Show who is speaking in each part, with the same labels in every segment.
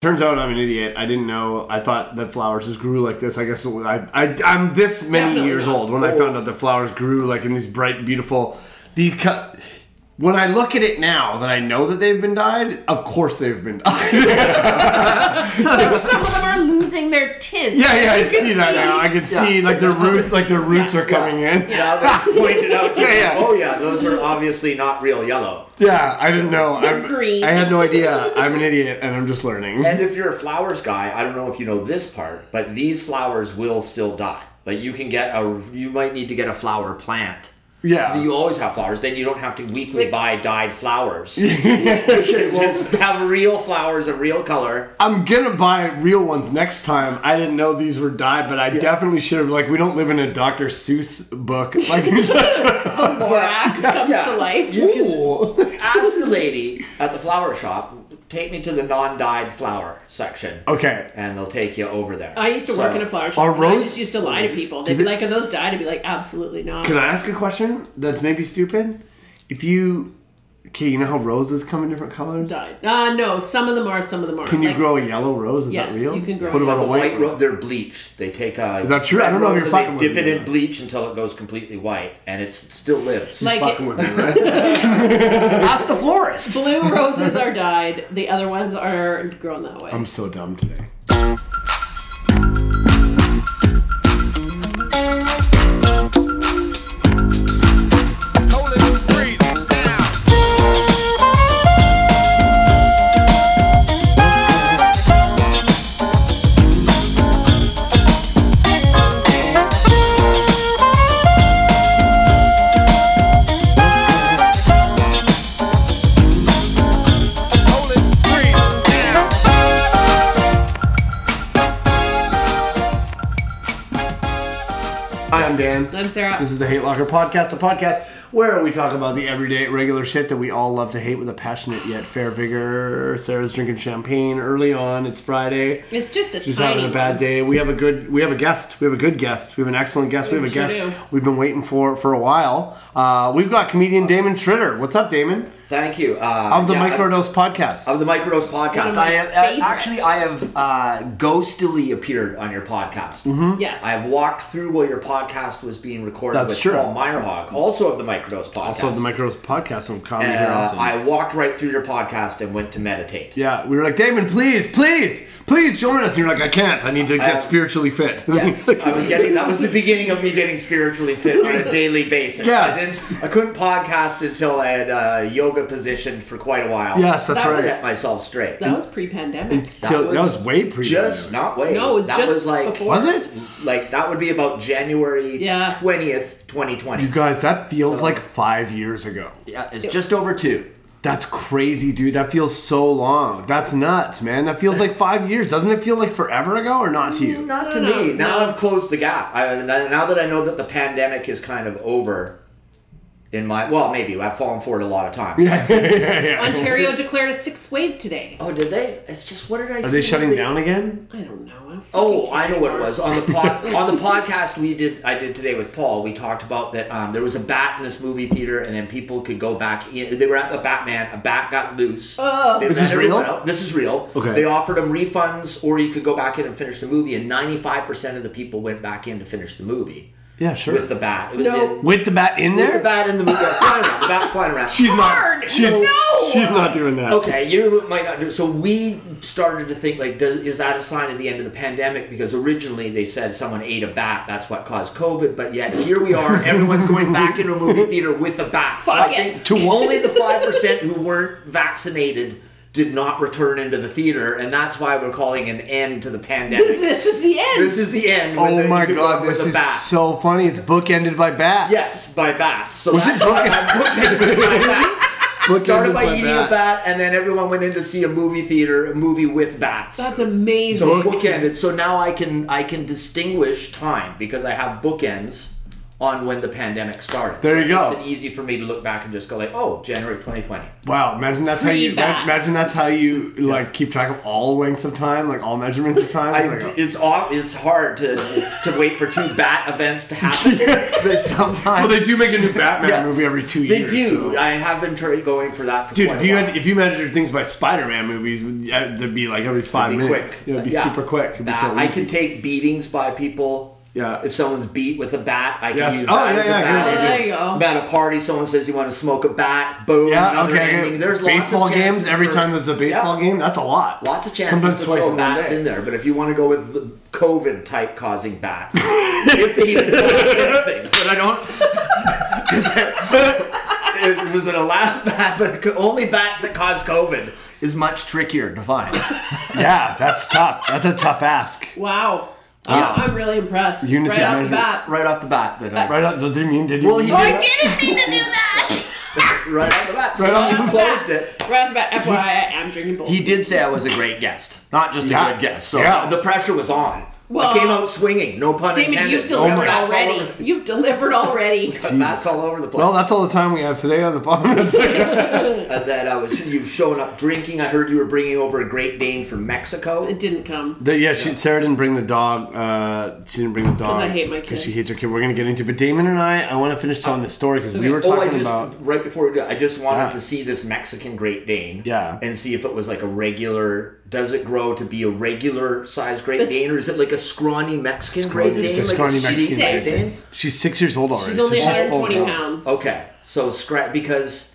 Speaker 1: Turns out I'm an idiot. I didn't know. I thought that flowers just grew like this. I guess it- I, I am this many
Speaker 2: Definitely
Speaker 1: years
Speaker 2: not.
Speaker 1: old when I found out that flowers grew like in these bright, beautiful. The co- when I look at it now, that I know that they've been dyed. Of course they've been dyed.
Speaker 2: Some of them are losing their tint.
Speaker 1: yeah, yeah. I
Speaker 2: You can
Speaker 1: see that now. I can see like their roots, like their roots are coming in. Yeah.
Speaker 3: Now that you pointed out, to
Speaker 1: Yeah,
Speaker 3: me,
Speaker 1: yeah.
Speaker 3: oh yeah, those are obviously not real yellow.
Speaker 1: I didn't know. I'm-
Speaker 2: green.
Speaker 1: I had no idea. I'm an idiot, and I'm just learning.
Speaker 3: And if you're a flowers guy, I don't know if you know this part, but these flowers will still die. Like you can get a, you might need to get a flower plant.
Speaker 1: yeah.
Speaker 3: So you always have flowers. Then you don't have to
Speaker 2: Like-
Speaker 3: weekly buy dyed flowers. you just have real flowers of real color.
Speaker 1: I'm gonna buy real ones next time. I didn't know these were dyed, but I definitely should have. Like, we don't live in a Dr. Seuss book. Like,
Speaker 2: Borax comes
Speaker 3: Yeah.
Speaker 2: to life.
Speaker 1: ooh.
Speaker 3: Ask the lady at the flower shop. Take me to the non-dyed flower section.
Speaker 1: Okay.
Speaker 3: And they'll take you over there.
Speaker 2: I used to work in a flower shop.
Speaker 1: Are
Speaker 2: and I
Speaker 1: rose-
Speaker 2: just used to lie to people. They'd be
Speaker 1: they-
Speaker 2: like, "Are those dyed?" I'd be like, "Absolutely not."
Speaker 1: Can I ask a question that's maybe stupid? If you, okay, you know how roses come in different colors.
Speaker 2: Dyed. Uh, no. Some of them are. Some of them aren't.
Speaker 1: Can you
Speaker 2: Like,
Speaker 1: grow a yellow rose? Is
Speaker 2: Yes,
Speaker 1: that real?
Speaker 2: you can grow
Speaker 1: What
Speaker 2: a
Speaker 1: about
Speaker 3: The
Speaker 1: a white,
Speaker 3: white
Speaker 1: rose?
Speaker 3: ro- they're bleached. They take uh, a.
Speaker 1: Is that true? I don't know if you're fucking
Speaker 3: They dip
Speaker 1: with
Speaker 3: it
Speaker 1: me.
Speaker 3: in bleach until it goes completely white, and it still lives.
Speaker 2: Like
Speaker 1: Fucking
Speaker 2: it-
Speaker 1: with me, right?
Speaker 3: Ask the florist.
Speaker 2: blue roses are dyed. The other ones are grown that way.
Speaker 1: I'm so dumb today. Hi, I'm Dan.
Speaker 2: I'm Sarah.
Speaker 1: This is the Hate Locker Podcast, a podcast where we talk about the everyday, regular shit that we all love to hate with a passionate yet fair vigor. Sarah's drinking champagne early on. It's Friday.
Speaker 2: It's just a
Speaker 1: She's
Speaker 2: tiny.
Speaker 1: having a bad day. We have a good. We have a guest. We have a good guest. We have an excellent guest. We have a
Speaker 2: We sure
Speaker 1: guest
Speaker 2: do.
Speaker 1: we've been waiting for for a while. Uh, we've got comedian Damon Tritter. What's up, Damon?
Speaker 3: Thank you. Uh,
Speaker 1: Of the
Speaker 3: yeah,
Speaker 1: Microdose Podcast.
Speaker 3: I- of the microdose
Speaker 2: One
Speaker 3: podcast.
Speaker 2: of my
Speaker 3: I have, uh,
Speaker 2: favorite.
Speaker 3: actually I have uh, ghostily appeared on your podcast.
Speaker 1: Mm-hmm.
Speaker 2: one. Yes.
Speaker 3: I have walked through while your podcast was being recorded
Speaker 1: That's
Speaker 3: with
Speaker 1: true.
Speaker 3: Paul Meyerhog, also of the microdose podcast.
Speaker 1: also, of the Microdose Podcast on comedy here
Speaker 3: Uh,
Speaker 1: often.
Speaker 3: I walked right through your podcast and went to meditate.
Speaker 1: yeah, we were like, Damon, please, please, please join us. And you're like, I can't. I need to get
Speaker 3: Um,
Speaker 1: spiritually fit.
Speaker 3: Yes, I was getting. That was the beginning of me getting spiritually fit on a daily basis.
Speaker 1: Yes.
Speaker 3: I, didn't, I couldn't podcast until I had a yoga position for quite a while.
Speaker 1: Yes, that's
Speaker 2: That
Speaker 1: right.
Speaker 2: was-
Speaker 3: set myself straight.
Speaker 2: that was pre-pandemic.
Speaker 1: that, was, that
Speaker 3: was
Speaker 1: was way pre.
Speaker 3: Just not way.
Speaker 2: No, it was
Speaker 3: that
Speaker 2: just
Speaker 3: was like
Speaker 2: before.
Speaker 1: was it?
Speaker 3: like that would be about January
Speaker 2: Yeah.
Speaker 3: twentieth, twenty twenty.
Speaker 1: You guys, that feels like five years ago.
Speaker 3: yeah, it's just over two.
Speaker 1: That's crazy, dude. That feels so long. That's nuts, man. That feels like five years. Doesn't it feel like forever ago or not to you?
Speaker 3: Not to
Speaker 2: No, no,
Speaker 3: me. Now
Speaker 2: no.
Speaker 3: I've closed the gap. I, now that I know that the pandemic is kind of over. In my well, maybe I've fallen for it a lot of times.
Speaker 1: Yeah, yeah, yeah.
Speaker 2: Ontario declared a sixth wave today.
Speaker 3: Oh, did they? It's just what did I?
Speaker 1: Are they shutting down again?
Speaker 2: I don't know. I don't
Speaker 3: Oh,
Speaker 2: fucking
Speaker 3: I
Speaker 2: care
Speaker 3: know what it
Speaker 2: anymore.
Speaker 3: was on the pod, on the podcast we did I did today with Paul. We talked about that um, there was a bat in this movie theater, and then people could go back. in. They were at the Batman. A bat got loose. Oh,
Speaker 1: Is this real?
Speaker 3: This is real.
Speaker 1: Okay.
Speaker 3: They offered them refunds, or you could go back in and finish the movie. And ninety five percent of the people went back in to finish the movie
Speaker 1: Yeah, sure.
Speaker 3: with the bat. It was
Speaker 2: No.
Speaker 3: in,
Speaker 1: With the bat in
Speaker 3: with the
Speaker 1: there?
Speaker 3: bat in the movie. Yeah, flying around. The bat flying around.
Speaker 1: She's not.
Speaker 2: Hard!
Speaker 1: She's,
Speaker 2: No!
Speaker 1: she's not doing that.
Speaker 3: Okay, you might not do. So we started to think like, does, is that a sign of the end of the pandemic? Because originally they said someone ate a bat, that's what caused COVID. But yet here we are, everyone's going back into a movie theater with a bat. So
Speaker 2: Fuck
Speaker 3: I think
Speaker 2: it.
Speaker 3: to only the five percent who weren't vaccinated did not return into the theater, and that's why we're calling an end to the pandemic.
Speaker 2: This is the end.
Speaker 3: this is the end. with
Speaker 1: Oh
Speaker 3: a- you
Speaker 1: my
Speaker 3: could
Speaker 1: god,
Speaker 3: go with
Speaker 1: this
Speaker 3: a
Speaker 1: is
Speaker 3: bat.
Speaker 1: so funny. It's bookended by bats.
Speaker 3: Yes, by bats. So
Speaker 1: Was
Speaker 3: that's
Speaker 1: it booked-
Speaker 3: I'm bookended by bats.
Speaker 1: Bookended
Speaker 3: Started by,
Speaker 1: by
Speaker 3: eating
Speaker 1: bats.
Speaker 3: a bat, and then everyone went in to see a movie theater, a movie with bats.
Speaker 2: That's amazing.
Speaker 3: so bookended. So now I can I can distinguish time because I have bookends on when the pandemic started.
Speaker 1: There you go.
Speaker 3: It's easy for me to look back and just go like, oh, January 2020.
Speaker 1: Wow, imagine that's how you
Speaker 2: Pretty bad.
Speaker 1: imagine that's how you like keep track of all lengths of time, like all measurements of time. It's
Speaker 3: I-
Speaker 1: like,
Speaker 3: it's off, it's hard to to wait for two bat events to happen. They
Speaker 1: well,
Speaker 3: sometimes
Speaker 1: they do make a new Batman
Speaker 3: Yes.
Speaker 1: movie every two
Speaker 3: They
Speaker 1: years.
Speaker 3: do.
Speaker 1: so-
Speaker 3: I have been try- going for that for
Speaker 1: Dude,
Speaker 3: quite
Speaker 1: if
Speaker 3: a
Speaker 1: you
Speaker 3: while.
Speaker 1: had if you measured things by Spider-Man movies, would- uh, they'd be like every five
Speaker 3: It'd be
Speaker 1: minutes.
Speaker 3: quick.
Speaker 1: It would be
Speaker 3: Yeah.
Speaker 1: super quick. It'd be
Speaker 3: That-
Speaker 1: so
Speaker 3: I
Speaker 1: easy.
Speaker 3: could take beatings by people.
Speaker 1: Yeah.
Speaker 3: If someone's beat with a bat, I can
Speaker 1: Yes.
Speaker 3: use
Speaker 1: Oh,
Speaker 3: that
Speaker 1: yeah,
Speaker 3: as a
Speaker 1: yeah,
Speaker 3: bat.
Speaker 1: good
Speaker 2: idea. Oh, there you go.
Speaker 3: I'm at a party, someone says you want to smoke a bat. Boom.
Speaker 1: Yeah,
Speaker 3: another
Speaker 1: okay.
Speaker 3: ending. There's lots
Speaker 1: baseball
Speaker 3: of chances
Speaker 1: games every
Speaker 3: for-
Speaker 1: time there's a baseball
Speaker 3: Yeah.
Speaker 1: game. That's a lot.
Speaker 3: Lots of chances
Speaker 1: Sometimes
Speaker 3: to
Speaker 1: twice
Speaker 3: throw
Speaker 1: in one
Speaker 3: bats
Speaker 1: day.
Speaker 3: in there, but if you want to go with the COVID type causing bats, if these thing, but I don't. 'cause I- it was an allowed bat, but it could- only bats that cause COVID is much trickier to find.
Speaker 1: yeah, that's tough. That's a tough ask.
Speaker 2: Wow.
Speaker 3: Wow.
Speaker 2: I'm really impressed.
Speaker 1: Unity
Speaker 2: right off the
Speaker 1: measure.
Speaker 2: bat.
Speaker 3: Right off the bat, that
Speaker 1: Right up, did you mean? Did you?
Speaker 3: Well, he
Speaker 1: mean-
Speaker 3: did-
Speaker 2: I didn't mean to do that.
Speaker 3: right off the bat. So
Speaker 1: Right off
Speaker 3: he
Speaker 1: the bat.
Speaker 3: closed it.
Speaker 2: Right off the bat, FYI, I am drinking both.
Speaker 3: He did say I was a great guest, not just
Speaker 1: Yeah.
Speaker 3: a good guest. So
Speaker 1: Yeah.
Speaker 3: the pressure was on.
Speaker 2: Well-
Speaker 3: I came out swinging, no pun
Speaker 2: Damon,
Speaker 3: intended.
Speaker 2: you've
Speaker 1: Oh my
Speaker 2: delivered
Speaker 1: God.
Speaker 2: already. You've delivered already.
Speaker 3: That's all over the place.
Speaker 1: well, that's all the time we have today on the podcast.
Speaker 3: Uh, that I was you've shown up drinking. I heard you were bringing over a Great Dane from Mexico.
Speaker 2: It didn't come.
Speaker 1: The- yeah, she, Sarah didn't bring the dog. Uh, she didn't bring the dog
Speaker 2: 'Cause I hate my kid.
Speaker 1: because she hates her kid. We're gonna get into, but Damon and I, I want to finish telling this story because we
Speaker 2: Okay.
Speaker 1: were
Speaker 3: Oh, I
Speaker 1: talking
Speaker 3: just
Speaker 1: about.
Speaker 3: right before we go, I just wanted
Speaker 1: Yeah.
Speaker 3: to see this Mexican Great Dane.
Speaker 1: Yeah.
Speaker 3: and see if it was like a regular. Does it grow to be a regular size Great
Speaker 2: It's-
Speaker 3: Dane, or is it like a scrawny Mexican Great Dane?
Speaker 1: It's a
Speaker 3: like
Speaker 1: scrawny
Speaker 3: a
Speaker 1: Mexican
Speaker 2: she's
Speaker 1: Great Dane.
Speaker 2: six.
Speaker 1: She's six years old already.
Speaker 2: She's only
Speaker 1: so full Oh.
Speaker 2: 120
Speaker 1: grown.
Speaker 2: pounds.
Speaker 3: Okay, so scrap because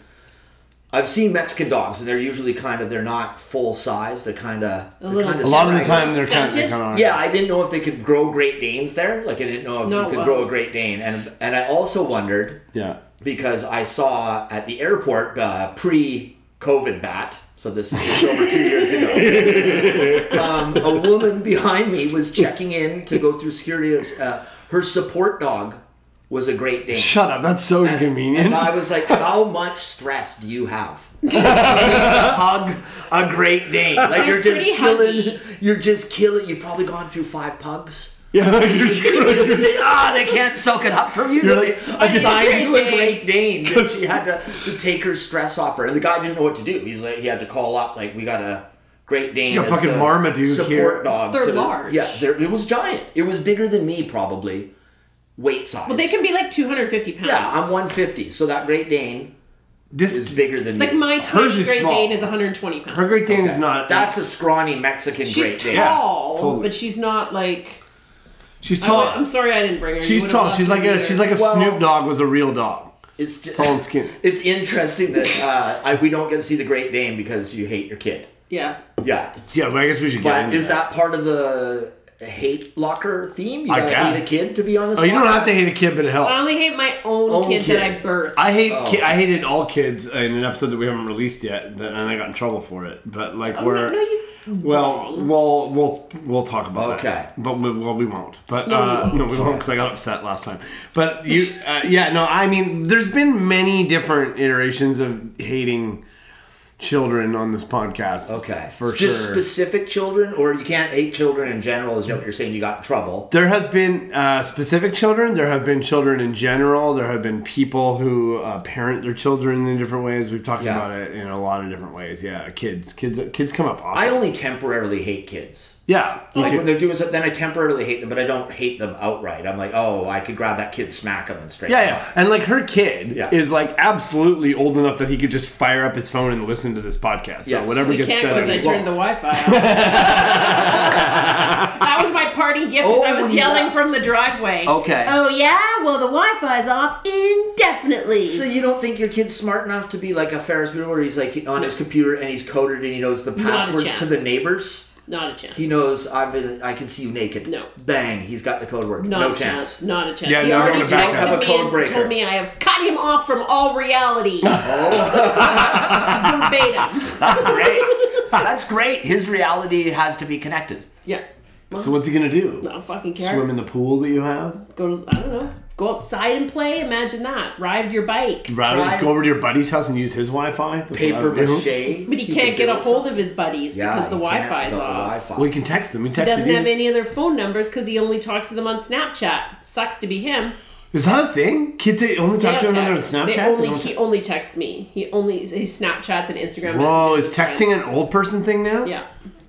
Speaker 3: I've seen Mexican dogs, and they're usually kind of they're not full size. They're kind of
Speaker 2: little
Speaker 1: A lot of the
Speaker 2: Right.
Speaker 1: time, they're kind of.
Speaker 2: Stunted?
Speaker 3: Yeah, I didn't know if they could grow Great Danes there. Like I didn't know if
Speaker 2: No,
Speaker 3: you could
Speaker 2: wow.
Speaker 3: grow a Great Dane, and and I also wondered
Speaker 1: Yeah.
Speaker 3: because I saw at the airport uh, pre-COVID bat. So this is just over two years ago. um, a woman behind me was checking in to go through security. Uh, her support dog was a Great Dane.
Speaker 1: Shut up. That's so inconvenient.
Speaker 3: And I was like, how much stress do you have? hug a great Dane. Like you're
Speaker 2: They're
Speaker 3: just
Speaker 2: pretty
Speaker 3: killing
Speaker 2: huggy.
Speaker 3: you're just killing you've probably gone through five pugs.
Speaker 1: yeah, like you're screwing.
Speaker 3: They- Ah, they can't soak it up from you.
Speaker 1: You're
Speaker 3: They
Speaker 1: like,
Speaker 3: assigned you a
Speaker 2: Great
Speaker 3: great Dane. that She had to, to take her stress off her, and the guy didn't know what to do. He's like, he had to call up, like, we got a Great Dane.
Speaker 1: You got
Speaker 3: as
Speaker 1: fucking
Speaker 3: the
Speaker 1: Marmaduke
Speaker 3: support
Speaker 1: here.
Speaker 3: dog.
Speaker 2: They're
Speaker 3: to the-
Speaker 2: large.
Speaker 3: Yeah, they're, it was giant. It was bigger than me, probably weight size.
Speaker 2: Well, they can be like 250 pounds.
Speaker 3: Yeah, I'm 150, so that Great Dane is
Speaker 1: This
Speaker 3: bigger than
Speaker 2: Like
Speaker 3: me.
Speaker 2: my
Speaker 1: Hers
Speaker 2: tiny
Speaker 1: is
Speaker 2: Great
Speaker 1: small.
Speaker 2: Dane is 120 pounds.
Speaker 1: her Great Dane is not.
Speaker 3: That's a scrawny Mexican Great
Speaker 2: she's
Speaker 3: Dane.
Speaker 2: tall,
Speaker 1: Yeah, totally.
Speaker 2: but she's not like.
Speaker 1: she's
Speaker 2: Oh,
Speaker 1: tall.
Speaker 2: I'm sorry I didn't bring her. You
Speaker 1: she's
Speaker 2: would've
Speaker 1: tall.
Speaker 2: loved
Speaker 1: She's
Speaker 2: to
Speaker 1: like
Speaker 2: meet
Speaker 1: a.
Speaker 2: her.
Speaker 1: She's like if
Speaker 3: Well-
Speaker 1: Snoop Dogg was a real dog.
Speaker 3: It's just,
Speaker 1: Tall and skinny.
Speaker 3: It's interesting that uh, I, we don't get to see the Great Dane because you hate your kid.
Speaker 2: yeah.
Speaker 3: Yeah,
Speaker 1: Yeah, well, I guess we should get
Speaker 3: but
Speaker 1: into
Speaker 3: is that part of the hate locker theme? You
Speaker 1: I
Speaker 3: gotta
Speaker 1: guess.
Speaker 3: hate a kid to be on this.
Speaker 1: Oh, you don't have to hate a kid, but it helps.
Speaker 2: I only Oh. hate my own,
Speaker 3: Own
Speaker 2: kid,
Speaker 3: kid.
Speaker 2: that I birthed.
Speaker 1: I hate ki- I hated all kids in an episode that we haven't released yet, that, and I got in trouble for it. But like
Speaker 2: Oh,
Speaker 1: we're
Speaker 2: no, no, you.
Speaker 1: well, we'll we'll we'll talk about
Speaker 3: Okay.
Speaker 1: that. But we, well, we won't. But
Speaker 2: No, we
Speaker 1: uh,
Speaker 2: won't.
Speaker 1: no, we won't because I got upset last time. But you, uh, yeah, no, I mean, there's been many different iterations of hating children on this podcast.
Speaker 3: Okay,
Speaker 1: for
Speaker 3: just
Speaker 1: sure.
Speaker 3: specific children, or you can't hate children in general. Is what you're saying? You got in trouble.
Speaker 1: there has been uh, specific children. There have been children in general. There have been people who uh, parent their children in different ways. We've talked
Speaker 3: Yeah.
Speaker 1: about it in a lot of different ways. Yeah, kids, kids, kids come up. Often.
Speaker 3: I only temporarily hate kids.
Speaker 1: yeah, me
Speaker 3: Like
Speaker 1: too.
Speaker 3: when they're doing something, then I temporarily hate them, but I don't hate them outright. I'm like, oh, I could grab that kid, smack him, and straight.
Speaker 1: Yeah,
Speaker 3: him up.
Speaker 1: yeah. And like her kid
Speaker 3: Yeah.
Speaker 1: is like absolutely old enough that he could just fire up his phone and listen to this podcast. So
Speaker 3: Yes.
Speaker 1: whatever
Speaker 2: You
Speaker 1: gets
Speaker 2: can't
Speaker 1: said.
Speaker 2: because I
Speaker 1: I'm-
Speaker 2: turned the Wi-Fi off. that was my party gift.
Speaker 3: Oh,
Speaker 2: I
Speaker 3: when
Speaker 2: was
Speaker 3: you
Speaker 2: yelling
Speaker 3: left.
Speaker 2: from the driveway.
Speaker 3: Okay.
Speaker 2: Oh yeah. Well, the Wi-Fi's off indefinitely.
Speaker 3: So you don't think your kid's smart enough to be like a Ferris Bueller, where he's like on his computer and he's coded and he knows the
Speaker 2: a
Speaker 3: passwords to
Speaker 2: chance.
Speaker 3: the neighbors?
Speaker 2: Not a chance.
Speaker 3: He knows I've been. I can see you naked.
Speaker 2: No.
Speaker 3: Bang. He's got the code word.
Speaker 2: Not
Speaker 3: no
Speaker 2: a chance. Not a chance.
Speaker 1: Yeah,
Speaker 2: he
Speaker 1: no, I'm
Speaker 2: already
Speaker 1: gonna back
Speaker 2: texted
Speaker 3: up.
Speaker 2: me
Speaker 3: A code
Speaker 2: and
Speaker 3: breaker.
Speaker 2: told me I have cut him off from all reality. Verbatim.
Speaker 3: That's great. That's great. His reality has to be connected.
Speaker 2: Yeah.
Speaker 1: So what's he gonna do?
Speaker 2: I don't fucking care.
Speaker 1: Swim in the pool that you have?
Speaker 2: Go to I don't know. Go outside and play. Imagine that. Ride your bike.
Speaker 1: Rather
Speaker 3: Try-
Speaker 1: go over to your buddy's house and use his Wi-Fi. That's what I
Speaker 3: Paper
Speaker 1: would do.
Speaker 3: mache.
Speaker 2: But he, can't get a hold of his buddies
Speaker 3: yeah,
Speaker 2: because the
Speaker 3: you can't
Speaker 2: Wi-Fi's
Speaker 3: without
Speaker 2: off.
Speaker 3: The Wi-Fi.
Speaker 1: We can text them. We text
Speaker 2: doesn't
Speaker 1: you.
Speaker 2: have any of their phone numbers because he only talks to them on Snapchat. Sucks to be him.
Speaker 1: Is that a thing? Kids they only
Speaker 2: They
Speaker 1: talk to
Speaker 2: don't
Speaker 1: each other on
Speaker 2: text.
Speaker 1: Snapchat?
Speaker 2: They
Speaker 1: They
Speaker 2: only,
Speaker 1: don't
Speaker 2: he only texts me. He only he Snapchats and Instagram.
Speaker 1: Whoa, is
Speaker 2: messages with
Speaker 1: texting
Speaker 2: friends.
Speaker 1: an old person thing now?
Speaker 2: Yeah,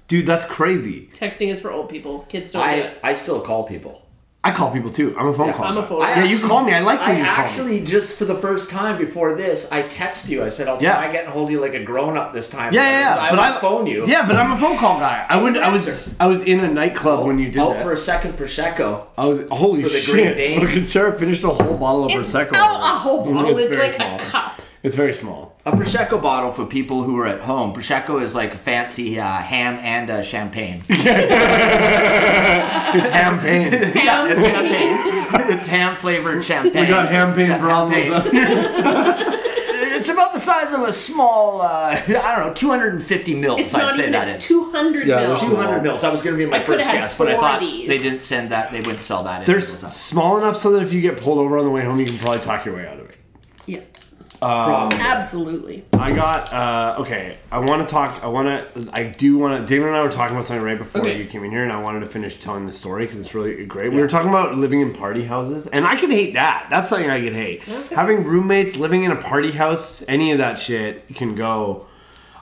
Speaker 1: Dude, that's crazy.
Speaker 2: texting is for old people. Kids don't do
Speaker 3: I,
Speaker 2: it.
Speaker 3: I still call people.
Speaker 1: I call people too. I'm a phone
Speaker 3: Yeah,
Speaker 1: call.
Speaker 2: I'm a phone
Speaker 1: Yeah,
Speaker 2: I
Speaker 1: you
Speaker 3: actually-
Speaker 1: call me. I like when
Speaker 3: I
Speaker 1: you call me.
Speaker 3: actually just for the first time before this, I text you. I said, "I'll
Speaker 1: Yeah.
Speaker 3: try getting hold of you like a grown up this time."
Speaker 1: Yeah, yeah, yeah.
Speaker 3: I
Speaker 1: but
Speaker 3: will
Speaker 1: I
Speaker 3: phone you.
Speaker 1: Yeah, but I'm a phone call guy. I went. I was.
Speaker 3: answer.
Speaker 1: I was in a nightclub when you did
Speaker 3: out
Speaker 1: that.
Speaker 3: for a second prosecco.
Speaker 1: I was holy
Speaker 3: for the Green
Speaker 1: shit.
Speaker 3: Dane.
Speaker 1: Fucking Sarah finished a whole bottle of prosecco.
Speaker 2: oh, a whole
Speaker 1: Mm,
Speaker 2: bottle. It's
Speaker 1: very
Speaker 2: like a cup.
Speaker 1: It's very small.
Speaker 3: A prosecco bottle for people who are at home. Prosecco is like fancy uh, ham and uh, champagne.
Speaker 1: It's ham pain.
Speaker 2: Ham.
Speaker 3: champagne. It's ham flavored champagne.
Speaker 1: We got ham pain problems.
Speaker 3: pain. It's about the size of a small, uh, I don't know, 250 mils.
Speaker 2: It's
Speaker 3: I'd
Speaker 2: not
Speaker 3: say
Speaker 2: even.
Speaker 3: that
Speaker 2: It's
Speaker 3: is.
Speaker 2: 200
Speaker 1: Yeah,
Speaker 2: mils.
Speaker 1: there's
Speaker 3: 200 mils. That was going to be my
Speaker 2: could've
Speaker 3: first
Speaker 2: had
Speaker 3: guess, but I thought
Speaker 2: 40s.
Speaker 3: they didn't send that. They wouldn't sell that.
Speaker 1: They're
Speaker 3: anyway, so-
Speaker 1: s- small enough so that if you get pulled over on the way home, you can probably talk your way out of it.
Speaker 2: Yeah, um,
Speaker 3: Probably.
Speaker 2: absolutely.
Speaker 1: I got uh, okay. I want to talk. I want to. I do want to. Damon and I were talking about something right before
Speaker 2: Okay.
Speaker 1: you came in here, and I wanted to finish telling the story because it's really great. We were talking about living in party houses, and I could hate that. That's something I could hate. Having roommates, living in a party house, any of that shit can go.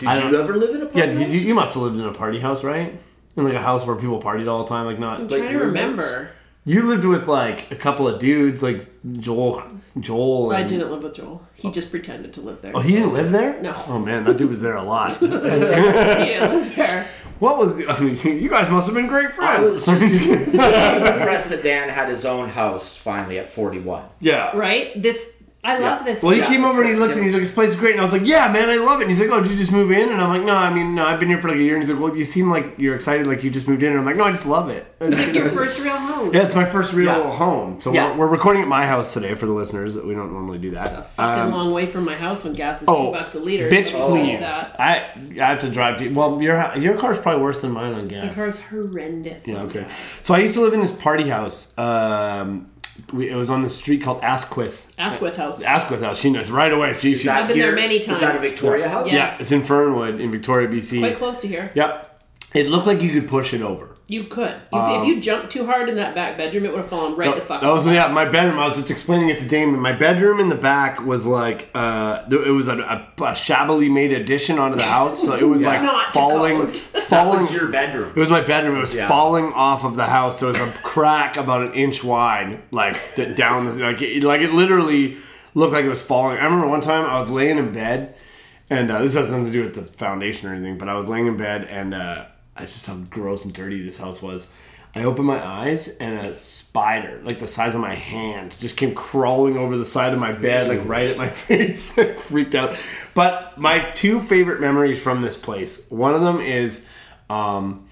Speaker 3: Did
Speaker 1: I don't-
Speaker 3: you ever live in a
Speaker 1: Yeah,
Speaker 3: apartment?
Speaker 1: you, you must have lived in a party house, right? In like a house where people partied all the time, like not.
Speaker 2: I'm trying to
Speaker 3: roommates?
Speaker 2: remember.
Speaker 1: You lived with like a couple of dudes, like Joel. Joel.
Speaker 2: I
Speaker 1: and-
Speaker 2: didn't live with Joel. He just pretended to live there.
Speaker 1: Oh, he didn't live there.
Speaker 2: No.
Speaker 1: Oh man, that dude was there a lot.
Speaker 2: He didn't live there.
Speaker 1: What was? I mean, you guys must have been great
Speaker 3: I
Speaker 1: friends.
Speaker 3: was just I was impressed that Dan had his own house finally at 41.
Speaker 1: yeah.
Speaker 2: Right? This. I love this.
Speaker 1: Well, he
Speaker 2: book.
Speaker 1: came over and he
Speaker 3: Yeah.
Speaker 1: looked and he's like, "This place is great." And I was like, "Yeah, man, I love it." And he's like, "Oh, did you just move in?" And I'm like, "No, I mean, no, I've been here for like a year." And he's like, "Well, you seem like you're excited, like you just moved in." And I'm like, "No, I just love it." It's like-
Speaker 2: Your first real home.
Speaker 1: yeah, it's my first real
Speaker 3: Yeah.
Speaker 1: home. So
Speaker 3: Yeah.
Speaker 1: we're, we're recording at my house today for the listeners. We don't normally do that.
Speaker 2: Fucking
Speaker 1: Um,
Speaker 2: long way from my house when gas is two
Speaker 1: oh,
Speaker 2: bucks a liter.
Speaker 1: bitch,
Speaker 2: Don't do
Speaker 1: please!
Speaker 2: that.
Speaker 1: I I have to drive to. Well, your ho- your car's probably worse than mine on gas.
Speaker 2: My car's horrendous.
Speaker 1: Yeah, okay. So I used to live in this party house. Um, we, it was on the street called Asquith.
Speaker 2: Asquith House.
Speaker 1: Asquith House. She knows right away. See, she,
Speaker 2: I've been there many
Speaker 3: Is that a
Speaker 2: times.
Speaker 3: Victoria house?
Speaker 2: Yeah.
Speaker 1: yeah, it's in Fernwood in Victoria, BC.
Speaker 2: Quite close to here.
Speaker 1: Yep. It looked like you could push it over.
Speaker 2: You could. You, if you jumped too hard in that back bedroom, it would have fallen right the fuck
Speaker 1: Um, That was
Speaker 2: off.
Speaker 1: yeah, my bedroom. I was just explaining it to Damon. My bedroom in the back was like uh, th- it was a, a, a shabbily made addition onto the house, so it was
Speaker 3: Yeah.
Speaker 1: like
Speaker 2: Not to
Speaker 1: falling,
Speaker 2: code.
Speaker 3: That
Speaker 1: falling.
Speaker 3: was your bedroom.
Speaker 1: It was my bedroom. It was
Speaker 3: Yeah.
Speaker 1: falling off of the house. There was a crack about an inch wide, like th- down the like it, like it literally looked like it was falling. I remember one time I was laying in bed, and uh, this has nothing to do with the foundation or anything, but I was laying in bed and uh, that's just how gross and dirty this house was. I opened my eyes and a spider, like the size of my hand, just came crawling over the side of my bed, like right at my face. I freaked out. But my two favorite memories from this place one of them is um,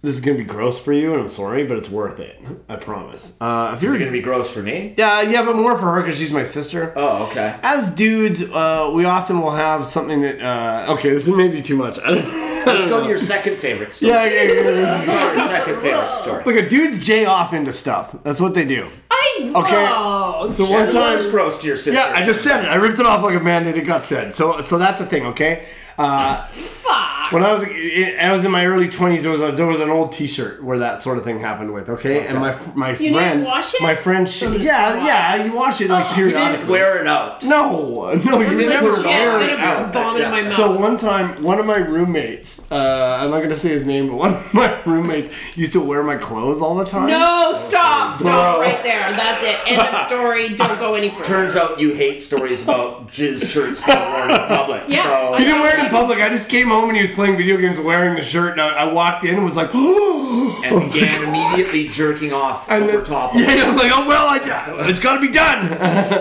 Speaker 1: this is gonna be gross for you, and I'm sorry, but it's worth it. I promise. Uh, if
Speaker 3: Is it
Speaker 1: you're
Speaker 3: going to be gross for me?
Speaker 1: yeah, yeah, but more for her because she's my sister.
Speaker 3: Oh, okay.
Speaker 1: As dudes, uh, we often will have something that uh, okay, this is maybe too much. I don't, I don't
Speaker 3: Let's go
Speaker 1: know.
Speaker 3: to your second favorite story.
Speaker 1: Uh, yeah, yeah, yeah, yeah.
Speaker 3: Let's go to your second favorite story.
Speaker 1: Look, a dudes jay off into stuff. That's what they do.
Speaker 2: I
Speaker 1: Okay.
Speaker 2: Oh,
Speaker 1: So one
Speaker 3: That was
Speaker 1: time,
Speaker 3: gross to your sister.
Speaker 1: yeah, I just said it. I ripped it off like a man did a gut said. So, so that's a thing, okay? Uh,
Speaker 2: fuck.
Speaker 1: when I was I was in my early twenties, there was a, there was an old T-shirt where that sort of thing happened with. Okay, and my my
Speaker 2: You
Speaker 1: friend,
Speaker 2: didn't wash it?
Speaker 1: my friend, sh- yeah, yeah, you wash it
Speaker 2: Oh,
Speaker 1: like
Speaker 3: You didn't
Speaker 1: periodically.
Speaker 3: wear it out.
Speaker 1: No, no, you
Speaker 2: Like,
Speaker 1: never
Speaker 2: shit,
Speaker 1: wear
Speaker 2: I'm
Speaker 1: it
Speaker 2: gonna
Speaker 1: out.
Speaker 2: vomit in my
Speaker 3: Yeah.
Speaker 2: mouth.
Speaker 1: So one time, one of my roommates, uh, I'm not gonna say his name, but one of my roommates used to wear my clothes all the time.
Speaker 2: no, stop, stop
Speaker 1: Bro.
Speaker 2: right there. That's it. End of story. Don't go any further.
Speaker 3: Turns out you hate stories about jizz shirts being worn in public.
Speaker 2: Yeah.
Speaker 1: He
Speaker 3: So,
Speaker 1: didn't wear it in public. I just came home and he was playing video games wearing the shirt, and I, I walked in and was like, oh.
Speaker 3: and began immediately jerking off
Speaker 1: And
Speaker 3: over
Speaker 1: then,
Speaker 3: top of
Speaker 1: yeah,
Speaker 3: it.
Speaker 1: yeah, I'm like, oh well, I, it's gotta be done.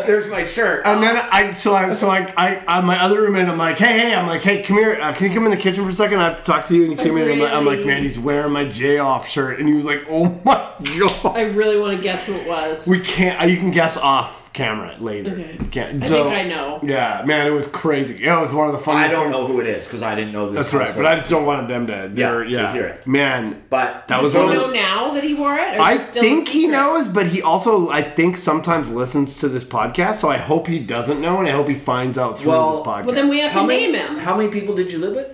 Speaker 3: There's my shirt.
Speaker 1: And then I, so I, so I, I, I my other roommate, I'm like, hey, hey, I'm like, hey, come here, uh, can you come in the kitchen for a second? I have to talk to you. And he came in, and I'm like, I'm like,
Speaker 2: Really?
Speaker 1: man, he's wearing my J off shirt, and he was like, oh my god.
Speaker 2: I really want to guess who it was.
Speaker 1: We can't. uh, You can guess off camera later.
Speaker 2: Okay.
Speaker 1: You can't.
Speaker 2: I
Speaker 1: so-
Speaker 2: think I know.
Speaker 1: Yeah, man, it was crazy. It was one of the
Speaker 3: I
Speaker 1: funniest.
Speaker 3: don't
Speaker 1: things.
Speaker 3: know who it is because I didn't know this.
Speaker 1: That's right, but I just don't want them to.
Speaker 3: Yeah,
Speaker 1: they're-
Speaker 3: to
Speaker 1: yeah.
Speaker 3: hear it.
Speaker 1: Man,
Speaker 3: But
Speaker 1: That was
Speaker 2: Do you
Speaker 1: one of
Speaker 2: know
Speaker 1: those-
Speaker 2: now that he wore it? or is
Speaker 1: I
Speaker 2: it still a
Speaker 1: think he
Speaker 2: secret?
Speaker 1: knows, but he also I think sometimes listens to this podcast. So I hope he doesn't know, and I hope he finds out through
Speaker 3: Well-
Speaker 1: this podcast.
Speaker 2: Well, then we have
Speaker 3: how
Speaker 2: to
Speaker 3: many,
Speaker 2: name him.
Speaker 3: How many people did you live with?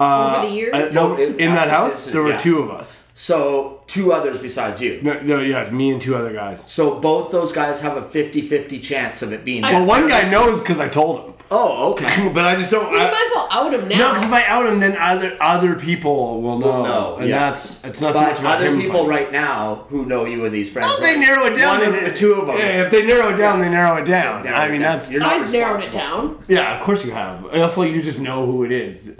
Speaker 1: Uh,
Speaker 4: Over the years?
Speaker 1: I-
Speaker 3: No, it-
Speaker 1: in that
Speaker 3: that was
Speaker 1: house,
Speaker 3: it,
Speaker 1: there were
Speaker 3: yeah.
Speaker 1: two of us.
Speaker 3: So two others besides you.
Speaker 1: No, no, yeah, me and two other guys.
Speaker 3: So both those guys have a 50-50 chance of it being.
Speaker 1: Well, one guy knows because I told him,
Speaker 3: Oh, okay.
Speaker 1: but I just don't.
Speaker 4: You
Speaker 1: I-
Speaker 4: might as well out him now.
Speaker 1: no, because if I out him, then other other people will know.
Speaker 3: know,
Speaker 1: and
Speaker 3: yeah.
Speaker 1: that's it's not so much
Speaker 3: But
Speaker 1: about
Speaker 3: other
Speaker 1: him
Speaker 3: people
Speaker 1: fighting.
Speaker 3: right now who know you and these friends.
Speaker 1: Well, if Oh, they
Speaker 3: right?
Speaker 1: narrow it down.
Speaker 3: One
Speaker 1: then
Speaker 3: of the
Speaker 1: it-
Speaker 3: two of them.
Speaker 1: Yeah, if they narrow it down, they narrow it down.
Speaker 3: narrow
Speaker 1: I
Speaker 3: it
Speaker 1: mean,
Speaker 3: down.
Speaker 1: that's
Speaker 3: You're not
Speaker 4: I've narrowed it
Speaker 3: responsible.
Speaker 4: down.
Speaker 1: Yeah, of course you have. Also, you just know who it is.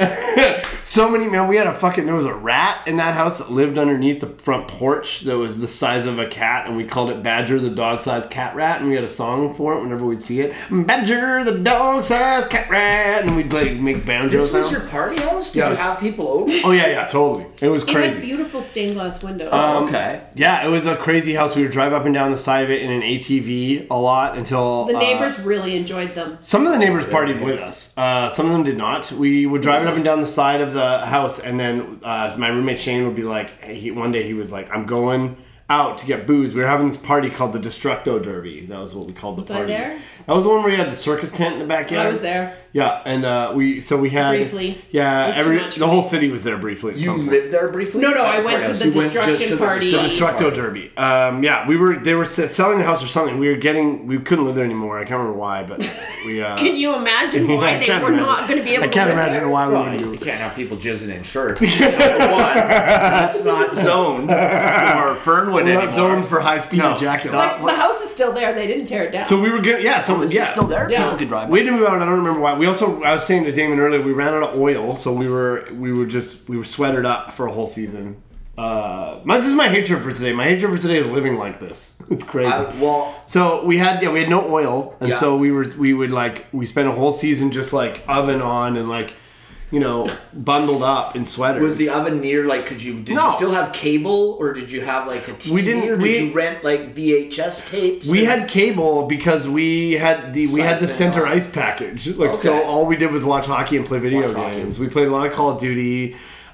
Speaker 1: so many man, we had a fucking there was a rat in that house that lived underneath the front porch that was the size of a cat, and we called it Badger the dog sized cat rat, and we had a song for it whenever we'd see it. Badger the dog sized cat rat, and we'd like make banjo
Speaker 3: This was
Speaker 1: sounds.
Speaker 3: your party house? Did
Speaker 1: Yes.
Speaker 3: you have people over?
Speaker 1: oh yeah, yeah, totally. It was
Speaker 2: It has
Speaker 1: crazy. Um,
Speaker 2: beautiful stained glass windows.
Speaker 3: okay.
Speaker 1: yeah, it was a crazy house. We would drive up and down the side of it in an ATV a lot until
Speaker 2: the
Speaker 1: uh,
Speaker 2: neighbors really enjoyed them.
Speaker 1: Some of the neighbors partied with us. Uh, some of them did not. We would drive it up and down the side of the house, and then uh, my roommate Shane would be like, hey, he, one day he was like, "I'm going out to get booze." We were having this party called the Destructo Derby. That was what we called the
Speaker 2: I
Speaker 1: party.
Speaker 2: there?
Speaker 1: That was the one where you had the circus tent in the backyard.
Speaker 2: I was there.
Speaker 1: Yeah, and uh, we so we had
Speaker 2: Briefly. It
Speaker 1: Yeah,
Speaker 2: was too
Speaker 1: every
Speaker 2: much for
Speaker 1: the
Speaker 2: me.
Speaker 1: whole city was there briefly. At
Speaker 3: You
Speaker 1: some point.
Speaker 3: lived there briefly?
Speaker 2: No, no,
Speaker 3: At
Speaker 2: I went to
Speaker 3: party house.
Speaker 2: the
Speaker 3: You went just
Speaker 2: destruction
Speaker 3: to the
Speaker 2: party.
Speaker 3: destruction
Speaker 1: Destructo Derby. Um, yeah, we were. They were s- selling the house or something. We were getting. We couldn't live there anymore. I can't remember why, but we. Uh,
Speaker 2: Can you imagine
Speaker 1: I
Speaker 2: why they
Speaker 1: can't
Speaker 2: were
Speaker 1: imagine.
Speaker 2: not going to be able
Speaker 1: I
Speaker 2: to
Speaker 1: can't
Speaker 2: live
Speaker 1: imagine
Speaker 2: there?
Speaker 1: why we
Speaker 3: Well,
Speaker 1: wouldn't do
Speaker 3: you can't have people jizzing in shirts. Number one, that's not zoned for Fernwood
Speaker 1: We're
Speaker 3: anymore.
Speaker 1: not zoned for high speed
Speaker 3: No,
Speaker 1: ejaculation.
Speaker 3: not-
Speaker 2: Like, the house is still there. They didn't tear it down.
Speaker 1: So we were good. Yeah,
Speaker 3: Oh,
Speaker 1: so
Speaker 5: Is
Speaker 1: yeah.
Speaker 5: it still there?
Speaker 2: Yeah.
Speaker 5: People could drive.
Speaker 1: We didn't move out. I don't remember why. We also I was saying to Damon earlier we ran out of oil, so we were we were just we were sweatered up for a whole season. Uh, my, this is my hatred for today. My hatred for today is living like this. It's crazy.
Speaker 3: Uh, well,
Speaker 1: so we had yeah we had no oil, and
Speaker 3: Yeah.
Speaker 1: so we were we would like we spent a whole season just like oven on and like you know bundled up in sweaters.
Speaker 3: was the oven near? Like, could you? Did
Speaker 1: No.
Speaker 3: you still have cable, or did you have like a TV?
Speaker 1: We didn't-
Speaker 3: Or did
Speaker 1: we-
Speaker 3: you rent like VHS tapes?
Speaker 1: We
Speaker 3: and-
Speaker 1: had cable because we had the we had the
Speaker 3: Siphon.
Speaker 1: center ice package. Like so,
Speaker 3: Okay.
Speaker 1: all we did was watch hockey and play video
Speaker 3: Watch hockey.
Speaker 1: games. We played a lot of Call of Duty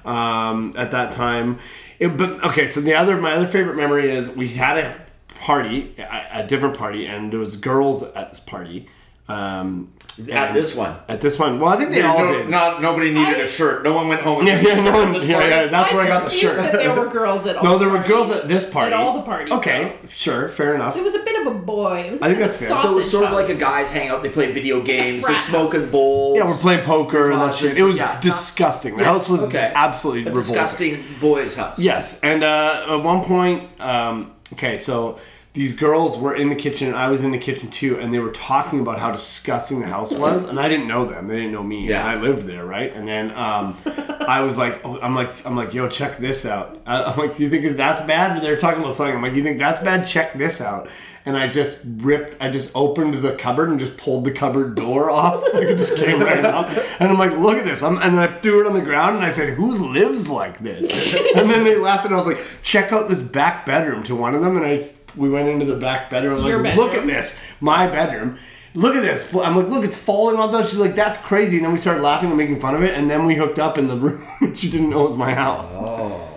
Speaker 1: um, at that time. It- but okay, so the other my other favorite memory is we had a party, a, a different party, and there was girls at this party. Um,
Speaker 3: at
Speaker 1: and-
Speaker 3: this one.
Speaker 1: At this one, well, I think they all
Speaker 3: No,
Speaker 1: did.
Speaker 3: not nobody needed a shirt. No one went home. And
Speaker 1: yeah, yeah, no, yeah, yeah, that's where I got the
Speaker 2: dispute
Speaker 1: shirt.
Speaker 2: That there were girls at all.
Speaker 1: No,
Speaker 2: the
Speaker 1: there were girls at this party.
Speaker 2: At all the parties.
Speaker 1: Okay, sure, fair enough.
Speaker 2: though. It was a bit of a boy. It was. a
Speaker 1: I think
Speaker 2: bit
Speaker 1: that's
Speaker 2: of
Speaker 1: fair.
Speaker 2: a
Speaker 3: So
Speaker 2: sausage
Speaker 3: it's sort of like a
Speaker 2: house.
Speaker 3: guys hang out. They play video games.
Speaker 2: frat
Speaker 3: They're smoking
Speaker 2: house.
Speaker 3: bowls.
Speaker 1: Yeah, we're playing poker and that
Speaker 3: Glasses,
Speaker 1: shit. It was
Speaker 3: yeah.
Speaker 1: disgusting. The house was
Speaker 3: Okay.
Speaker 1: absolutely
Speaker 3: A
Speaker 1: revolting.
Speaker 3: disgusting boys' house.
Speaker 1: Yes, and uh, at one point, um, okay, so these girls were in the kitchen, and I was in the kitchen too, and they were talking about how disgusting the house was, and I didn't know them. They didn't know me. and
Speaker 3: Yeah.
Speaker 1: I lived there, right? And then um, I was like, oh, I'm like, I'm like, yo, check this out. I, I'm like, you think that's bad? But they're talking about something. I'm like, you think that's bad? Check this out. And I just ripped, I just opened the cupboard and just pulled the cupboard door off. Like it just came right out. And I'm like, look at this. I'm, and then I threw it on the ground and I said, who lives like this? And then they laughed and I was like, check out this back bedroom to one of them. And I, we went into the back bedroom. I'm
Speaker 2: Your
Speaker 1: like, look at
Speaker 2: bedroom.
Speaker 1: this, my bedroom. Look at this. I'm like, look, it's falling on those. She's like, that's crazy. And then we started laughing and making fun of it. And then we hooked up in the room. she didn't know it was my house. Oh.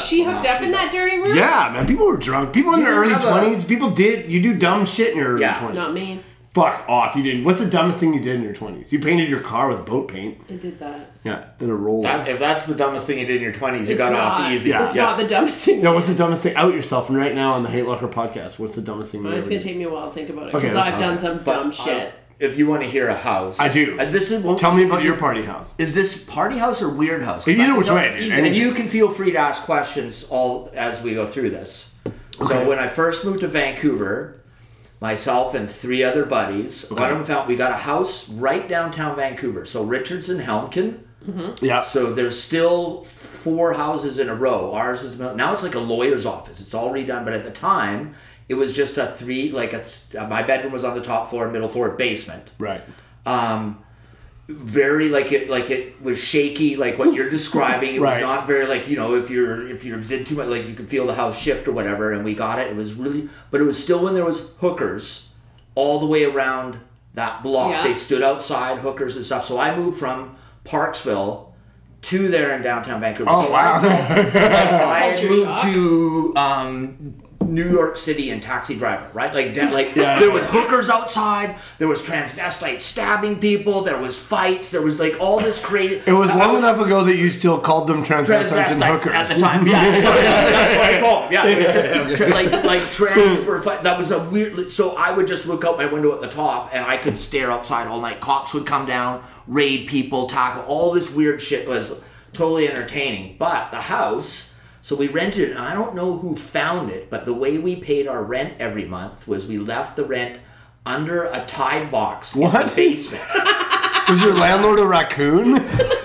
Speaker 2: She hooked up in that dirty room.
Speaker 1: Yeah, man. People were drunk. People in their
Speaker 3: didn't
Speaker 1: early
Speaker 3: have a-
Speaker 1: twenties. People did. You do dumb shit in your early
Speaker 3: Yeah.
Speaker 1: twenties.
Speaker 2: Not me.
Speaker 1: Fuck off. You did. What's the dumbest thing you did in your twenties? You painted your car with boat paint.
Speaker 2: I did that.
Speaker 1: Yeah, in a roll.
Speaker 3: That- if that's the dumbest thing you did in your twenties, you
Speaker 2: It's
Speaker 3: got
Speaker 2: not,
Speaker 3: off easy.
Speaker 2: It's not the dumbest thing.
Speaker 1: no, what's the dumbest thing? Out yourself. And right now on the Hate Locker podcast, what's the dumbest thing you
Speaker 2: It's
Speaker 1: ever
Speaker 2: gonna
Speaker 1: did?
Speaker 2: take me a while to think about it
Speaker 1: Okay,
Speaker 2: because
Speaker 1: that's
Speaker 2: I've
Speaker 1: fine.
Speaker 2: done some
Speaker 3: But uh,
Speaker 2: dumb
Speaker 3: I-
Speaker 2: shit.
Speaker 3: if you want to hear a house,
Speaker 1: I do.
Speaker 3: And this is well,
Speaker 1: Tell me
Speaker 3: is
Speaker 1: about
Speaker 3: it-
Speaker 1: your party house.
Speaker 5: Is this party house or weird house? 'Cause I
Speaker 1: Either
Speaker 5: can
Speaker 1: which
Speaker 5: tell-
Speaker 1: way, dude.
Speaker 2: And
Speaker 3: And
Speaker 1: Anything.
Speaker 3: you can feel free to ask questions all as we go through this. So when I first moved to Vancouver, myself and three other buddies, one of them found we got a house right downtown Vancouver. So Richardson Helmkin.
Speaker 1: Yeah.
Speaker 3: So there's still four houses in a row. Ours is about- now it's like a lawyer's office. It's all redone, but at the time it was just a three like a th- my bedroom was on the top floor, middle floor, basement
Speaker 1: right.
Speaker 3: very like it like it was shaky like what you're describing it
Speaker 1: Right.
Speaker 3: was not very like you know if you're if you did too much like you could feel the house shift or whatever and we got it it was really but it was still when there was hookers all the way around that block
Speaker 2: Yeah.
Speaker 3: they stood outside hookers and stuff so i moved from parksville to there in downtown vancouver
Speaker 1: Oh
Speaker 3: So
Speaker 1: wow.
Speaker 3: i, I had
Speaker 2: Culture
Speaker 3: moved
Speaker 2: shock.
Speaker 3: to um New York City and Taxi Driver, right? Like, de- like there was hookers outside, there was transvestites stabbing people, there was fights, there was like all this crazy.
Speaker 1: It was long enough ago that you still called them transvestites and
Speaker 3: transvestites
Speaker 1: hookers.
Speaker 3: at the time. Yeah, so that's what I call them. Yeah, Tra- like like trans were fi- that was a weird. So I would just look out my window at the top, and I could stare outside all night. Cops would come down, raid people, tackle all this weird shit. Was totally entertaining. But the house, so we rented it. And I don't know who found it, but the way we paid our rent every month was we left the rent under a tide box in
Speaker 1: What?
Speaker 3: the basement.
Speaker 1: Was your landlord a raccoon?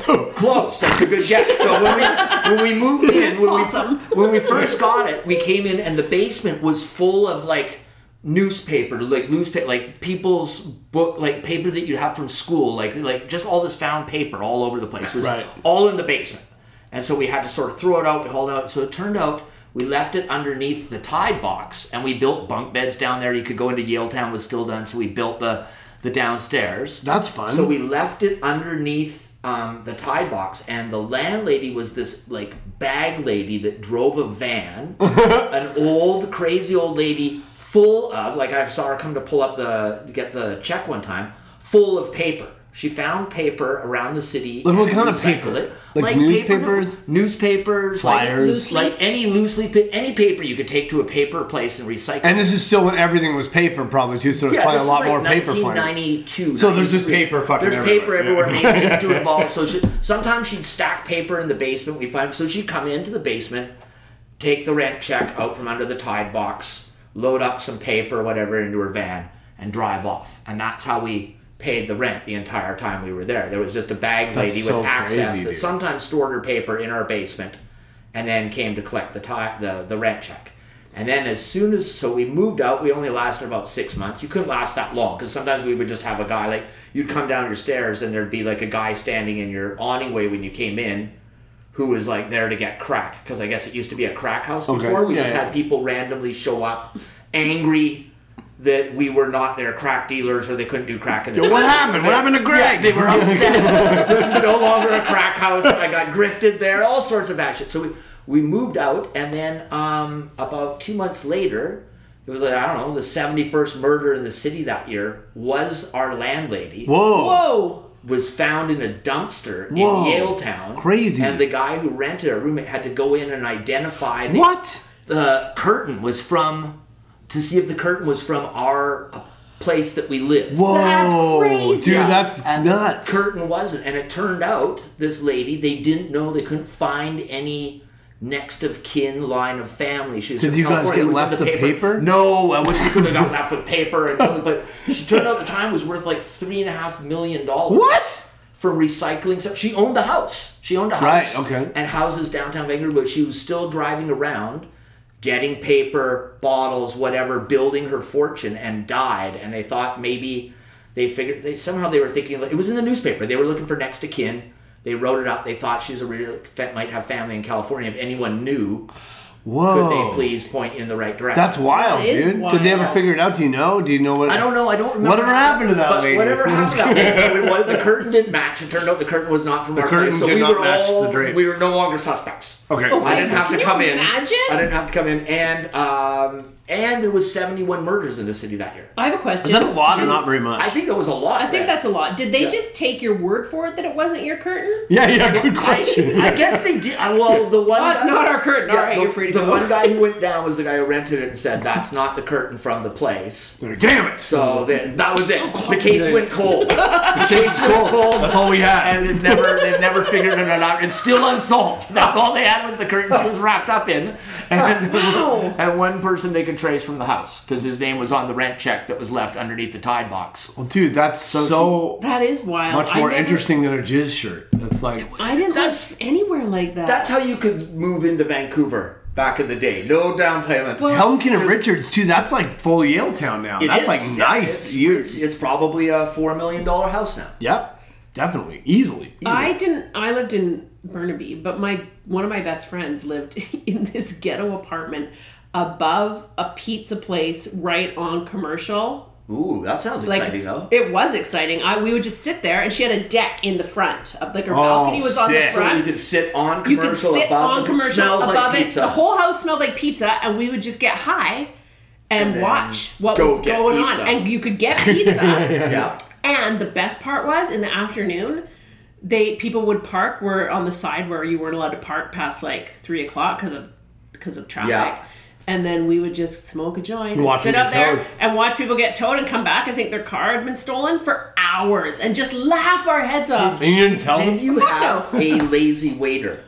Speaker 3: Close. That's a good guess. So when we when we moved in, when
Speaker 2: Awesome.
Speaker 3: we when we first got it, we came in and the basement was full of like newspaper, like newspaper, like people's book, like paper that you'd have from school, like like just all this found paper all over the place It was
Speaker 1: Right.
Speaker 3: all in the basement, and so we had to sort of throw it out, we hauled it out. So it turned out. We left it underneath the tide box, and we built bunk beds down there. You could go into Yale Town was still done, so we built the the downstairs.
Speaker 1: That's fun.
Speaker 3: So we left it underneath um, the tide box, and the landlady was this like bag lady that drove a van, an old crazy old lady full of like I saw her come to pull up the get the check one time, full of paper. She found paper around the city.
Speaker 1: Like what
Speaker 3: and
Speaker 1: kind of
Speaker 3: recycled
Speaker 1: paper?
Speaker 3: it.
Speaker 1: Like
Speaker 3: paper
Speaker 1: newspapers?
Speaker 3: that- newspapers, like-
Speaker 1: Flyers?
Speaker 3: like, any loosely pa- any paper you could take to a paper place and recycle.
Speaker 1: and this is still when everything was paper, probably too. So there's
Speaker 3: Yeah,
Speaker 1: probably
Speaker 3: this
Speaker 1: a
Speaker 3: is
Speaker 1: lot
Speaker 3: like
Speaker 1: more paper flying.
Speaker 3: 1992.
Speaker 1: So there's just
Speaker 3: 93.
Speaker 1: paper fucking
Speaker 3: There's paper
Speaker 1: everywhere,
Speaker 3: everywhere.
Speaker 1: yeah.
Speaker 3: Maybe she's too involved. So she, sometimes she'd stack paper in the basement. We find so she'd come into the basement, take the rent check out from under the tide box, load up some paper, whatever, into her van, and drive off. And that's how we paid the rent the entire time we were there. There was just a bag lady
Speaker 1: so
Speaker 3: with access
Speaker 1: crazy,
Speaker 3: that
Speaker 1: dude.
Speaker 3: sometimes stored her paper in our basement, and then came to collect the ti- the the rent check. And then as soon as so we moved out, we only lasted about six months. You couldn't last that long because sometimes we would just have a guy like you'd come down your stairs and there'd be like a guy standing in your awning way when you came in, who was like there to get crack because I guess it used to be a crack house
Speaker 1: Okay.
Speaker 3: before. We
Speaker 1: Yeah,
Speaker 3: just
Speaker 1: yeah.
Speaker 3: had people randomly show up, angry that we were not their crack dealers or they couldn't do crack in the
Speaker 1: What
Speaker 3: town.
Speaker 1: happened? What happened to Greg?
Speaker 3: They were upset. this is no longer a crack house. I got grifted there. All sorts of bad shit. So we we moved out, and then um, about two months later, it was like I don't know the seventy first murder in the city that year was our landlady
Speaker 1: Whoa.
Speaker 2: Whoa.
Speaker 3: was found in a dumpster
Speaker 1: Whoa.
Speaker 3: in Yale Town.
Speaker 1: Crazy.
Speaker 3: And the guy who rented our roommate had to go in and identify the,
Speaker 1: What?
Speaker 3: the curtain was from to see if the curtain was from our uh, place that we lived.
Speaker 1: Whoa.
Speaker 2: crazy.
Speaker 1: Dude,
Speaker 2: Yeah.
Speaker 1: that's
Speaker 3: And the
Speaker 1: nuts.
Speaker 3: curtain wasn't. And it turned out this lady, they didn't know, they couldn't find any next of kin line of family. She was
Speaker 1: Did
Speaker 3: from
Speaker 1: you guys
Speaker 3: California.
Speaker 1: get
Speaker 3: It was in
Speaker 1: left with paper?
Speaker 3: No, I wish we could have gotten left with paper. And, but she turned out the time was worth like three and a half million dollars.
Speaker 1: What?
Speaker 3: From recycling stuff. She owned the house. She owned a
Speaker 1: Right,
Speaker 3: house.
Speaker 1: okay.
Speaker 3: And houses downtown Vancouver, but she was still driving around getting paper, bottles, whatever, building her fortune and died. And they thought maybe they figured they somehow they were thinking like, it was in the newspaper. They were looking for next to kin. They wrote it up. They thought she's a real might have family in California. If anyone knew, could
Speaker 1: Whoa.
Speaker 3: they please point in the right direction?
Speaker 1: Oh. That's wild,
Speaker 2: That is
Speaker 1: dude. Did they ever
Speaker 2: wild.
Speaker 1: figure it out? Do you know? Do you know what?
Speaker 3: I don't know. I don't remember.
Speaker 1: Whatever happened to that
Speaker 3: but
Speaker 1: lady?
Speaker 3: Whatever happened to that lady. It was- the curtain didn't match. It turned out the curtain was not from our
Speaker 1: curtain
Speaker 3: place. So
Speaker 1: did
Speaker 3: we
Speaker 1: not
Speaker 3: were
Speaker 1: match the
Speaker 3: all
Speaker 1: drapes.
Speaker 3: we were no longer suspects.
Speaker 1: Okay.
Speaker 2: Oh,
Speaker 3: I didn't have to
Speaker 2: Can you
Speaker 3: come in.
Speaker 2: imagine?
Speaker 3: I didn't have to come in, and um, and there was seventy one murders in the city that year.
Speaker 2: I have a question.
Speaker 1: Is that a lot or not very much?
Speaker 3: I think it was a lot.
Speaker 2: I think
Speaker 3: then.
Speaker 2: that's a lot. Did they just take your word for it that it wasn't your curtain?
Speaker 1: yeah, yeah, good question.
Speaker 3: I guess they did. I- Well, the one.
Speaker 2: Oh, it's not our curtain. All right,
Speaker 3: the,
Speaker 2: you're free to
Speaker 3: the
Speaker 2: go.
Speaker 3: one guy who went down was the guy who rented it and said that's not the curtain from the place.
Speaker 1: Damn it.
Speaker 3: So that that was it. The case went cold. The case went cold.
Speaker 1: That's all we had.
Speaker 3: and they've never they've never figured it out. It's still unsolved. That's all they had was the curtain she was wrapped up in, and,
Speaker 2: Wow.
Speaker 3: and one person they could trace from the house because his name was on the rent check that was left underneath the tide box.
Speaker 1: Well, dude, that's so,
Speaker 2: That is wild.
Speaker 1: much
Speaker 2: I
Speaker 1: more
Speaker 2: never-
Speaker 1: interesting than a jizz shirt. That's like
Speaker 2: I didn't
Speaker 3: That's-
Speaker 2: live anywhere like that.
Speaker 3: That's how you could move into Vancouver back in the day. No down payment.
Speaker 2: Well,
Speaker 1: Helmkin and Richards too. That's like full Yale town now.
Speaker 3: It
Speaker 1: That's
Speaker 3: is.
Speaker 1: like
Speaker 3: Yeah,
Speaker 1: nice.
Speaker 3: It's,
Speaker 1: You-
Speaker 3: it's, it's probably a four million dollar house now.
Speaker 1: Yep, definitely, easily.
Speaker 2: I didn't. I lived in Burnaby, but my one of my best friends lived in this ghetto apartment above a pizza place right on commercial.
Speaker 3: Ooh, that sounds
Speaker 2: Like
Speaker 3: exciting though.
Speaker 2: it was exciting. I we would just sit there, and she had a deck in the front. Of, like her
Speaker 1: Oh,
Speaker 2: balcony was on the
Speaker 1: sick.
Speaker 3: So
Speaker 2: front.
Speaker 3: you could sit on
Speaker 2: you could
Speaker 3: commercial
Speaker 2: sit
Speaker 3: above
Speaker 2: on
Speaker 3: the-
Speaker 2: commercial
Speaker 3: smells
Speaker 2: above
Speaker 3: like
Speaker 2: it.
Speaker 3: pizza.
Speaker 2: The whole house smelled like pizza, and we would just get high and,
Speaker 3: then
Speaker 2: watch what
Speaker 3: go
Speaker 2: was
Speaker 3: get
Speaker 2: going
Speaker 3: pizza.
Speaker 2: on. And you could get pizza.
Speaker 3: yeah.
Speaker 2: and the best part was in the afternoon, they people would park where on the side where you weren't allowed to park past like three o'clock because of because of traffic.
Speaker 3: Yeah.
Speaker 2: And then we would just smoke a joint, and
Speaker 1: Watch
Speaker 2: sit
Speaker 1: them
Speaker 2: out
Speaker 1: get
Speaker 2: there
Speaker 1: towed.
Speaker 2: and watch people get towed, and come back and think their car had been stolen for hours, and just laugh our heads off.
Speaker 1: And you didn't tell
Speaker 3: Did
Speaker 1: them?
Speaker 3: you
Speaker 2: Fuck
Speaker 3: have a lazy waiter?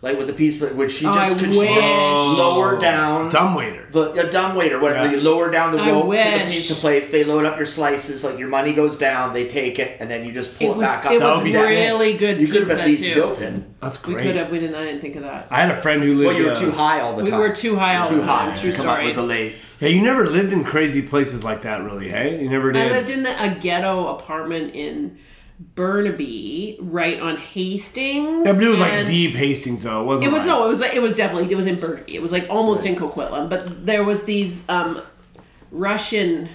Speaker 3: Like with a piece of, would she
Speaker 2: I
Speaker 3: just, could she just
Speaker 2: wish.
Speaker 3: lower down
Speaker 1: Oh. Dumb waiter.
Speaker 3: the a dumb waiter, whatever
Speaker 1: Yeah.
Speaker 3: you lower down the
Speaker 2: I
Speaker 3: rope to the
Speaker 2: wish.
Speaker 3: pizza place, they load up your slices, like your money goes down, they take it, and then you just pull
Speaker 2: It
Speaker 3: it,
Speaker 2: was
Speaker 3: back up.
Speaker 2: it
Speaker 1: That
Speaker 2: was
Speaker 1: would be sick.
Speaker 2: really good
Speaker 3: you
Speaker 2: pizza
Speaker 3: could have at least
Speaker 2: too.
Speaker 3: built it.
Speaker 1: That's
Speaker 2: We
Speaker 1: great.
Speaker 2: could have. We didn't. I didn't think of that.
Speaker 1: I had a friend who lived.
Speaker 3: Well, you were
Speaker 1: uh,
Speaker 3: too high all the
Speaker 2: We
Speaker 3: time.
Speaker 2: were too high all
Speaker 3: Too
Speaker 2: the time.
Speaker 3: high.
Speaker 2: True
Speaker 3: Come up
Speaker 2: story.
Speaker 3: with the late.
Speaker 1: Yeah, you never lived in crazy places like that, really. Hey, you never did.
Speaker 2: I lived in the, a ghetto apartment in Burnaby, right on Hastings.
Speaker 1: yeah, but it was like
Speaker 2: and-
Speaker 1: deep Hastings, though. It wasn't.
Speaker 2: It was
Speaker 1: like-
Speaker 2: no. It was like it was definitely. It was in Burnaby. It was like almost in Coquitlam, but there was these um, Russian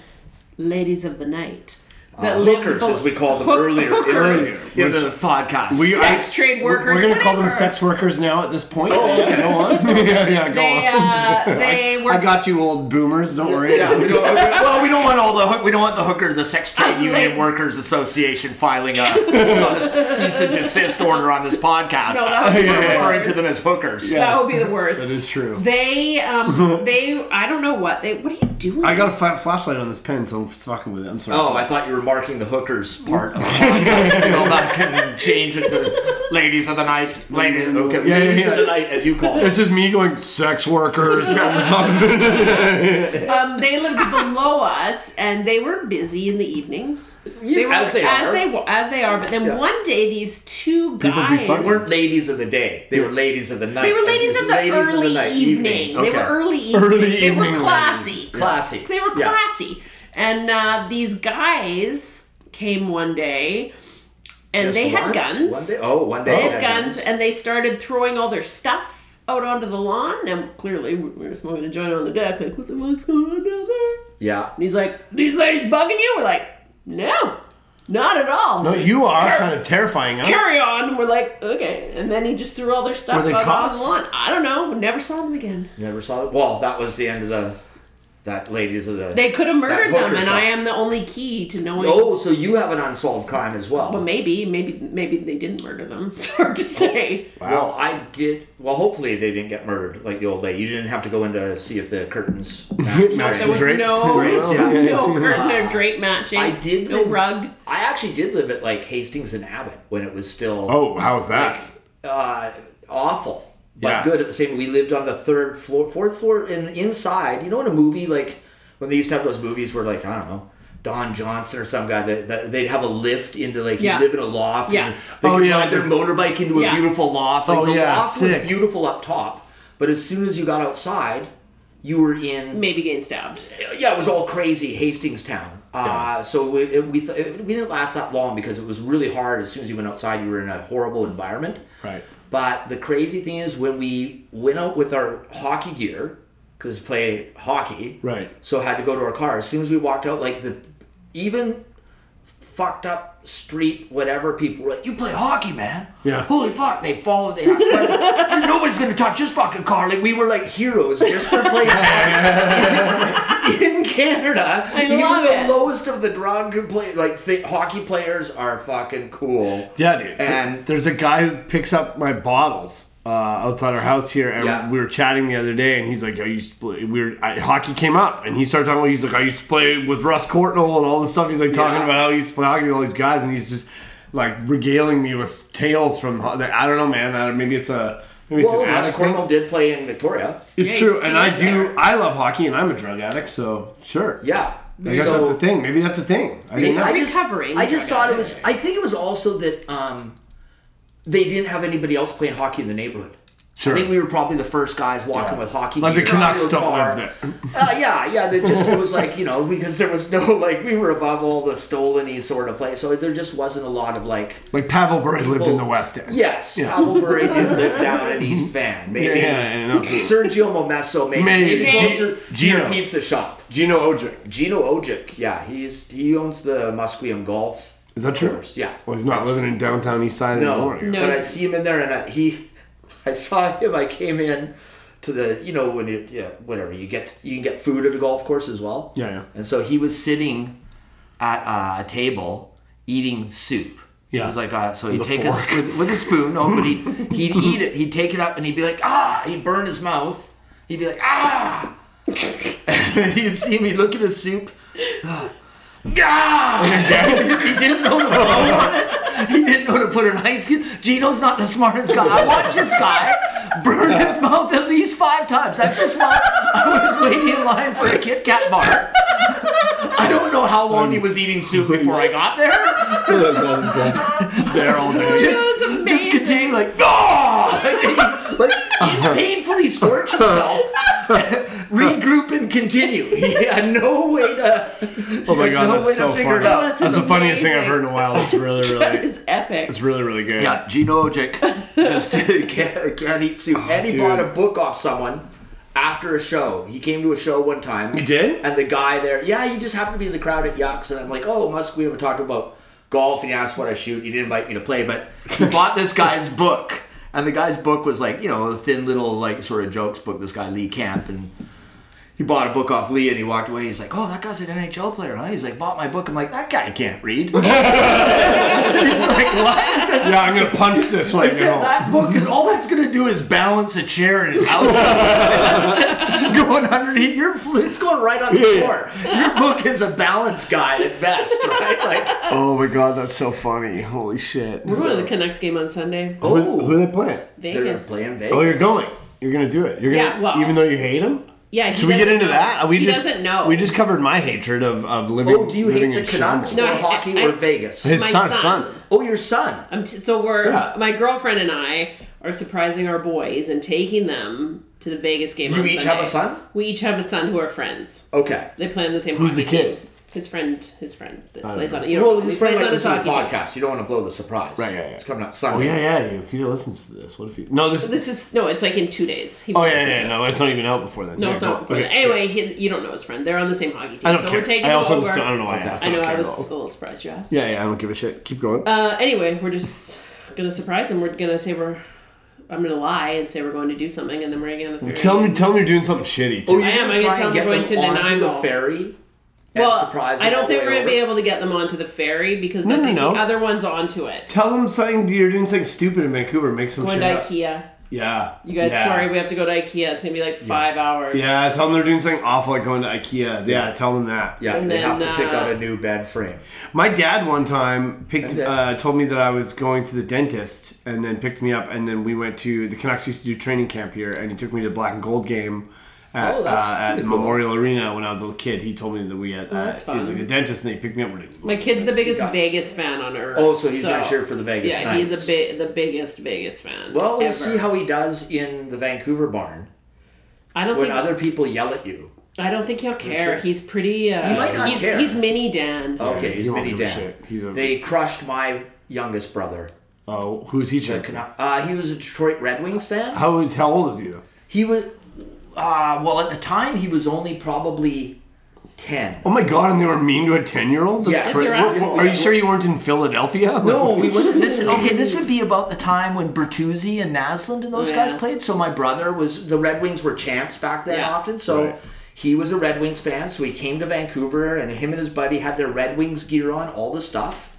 Speaker 2: ladies of the night
Speaker 1: Ah,
Speaker 2: that lived
Speaker 3: Hookers,
Speaker 2: below-
Speaker 3: as we called them
Speaker 2: Hook-
Speaker 3: earlier in,
Speaker 2: hookers.
Speaker 1: Earlier.
Speaker 3: in the podcast.
Speaker 1: We-
Speaker 2: Sex trade workers,
Speaker 1: We're gonna call them
Speaker 2: whatever.
Speaker 1: sex workers now. At this point, yeah, go on. yeah, yeah, go
Speaker 2: They
Speaker 1: on.
Speaker 2: uh, they were
Speaker 1: I got you, old boomers. Don't worry.
Speaker 3: yeah, we don't,
Speaker 5: well, we don't want all the hook- we don't want the hooker, the sex trade
Speaker 2: Us
Speaker 5: union
Speaker 2: late-
Speaker 5: workers association filing a, a cease and desist order on this podcast.
Speaker 2: No, that would be
Speaker 5: We're
Speaker 1: the
Speaker 5: referring to
Speaker 2: worst.
Speaker 5: them as hookers.
Speaker 2: that would be the worst.
Speaker 1: That is true.
Speaker 2: They um they I don't know what they what are you doing?
Speaker 1: I got a fi- flashlight on this pen, so I'm fucking with it. I'm sorry.
Speaker 3: Oh, I thought you were marking the hookers part of the
Speaker 5: to go back and change it to ladies of the night. Ladies, okay,
Speaker 1: Yeah, yeah,
Speaker 3: ladies
Speaker 1: yeah.
Speaker 3: of the night, as you call it.
Speaker 1: It's just me going sex workers.
Speaker 2: Um, they lived below us, and they were busy in the evenings. They were,
Speaker 3: as they
Speaker 2: as
Speaker 3: are.
Speaker 2: they wa- as they are. But then one day, these two
Speaker 1: be
Speaker 2: guys.
Speaker 1: fucking-
Speaker 3: weren't ladies of the day. They were ladies of the night.
Speaker 2: they were ladies
Speaker 3: It's
Speaker 2: of the early
Speaker 3: night,
Speaker 2: evening. They
Speaker 3: Okay.
Speaker 2: were early evening.
Speaker 1: Early
Speaker 2: they were
Speaker 1: evening
Speaker 2: classy.
Speaker 3: Classy.
Speaker 2: They were
Speaker 3: Yeah.
Speaker 2: classy. And uh, these guys came one day, and
Speaker 3: Just
Speaker 2: they had
Speaker 3: once?
Speaker 2: guns.
Speaker 3: One day? Oh, one day.
Speaker 2: They had guns, and they started throwing all their stuff out onto the lawn. And clearly, we we were smoking a joint on the deck. Like, what the fuck's going on down there?
Speaker 3: Yeah.
Speaker 2: And he's like, "These ladies bugging you?" We're like, "No, not at all."
Speaker 1: no, you are kind of terrifying us.
Speaker 2: carry on. And we're like, "Okay." And then he just threw all their stuff
Speaker 1: Were they
Speaker 2: out on
Speaker 1: cops?
Speaker 2: the lawn. I don't know. We never saw them again.
Speaker 3: Never saw it. Well, that was the end of the. That ladies of the.
Speaker 2: They could have murdered
Speaker 3: hooker
Speaker 2: them, and
Speaker 3: shot.
Speaker 2: I am the only key to knowing.
Speaker 3: Oh, so you have an unsolved crime as well.
Speaker 2: But maybe, maybe, maybe they didn't murder them. It's hard to say.
Speaker 3: Well, I did. Well, hopefully they didn't get murdered like the old lady. You didn't have to go in to see if the curtains. matched.
Speaker 1: Match
Speaker 2: There
Speaker 1: the
Speaker 2: was
Speaker 1: drapes.
Speaker 2: no,
Speaker 1: Drapes,
Speaker 3: yeah.
Speaker 2: no
Speaker 1: Yeah.
Speaker 2: curtain or drape matching.
Speaker 3: I did
Speaker 2: no
Speaker 3: live-
Speaker 2: rug.
Speaker 3: I actually did live at like Hastings and Abbott when it was still
Speaker 1: Oh, how's that?
Speaker 3: uh, awful but
Speaker 1: Yeah.
Speaker 3: good at the same. We lived on the third floor, fourth floor, and inside. You know, in a movie like when they used to have those movies where like I don't know. Don Johnson or some guy that, that they'd have a lift into like
Speaker 2: Yeah.
Speaker 3: you live in a loft.
Speaker 2: Yeah.
Speaker 3: And they
Speaker 1: Oh,
Speaker 3: could
Speaker 1: yeah,
Speaker 3: ride their
Speaker 1: the-
Speaker 3: motorbike into
Speaker 2: Yeah.
Speaker 3: a beautiful loft. Like
Speaker 1: Oh,
Speaker 3: the
Speaker 1: yeah,
Speaker 3: loft
Speaker 1: sick.
Speaker 3: was beautiful up top, but as soon as you got outside, you were in
Speaker 2: Maybe getting stabbed.
Speaker 3: yeah, it was all crazy Hastings town. Uh, so we it, we, th- it, we didn't last that long because it was really hard. As soon as you went outside, you were in a horrible environment.
Speaker 1: Right.
Speaker 3: But the crazy thing is when we went out with our hockey gear because play hockey.
Speaker 1: Right.
Speaker 3: So had to go to our car. As soon as we walked out, like the even fucked up street whatever people were like,
Speaker 5: You play hockey, man.
Speaker 1: Yeah.
Speaker 3: Holy fuck! They followed. They asked, "Wait, nobody's gonna touch this fucking car. Like we were like heroes just for playing in Canada.
Speaker 2: I
Speaker 3: even
Speaker 2: love
Speaker 3: the
Speaker 2: it.
Speaker 3: lowest of the drug play, like thi- hockey players are fucking cool.
Speaker 1: Yeah, dude.
Speaker 3: And-
Speaker 1: there's a guy who picks up my bottles uh, outside our house here, and
Speaker 3: Yeah.
Speaker 1: we were chatting the other day, and he's like, "I used to play." We were I, hockey came up, and he started talking. About, he's like, "I used to play with Russ Cortnell and all this stuff." He's like talking
Speaker 3: Yeah.
Speaker 1: about how he used to play hockey with all these guys, and he's just like regaling me with tales from. ho- I don't know, man. I, maybe it's a maybe it's
Speaker 3: Well,
Speaker 1: an
Speaker 3: Ross
Speaker 1: addict thing.
Speaker 3: Cornell did play in Victoria.
Speaker 1: It's
Speaker 2: Yeah,
Speaker 1: true,
Speaker 2: you
Speaker 1: and
Speaker 2: see
Speaker 1: I
Speaker 2: it
Speaker 1: do.
Speaker 2: there.
Speaker 1: I love hockey, and I'm a drug addict, so sure.
Speaker 3: Yeah.
Speaker 1: I guess
Speaker 3: So-
Speaker 1: that's a thing. Maybe that's a thing. I didn't know.
Speaker 3: I just,
Speaker 2: Recovering
Speaker 3: I just
Speaker 2: drug
Speaker 3: thought it was. I think it was also that um, they didn't have anybody else playing hockey in the neighborhood.
Speaker 1: Sure.
Speaker 3: I think we were probably the first guys walking with hockey.
Speaker 1: Like the
Speaker 3: gear out
Speaker 1: Canucks
Speaker 3: to a
Speaker 1: don't
Speaker 3: car.
Speaker 1: live there.
Speaker 3: Uh, yeah, yeah. That just it was like you know because there was no like we were above all the stolen sort of play, so there just wasn't a lot of like
Speaker 1: Like Pavel Bure lived in the
Speaker 3: Well,
Speaker 1: West End.
Speaker 3: yes,
Speaker 1: Yeah.
Speaker 3: Pavel Bure did live down in East Van,
Speaker 1: Yeah,
Speaker 3: maybe.
Speaker 1: yeah, you know.
Speaker 3: Sergio Momesso maybe,
Speaker 1: Maybe.
Speaker 3: maybe
Speaker 2: G-
Speaker 3: closer to
Speaker 1: Gino.
Speaker 3: your pizza shop.
Speaker 1: Gino Ojic.
Speaker 3: Gino Ojic, yeah, he's he owns the Musqueam Golf.
Speaker 1: Is that true?
Speaker 3: course, yeah.
Speaker 1: Well, he's not
Speaker 3: That's-
Speaker 1: living in downtown East Side
Speaker 3: No,
Speaker 1: anymore.
Speaker 2: No.
Speaker 3: but I see him in there, and I, he, I saw him. I came in to the, you know, when you, yeah, whatever you get, you can get food at a golf course as well.
Speaker 1: Yeah, yeah.
Speaker 3: And so he was sitting at uh, a table eating soup.
Speaker 1: Yeah.
Speaker 3: It was like uh, so he'd
Speaker 1: a
Speaker 3: take us
Speaker 1: fork.
Speaker 3: with, with a spoon. No, but he'd he'd eat it. He'd take it up and he'd be like ah. He'd burn his mouth. He'd be like ah. you'd see him. He'd look at his soup. Ah! he didn't know to blow on it. He didn't know to put an ice cube. Gino's not the smartest guy. I watched this guy burn his mouth at least five times. That's just why I was waiting in line for a Kit Kat bar. I don't know how long he was eating soup before I got there.
Speaker 1: There all day.
Speaker 2: That's amazing.
Speaker 3: Just continue like, ah! Like, he painfully scorch himself. Regroup and continue. He had no way to.
Speaker 1: Oh my god,
Speaker 3: No way
Speaker 1: that's
Speaker 3: to
Speaker 1: so
Speaker 3: figure
Speaker 1: funny.
Speaker 3: it out.
Speaker 1: That's, the funniest thing I've
Speaker 2: amazing.
Speaker 1: heard in a while. It's really, really,
Speaker 2: It's epic.
Speaker 1: it's really, really good.
Speaker 3: Yeah, Gino Ojic just can't, can't eat soup. and he
Speaker 1: Oh, dude.
Speaker 3: bought a book off someone after a show. He came to a show one time. He
Speaker 1: did?
Speaker 3: And the guy there, yeah, he just happened to be in the crowd at Yucks. And I'm like, oh, Musk, we were talking about golf. And he asked what I shoot. He didn't invite me to play, but he bought this guy's book. And the guy's book was like, you know, a thin little, like, sort of jokes book, this guy, Lee Camp. And he bought a book off Lee and he walked away. He's like, oh, that guy's an NHL player, huh? He's like, bought my book. I'm like, that guy can't read. He's like, what? I said,
Speaker 1: Yeah, I'm gonna punch this one.
Speaker 3: I said that book is all that's gonna do is balance a chair in his house. that's just going underneath your fl- it's going right on the
Speaker 1: Yeah.
Speaker 3: floor. Your book is a balance guide at best, right? Like
Speaker 1: Oh my god, that's so funny. Holy shit.
Speaker 2: We're going to the Canucks game on Sunday.
Speaker 1: Who, who
Speaker 3: oh,
Speaker 1: are they playing?
Speaker 3: they're
Speaker 2: Vegas.
Speaker 3: playing
Speaker 1: Oh,
Speaker 3: Vegas.
Speaker 1: you're going. You're gonna do it. You're gonna,
Speaker 2: Yeah, well-
Speaker 1: even though you hate him.
Speaker 2: Yeah. he
Speaker 1: Should we get
Speaker 2: doesn't
Speaker 1: into
Speaker 2: know.
Speaker 1: that? We
Speaker 2: he
Speaker 1: just,
Speaker 2: doesn't know.
Speaker 1: We just covered my hatred of, of living.
Speaker 3: Oh, do you
Speaker 1: living
Speaker 3: hate the
Speaker 1: in
Speaker 3: Canucks
Speaker 1: shambles.
Speaker 2: No,
Speaker 3: or
Speaker 2: I-
Speaker 3: hockey
Speaker 2: I-
Speaker 3: or Vegas?
Speaker 1: His
Speaker 2: My
Speaker 1: son,
Speaker 2: son.
Speaker 1: son.
Speaker 3: oh, your son.
Speaker 2: I'm t- so we're
Speaker 1: Yeah.
Speaker 2: my girlfriend and I are surprising our boys and taking them to the Vegas game.
Speaker 3: You
Speaker 2: on
Speaker 3: each
Speaker 2: Sunday.
Speaker 3: have a son?
Speaker 2: We each have a son who are friends.
Speaker 3: Okay.
Speaker 2: They play on the same.
Speaker 1: Who's
Speaker 2: hockey
Speaker 1: the kid?
Speaker 2: Team. His friend. His friend that plays on. You know,
Speaker 3: Well,
Speaker 2: he
Speaker 3: his friend
Speaker 2: plays
Speaker 3: like
Speaker 2: on his
Speaker 3: this on the
Speaker 2: hockey team.
Speaker 3: podcast. You don't want to blow the surprise.
Speaker 1: Right, yeah, yeah.
Speaker 3: It's coming up
Speaker 1: Oh
Speaker 3: Sunday.
Speaker 1: yeah, yeah. If he listens to this, what if he? No, this.
Speaker 2: This is no. It's like in two days. He
Speaker 1: oh
Speaker 2: won't
Speaker 1: yeah,
Speaker 2: listen
Speaker 1: yeah.
Speaker 2: to
Speaker 1: yeah,
Speaker 2: it.
Speaker 1: No, it's not even out before then.
Speaker 2: No, it's not. before that. Anyway, he, you don't know his friend. They're on the same hockey team.
Speaker 1: I don't
Speaker 2: so
Speaker 1: care.
Speaker 2: we're taking
Speaker 1: I
Speaker 2: them
Speaker 1: also
Speaker 2: over.
Speaker 1: just don't, I don't know why I asked.
Speaker 2: I know.
Speaker 1: don't
Speaker 2: I
Speaker 1: care
Speaker 2: was
Speaker 1: at all.
Speaker 2: a little surprised you asked.
Speaker 1: Yeah, yeah. I don't give a shit. Keep going.
Speaker 2: Uh, anyway, we're just gonna surprise them. We're gonna say we're. I'm gonna lie and say we're going to do something, and then we're gonna get on the ferry.
Speaker 1: tell me, tell me you're doing something shitty. Too.
Speaker 3: Oh, you're
Speaker 2: I am.
Speaker 3: gonna
Speaker 2: I'm gonna
Speaker 3: try
Speaker 2: tell
Speaker 3: and
Speaker 2: them
Speaker 3: get
Speaker 2: we're
Speaker 3: them
Speaker 2: going to
Speaker 3: onto the
Speaker 2: Nanaimo.
Speaker 3: ferry. and
Speaker 2: well,
Speaker 3: surprise
Speaker 2: I
Speaker 3: them
Speaker 2: don't
Speaker 3: all
Speaker 2: think
Speaker 3: the
Speaker 2: we're
Speaker 3: way
Speaker 2: gonna be
Speaker 3: over?
Speaker 2: able to get them onto the ferry because
Speaker 1: No,
Speaker 2: I
Speaker 1: no,
Speaker 2: think
Speaker 1: no.
Speaker 2: the other one's onto it.
Speaker 1: Tell them something. You're doing something stupid in Vancouver. Make some
Speaker 2: Going
Speaker 1: shit
Speaker 2: to
Speaker 1: up.
Speaker 2: IKEA.
Speaker 1: Yeah.
Speaker 2: You guys,
Speaker 1: yeah.
Speaker 2: sorry, we have to go to IKEA. It's gonna be like five hours.
Speaker 1: Yeah, tell them they're doing something awful like going to IKEA. Yeah, tell them that.
Speaker 3: Yeah,
Speaker 2: And
Speaker 3: they
Speaker 2: then,
Speaker 3: have to pick
Speaker 2: uh,
Speaker 3: out a new bed frame.
Speaker 1: My dad one time picked
Speaker 3: Okay.
Speaker 1: uh, told me that I was going to the dentist and then picked me up and then we went to the Canucks used to do training camp here and he took me to the black and gold game at,
Speaker 3: Oh, that's
Speaker 1: uh, at
Speaker 3: pretty cool. Oh,
Speaker 1: Memorial Arena when I was a little kid. He told me that we had uh,
Speaker 2: that's
Speaker 1: he was
Speaker 2: fun.
Speaker 1: like the dentist and he picked me up. We're like,
Speaker 2: My kid's the biggest
Speaker 3: got-
Speaker 2: Vegas fan on earth.
Speaker 3: Oh, so he's gonna cheer for the Vegas
Speaker 2: Yeah, he's
Speaker 3: Knights.
Speaker 2: a big, the biggest Vegas fan.
Speaker 3: Well, we'll
Speaker 2: ever.
Speaker 3: see how he does in the Vancouver barn
Speaker 2: I don't
Speaker 3: when
Speaker 2: think
Speaker 3: other people yell at you.
Speaker 2: I don't think he'll care.
Speaker 3: sure.
Speaker 2: He's pretty. Uh,
Speaker 3: He might not
Speaker 2: he's,
Speaker 3: care. Oh.
Speaker 2: He's mini Dan.
Speaker 3: Okay,
Speaker 1: he
Speaker 3: he's
Speaker 1: won't
Speaker 3: mini
Speaker 1: give a
Speaker 3: dad.
Speaker 1: shit. He's a-
Speaker 3: They crushed my youngest brother.
Speaker 1: oh, who's he cheering? for?
Speaker 3: Uh, he was a Detroit Red Wings fan.
Speaker 1: How is how old is he though?
Speaker 3: He was, uh, well, at the time he was only probably ten.
Speaker 1: Oh my god! And they were mean to a ten year old.
Speaker 3: Yeah.
Speaker 1: crazy.
Speaker 2: That's right.
Speaker 1: Are you sure you weren't in Philadelphia?
Speaker 3: No, we went. This okay. This would be about the time when Bertuzzi and Naslund and those
Speaker 1: Oh,
Speaker 2: Yeah.
Speaker 3: guys played. So my brother was the Red Wings were champs back then
Speaker 2: Yeah.
Speaker 3: often. So
Speaker 1: Right.
Speaker 3: he was a Red Wings fan. So he came to Vancouver, and him and his buddy had their Red Wings gear on, all the stuff.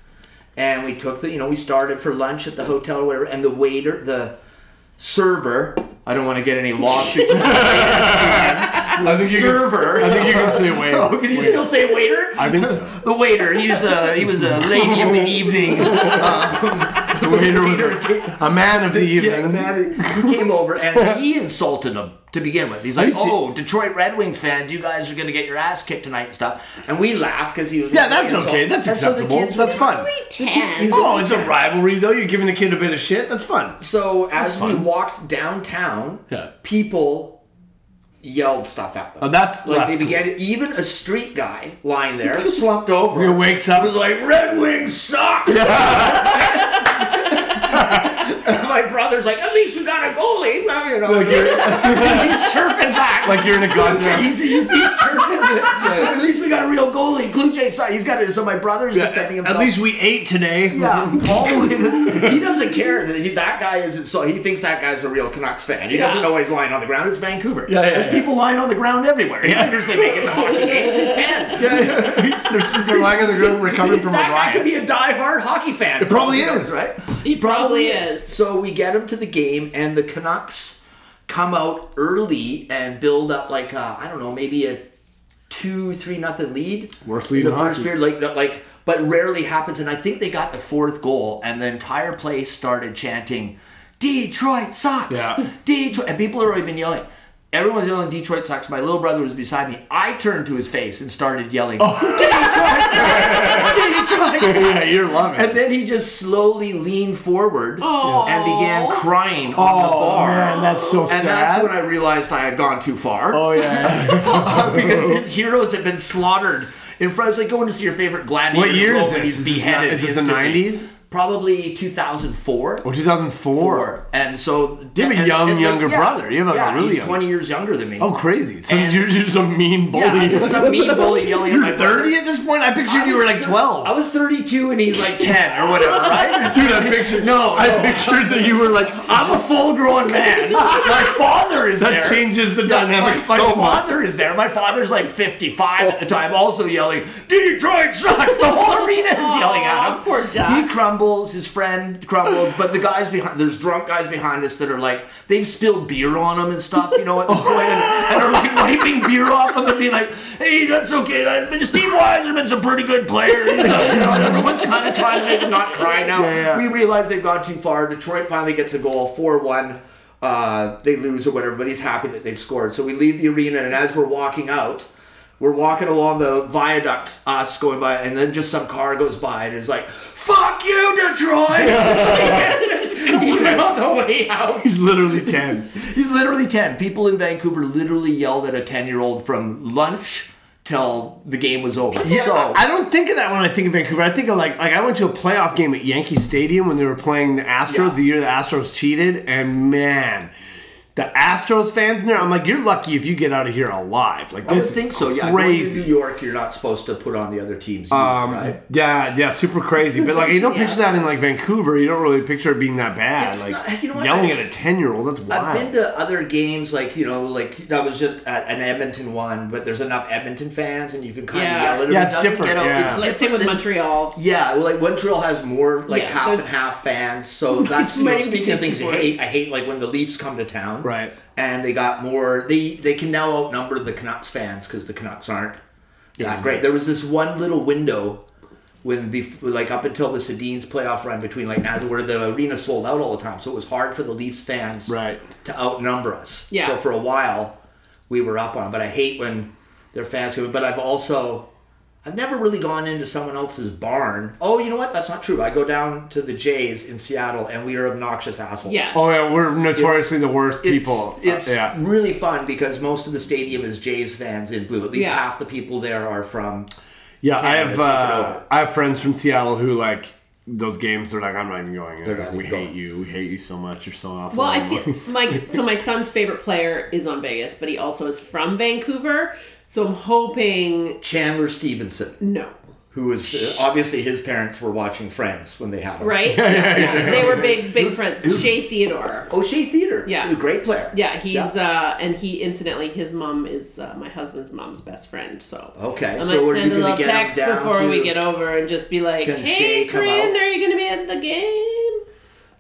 Speaker 3: And we took the you know we started for lunch at the hotel or whatever, and the waiter the server. I don't want to get any lawsuits.
Speaker 1: I think you can-
Speaker 3: server.
Speaker 1: I think you can say wait.
Speaker 3: Oh, can you still say waiter?
Speaker 1: I think so.
Speaker 3: The waiter, he's a he was a lady of the evening. Um,
Speaker 1: The waiter was a, a man of the evening.
Speaker 3: Yeah, man, he came over and he insulted him to begin with. He's
Speaker 1: Are
Speaker 3: like,
Speaker 1: you se-
Speaker 3: "Oh, Detroit Red Wings fans, you guys are going to get your ass kicked tonight and stuff." And we laughed because he was
Speaker 1: Yeah,
Speaker 3: really
Speaker 1: that's
Speaker 3: insulted.
Speaker 1: okay. That's
Speaker 3: And so the
Speaker 1: acceptable.
Speaker 3: kids
Speaker 1: that's
Speaker 3: were-
Speaker 1: fun.
Speaker 2: Ten.
Speaker 1: Oh, it's a rivalry though. You're giving the kid a bit of shit. That's fun.
Speaker 3: So as we
Speaker 1: fun.
Speaker 3: walked downtown,
Speaker 1: Yeah.
Speaker 3: people yelled stuff at them.
Speaker 1: Oh, that's-
Speaker 3: like
Speaker 1: that's
Speaker 3: they
Speaker 1: cool.
Speaker 3: began. Even a street guy lying there slumped over.
Speaker 1: He wakes up.
Speaker 3: He was like, "Red Wings suck." My brother's like, "At least you got a goalie." Well, you know,
Speaker 1: Like you're,
Speaker 3: he's chirping back.
Speaker 1: like you're in a goddamn.
Speaker 3: He's, he's, he's chirping. At least we got a real goalie. Blue Jay saw he's got it. So my brother's defending himself.
Speaker 1: At least we ate today.
Speaker 3: Yeah, all the way- He doesn't care. that He, that guy isn't. So he thinks that guy's a real Canucks fan. He doesn't know he's lying on the ground. It's Vancouver.
Speaker 1: Yeah, yeah,
Speaker 3: There's
Speaker 1: yeah.
Speaker 3: people lying on the ground everywhere.
Speaker 1: Yeah.
Speaker 3: Lakers, they make it to hockey games. He's ten.
Speaker 1: Yeah, yeah. they're, they're lying on the ground recovering from a
Speaker 3: that guy
Speaker 1: riot.
Speaker 3: could be a die-hard hockey fan. It
Speaker 1: probably is.
Speaker 3: right?
Speaker 2: He probably is.
Speaker 3: So we get him to the game, and the Canucks come out early and build up like I I don't know, maybe a two, three nothing lead.
Speaker 1: Worst lead in
Speaker 3: the first
Speaker 1: hockey.
Speaker 3: period, like no- like, but rarely happens. And I think they got the fourth goal, and the entire place started chanting, "Detroit sucks."
Speaker 1: Yeah.
Speaker 3: Detroit, and people had already been yelling. Everyone's yelling Detroit sucks. My little brother was beside me. I turned to his face and started yelling,
Speaker 1: Oh.
Speaker 3: Detroit sucks! Detroit sucks!
Speaker 1: yeah, you're loving.
Speaker 3: And
Speaker 1: it.
Speaker 3: then he just slowly leaned forward
Speaker 2: Aw.
Speaker 3: and began crying on the
Speaker 1: Oh
Speaker 3: bar.
Speaker 1: man, that's so sad.
Speaker 3: and that's when I realized I had gone too far
Speaker 1: oh yeah. yeah.
Speaker 3: because his heroes had been slaughtered in front. It's like going to see your favorite gladiator.
Speaker 1: What year
Speaker 3: club
Speaker 1: is
Speaker 3: when
Speaker 1: this?
Speaker 3: He's
Speaker 1: Is this
Speaker 3: beheaded.
Speaker 1: not- is this the
Speaker 3: instantly.
Speaker 1: 90s?
Speaker 3: Probably 2004.
Speaker 1: Well, 2004.
Speaker 3: Four. And so
Speaker 1: You have a
Speaker 3: and-
Speaker 1: young,
Speaker 3: and-
Speaker 1: younger
Speaker 3: yeah,
Speaker 1: brother. You have a
Speaker 3: yeah,
Speaker 1: really
Speaker 3: he's
Speaker 1: young-
Speaker 3: 20 years younger than me.
Speaker 1: Oh, crazy. So
Speaker 3: And-
Speaker 1: you're just a mean bully.
Speaker 3: yeah, he's some mean bully yelling
Speaker 1: You're
Speaker 3: at my
Speaker 1: 30
Speaker 3: brother.
Speaker 1: at this point? I pictured
Speaker 3: I
Speaker 1: you
Speaker 3: was
Speaker 1: were like
Speaker 3: thir-
Speaker 1: 12.
Speaker 3: I was 32 and he's like 10 or whatever, right?
Speaker 1: Dude, I pictured
Speaker 3: No,
Speaker 1: I
Speaker 3: no.
Speaker 1: pictured that you were like
Speaker 3: I'm a full-grown man. My father is
Speaker 1: That
Speaker 3: there.
Speaker 1: changes the
Speaker 3: Yeah,
Speaker 1: dynamic
Speaker 3: my,
Speaker 1: so much.
Speaker 3: my father is there. My father's like 55 at the time, also yelling, "Detroit sucks!" The whole arena is yelling at him.
Speaker 2: Aw, poor duck.
Speaker 3: He crumbles. His friend crumbles. But the guys behind, there's drunk guys behind us that are like, they've spilled beer on him and stuff. You know at this point, and, and are like wiping beer off him and being like, "Hey, that's okay. I- but Steve Weiserman's a pretty good player." He's a, you know, and everyone's kind of trying to make him not cry now.
Speaker 1: Yeah, yeah.
Speaker 3: We realize they've gone too far. Detroit finally gets a goal, four one. Uh, they lose or whatever, but he's happy that they've scored. So we leave the arena, and as we're walking out, we're walking along the viaduct, us going by, and then just some car goes by and is like, "Fuck you, Detroit!" He's like, on the way out.
Speaker 1: He's literally 10.
Speaker 3: He's literally ten. People in Vancouver literally yelled at a ten-year-old from lunch till the game was over. so
Speaker 1: I don't think of that when I think of Vancouver. I think of like like I went to a playoff game at Yankee Stadium when they were playing the Astros
Speaker 3: Yeah.
Speaker 1: the year the Astros cheated, and man, the Astros fans in there. I'm like, you're lucky if you get out of here alive. Like
Speaker 3: I
Speaker 1: this
Speaker 3: would think so. Yeah, going to
Speaker 1: crazy. Um,
Speaker 3: New York, you're not supposed to put on the other team's uniform, right?
Speaker 1: Yeah, yeah, super crazy. But like, you don't
Speaker 2: Yeah.
Speaker 1: picture that in like Vancouver. You don't really picture it being that bad.
Speaker 3: It's
Speaker 1: like
Speaker 3: not- you know what?
Speaker 1: yelling
Speaker 3: I-
Speaker 1: at a ten year old. That's wild.
Speaker 3: I've been to other games, like you know, like that was just at an Edmonton one, but there's enough Edmonton fans, and you can kind
Speaker 2: Yeah.
Speaker 3: of yell at them.
Speaker 1: Yeah,
Speaker 3: It
Speaker 1: it's
Speaker 3: doesn't
Speaker 1: different,
Speaker 3: get out-
Speaker 1: yeah. Like,
Speaker 3: it's
Speaker 2: Like
Speaker 3: different
Speaker 2: same with
Speaker 3: than-
Speaker 2: Montreal.
Speaker 3: Yeah, well, like Montreal has more like
Speaker 2: Yeah,
Speaker 3: half and
Speaker 2: there's-
Speaker 3: half fans, so that's you know,
Speaker 2: Might even be
Speaker 3: speaking of things you
Speaker 2: 64.
Speaker 3: hate. I hate like when the Leafs come to town,
Speaker 1: Right.
Speaker 3: And they got more. They they can now outnumber the Canucks fans because the Canucks aren't that great. There was this one little window when bef- like up until the Sedin's playoff run between like Nasa, where the arena sold out all the time, so it was hard for the Leafs fans
Speaker 1: Right.
Speaker 3: to outnumber us.
Speaker 2: Yeah.
Speaker 3: So for a while, we were up on. But I hate when their fans come. in. But I've also I've never really gone into someone else's barn. Oh, you know what? That's not true. I go down to the Jays in Seattle, and we are obnoxious assholes.
Speaker 2: Yeah.
Speaker 1: oh yeah, we're notoriously the worst
Speaker 3: It's,
Speaker 1: people.
Speaker 3: it's
Speaker 1: Uh, yeah.
Speaker 3: really fun because most of the stadium is Jays fans in blue. At least
Speaker 2: Yeah.
Speaker 3: half the people there are from.
Speaker 1: Yeah, I
Speaker 3: Canada
Speaker 1: have
Speaker 3: take it
Speaker 1: uh,
Speaker 3: over.
Speaker 1: I have friends from Seattle who like those games. They're like, I'm not even going. in.
Speaker 3: not
Speaker 1: we
Speaker 3: even
Speaker 1: hate
Speaker 3: going.
Speaker 1: you. We hate you so much. You're so awful.
Speaker 2: Well, I feel my so my son's favorite player is on Vegas, but he also is from Vancouver. So I'm hoping
Speaker 3: Chandler Stevenson,
Speaker 2: no,
Speaker 3: who was uh, obviously his parents were watching Friends when they had him.
Speaker 2: right? Yeah, They were big big friends. Shea Theodore.
Speaker 3: O'Shea Theater,
Speaker 2: Yeah.
Speaker 3: he was a great player.
Speaker 2: Yeah, he's uh and he incidentally his mom is uh, my husband's mom's best friend. So
Speaker 3: Okay,
Speaker 2: I might
Speaker 3: so we're
Speaker 2: send a
Speaker 3: gonna
Speaker 2: little
Speaker 3: get him
Speaker 2: text
Speaker 3: down
Speaker 2: before
Speaker 3: to-
Speaker 2: we get over and just be like,
Speaker 3: Can
Speaker 2: "Hey,
Speaker 3: Shea come
Speaker 2: Corinne,
Speaker 3: out?"
Speaker 2: are you going to be at the game?"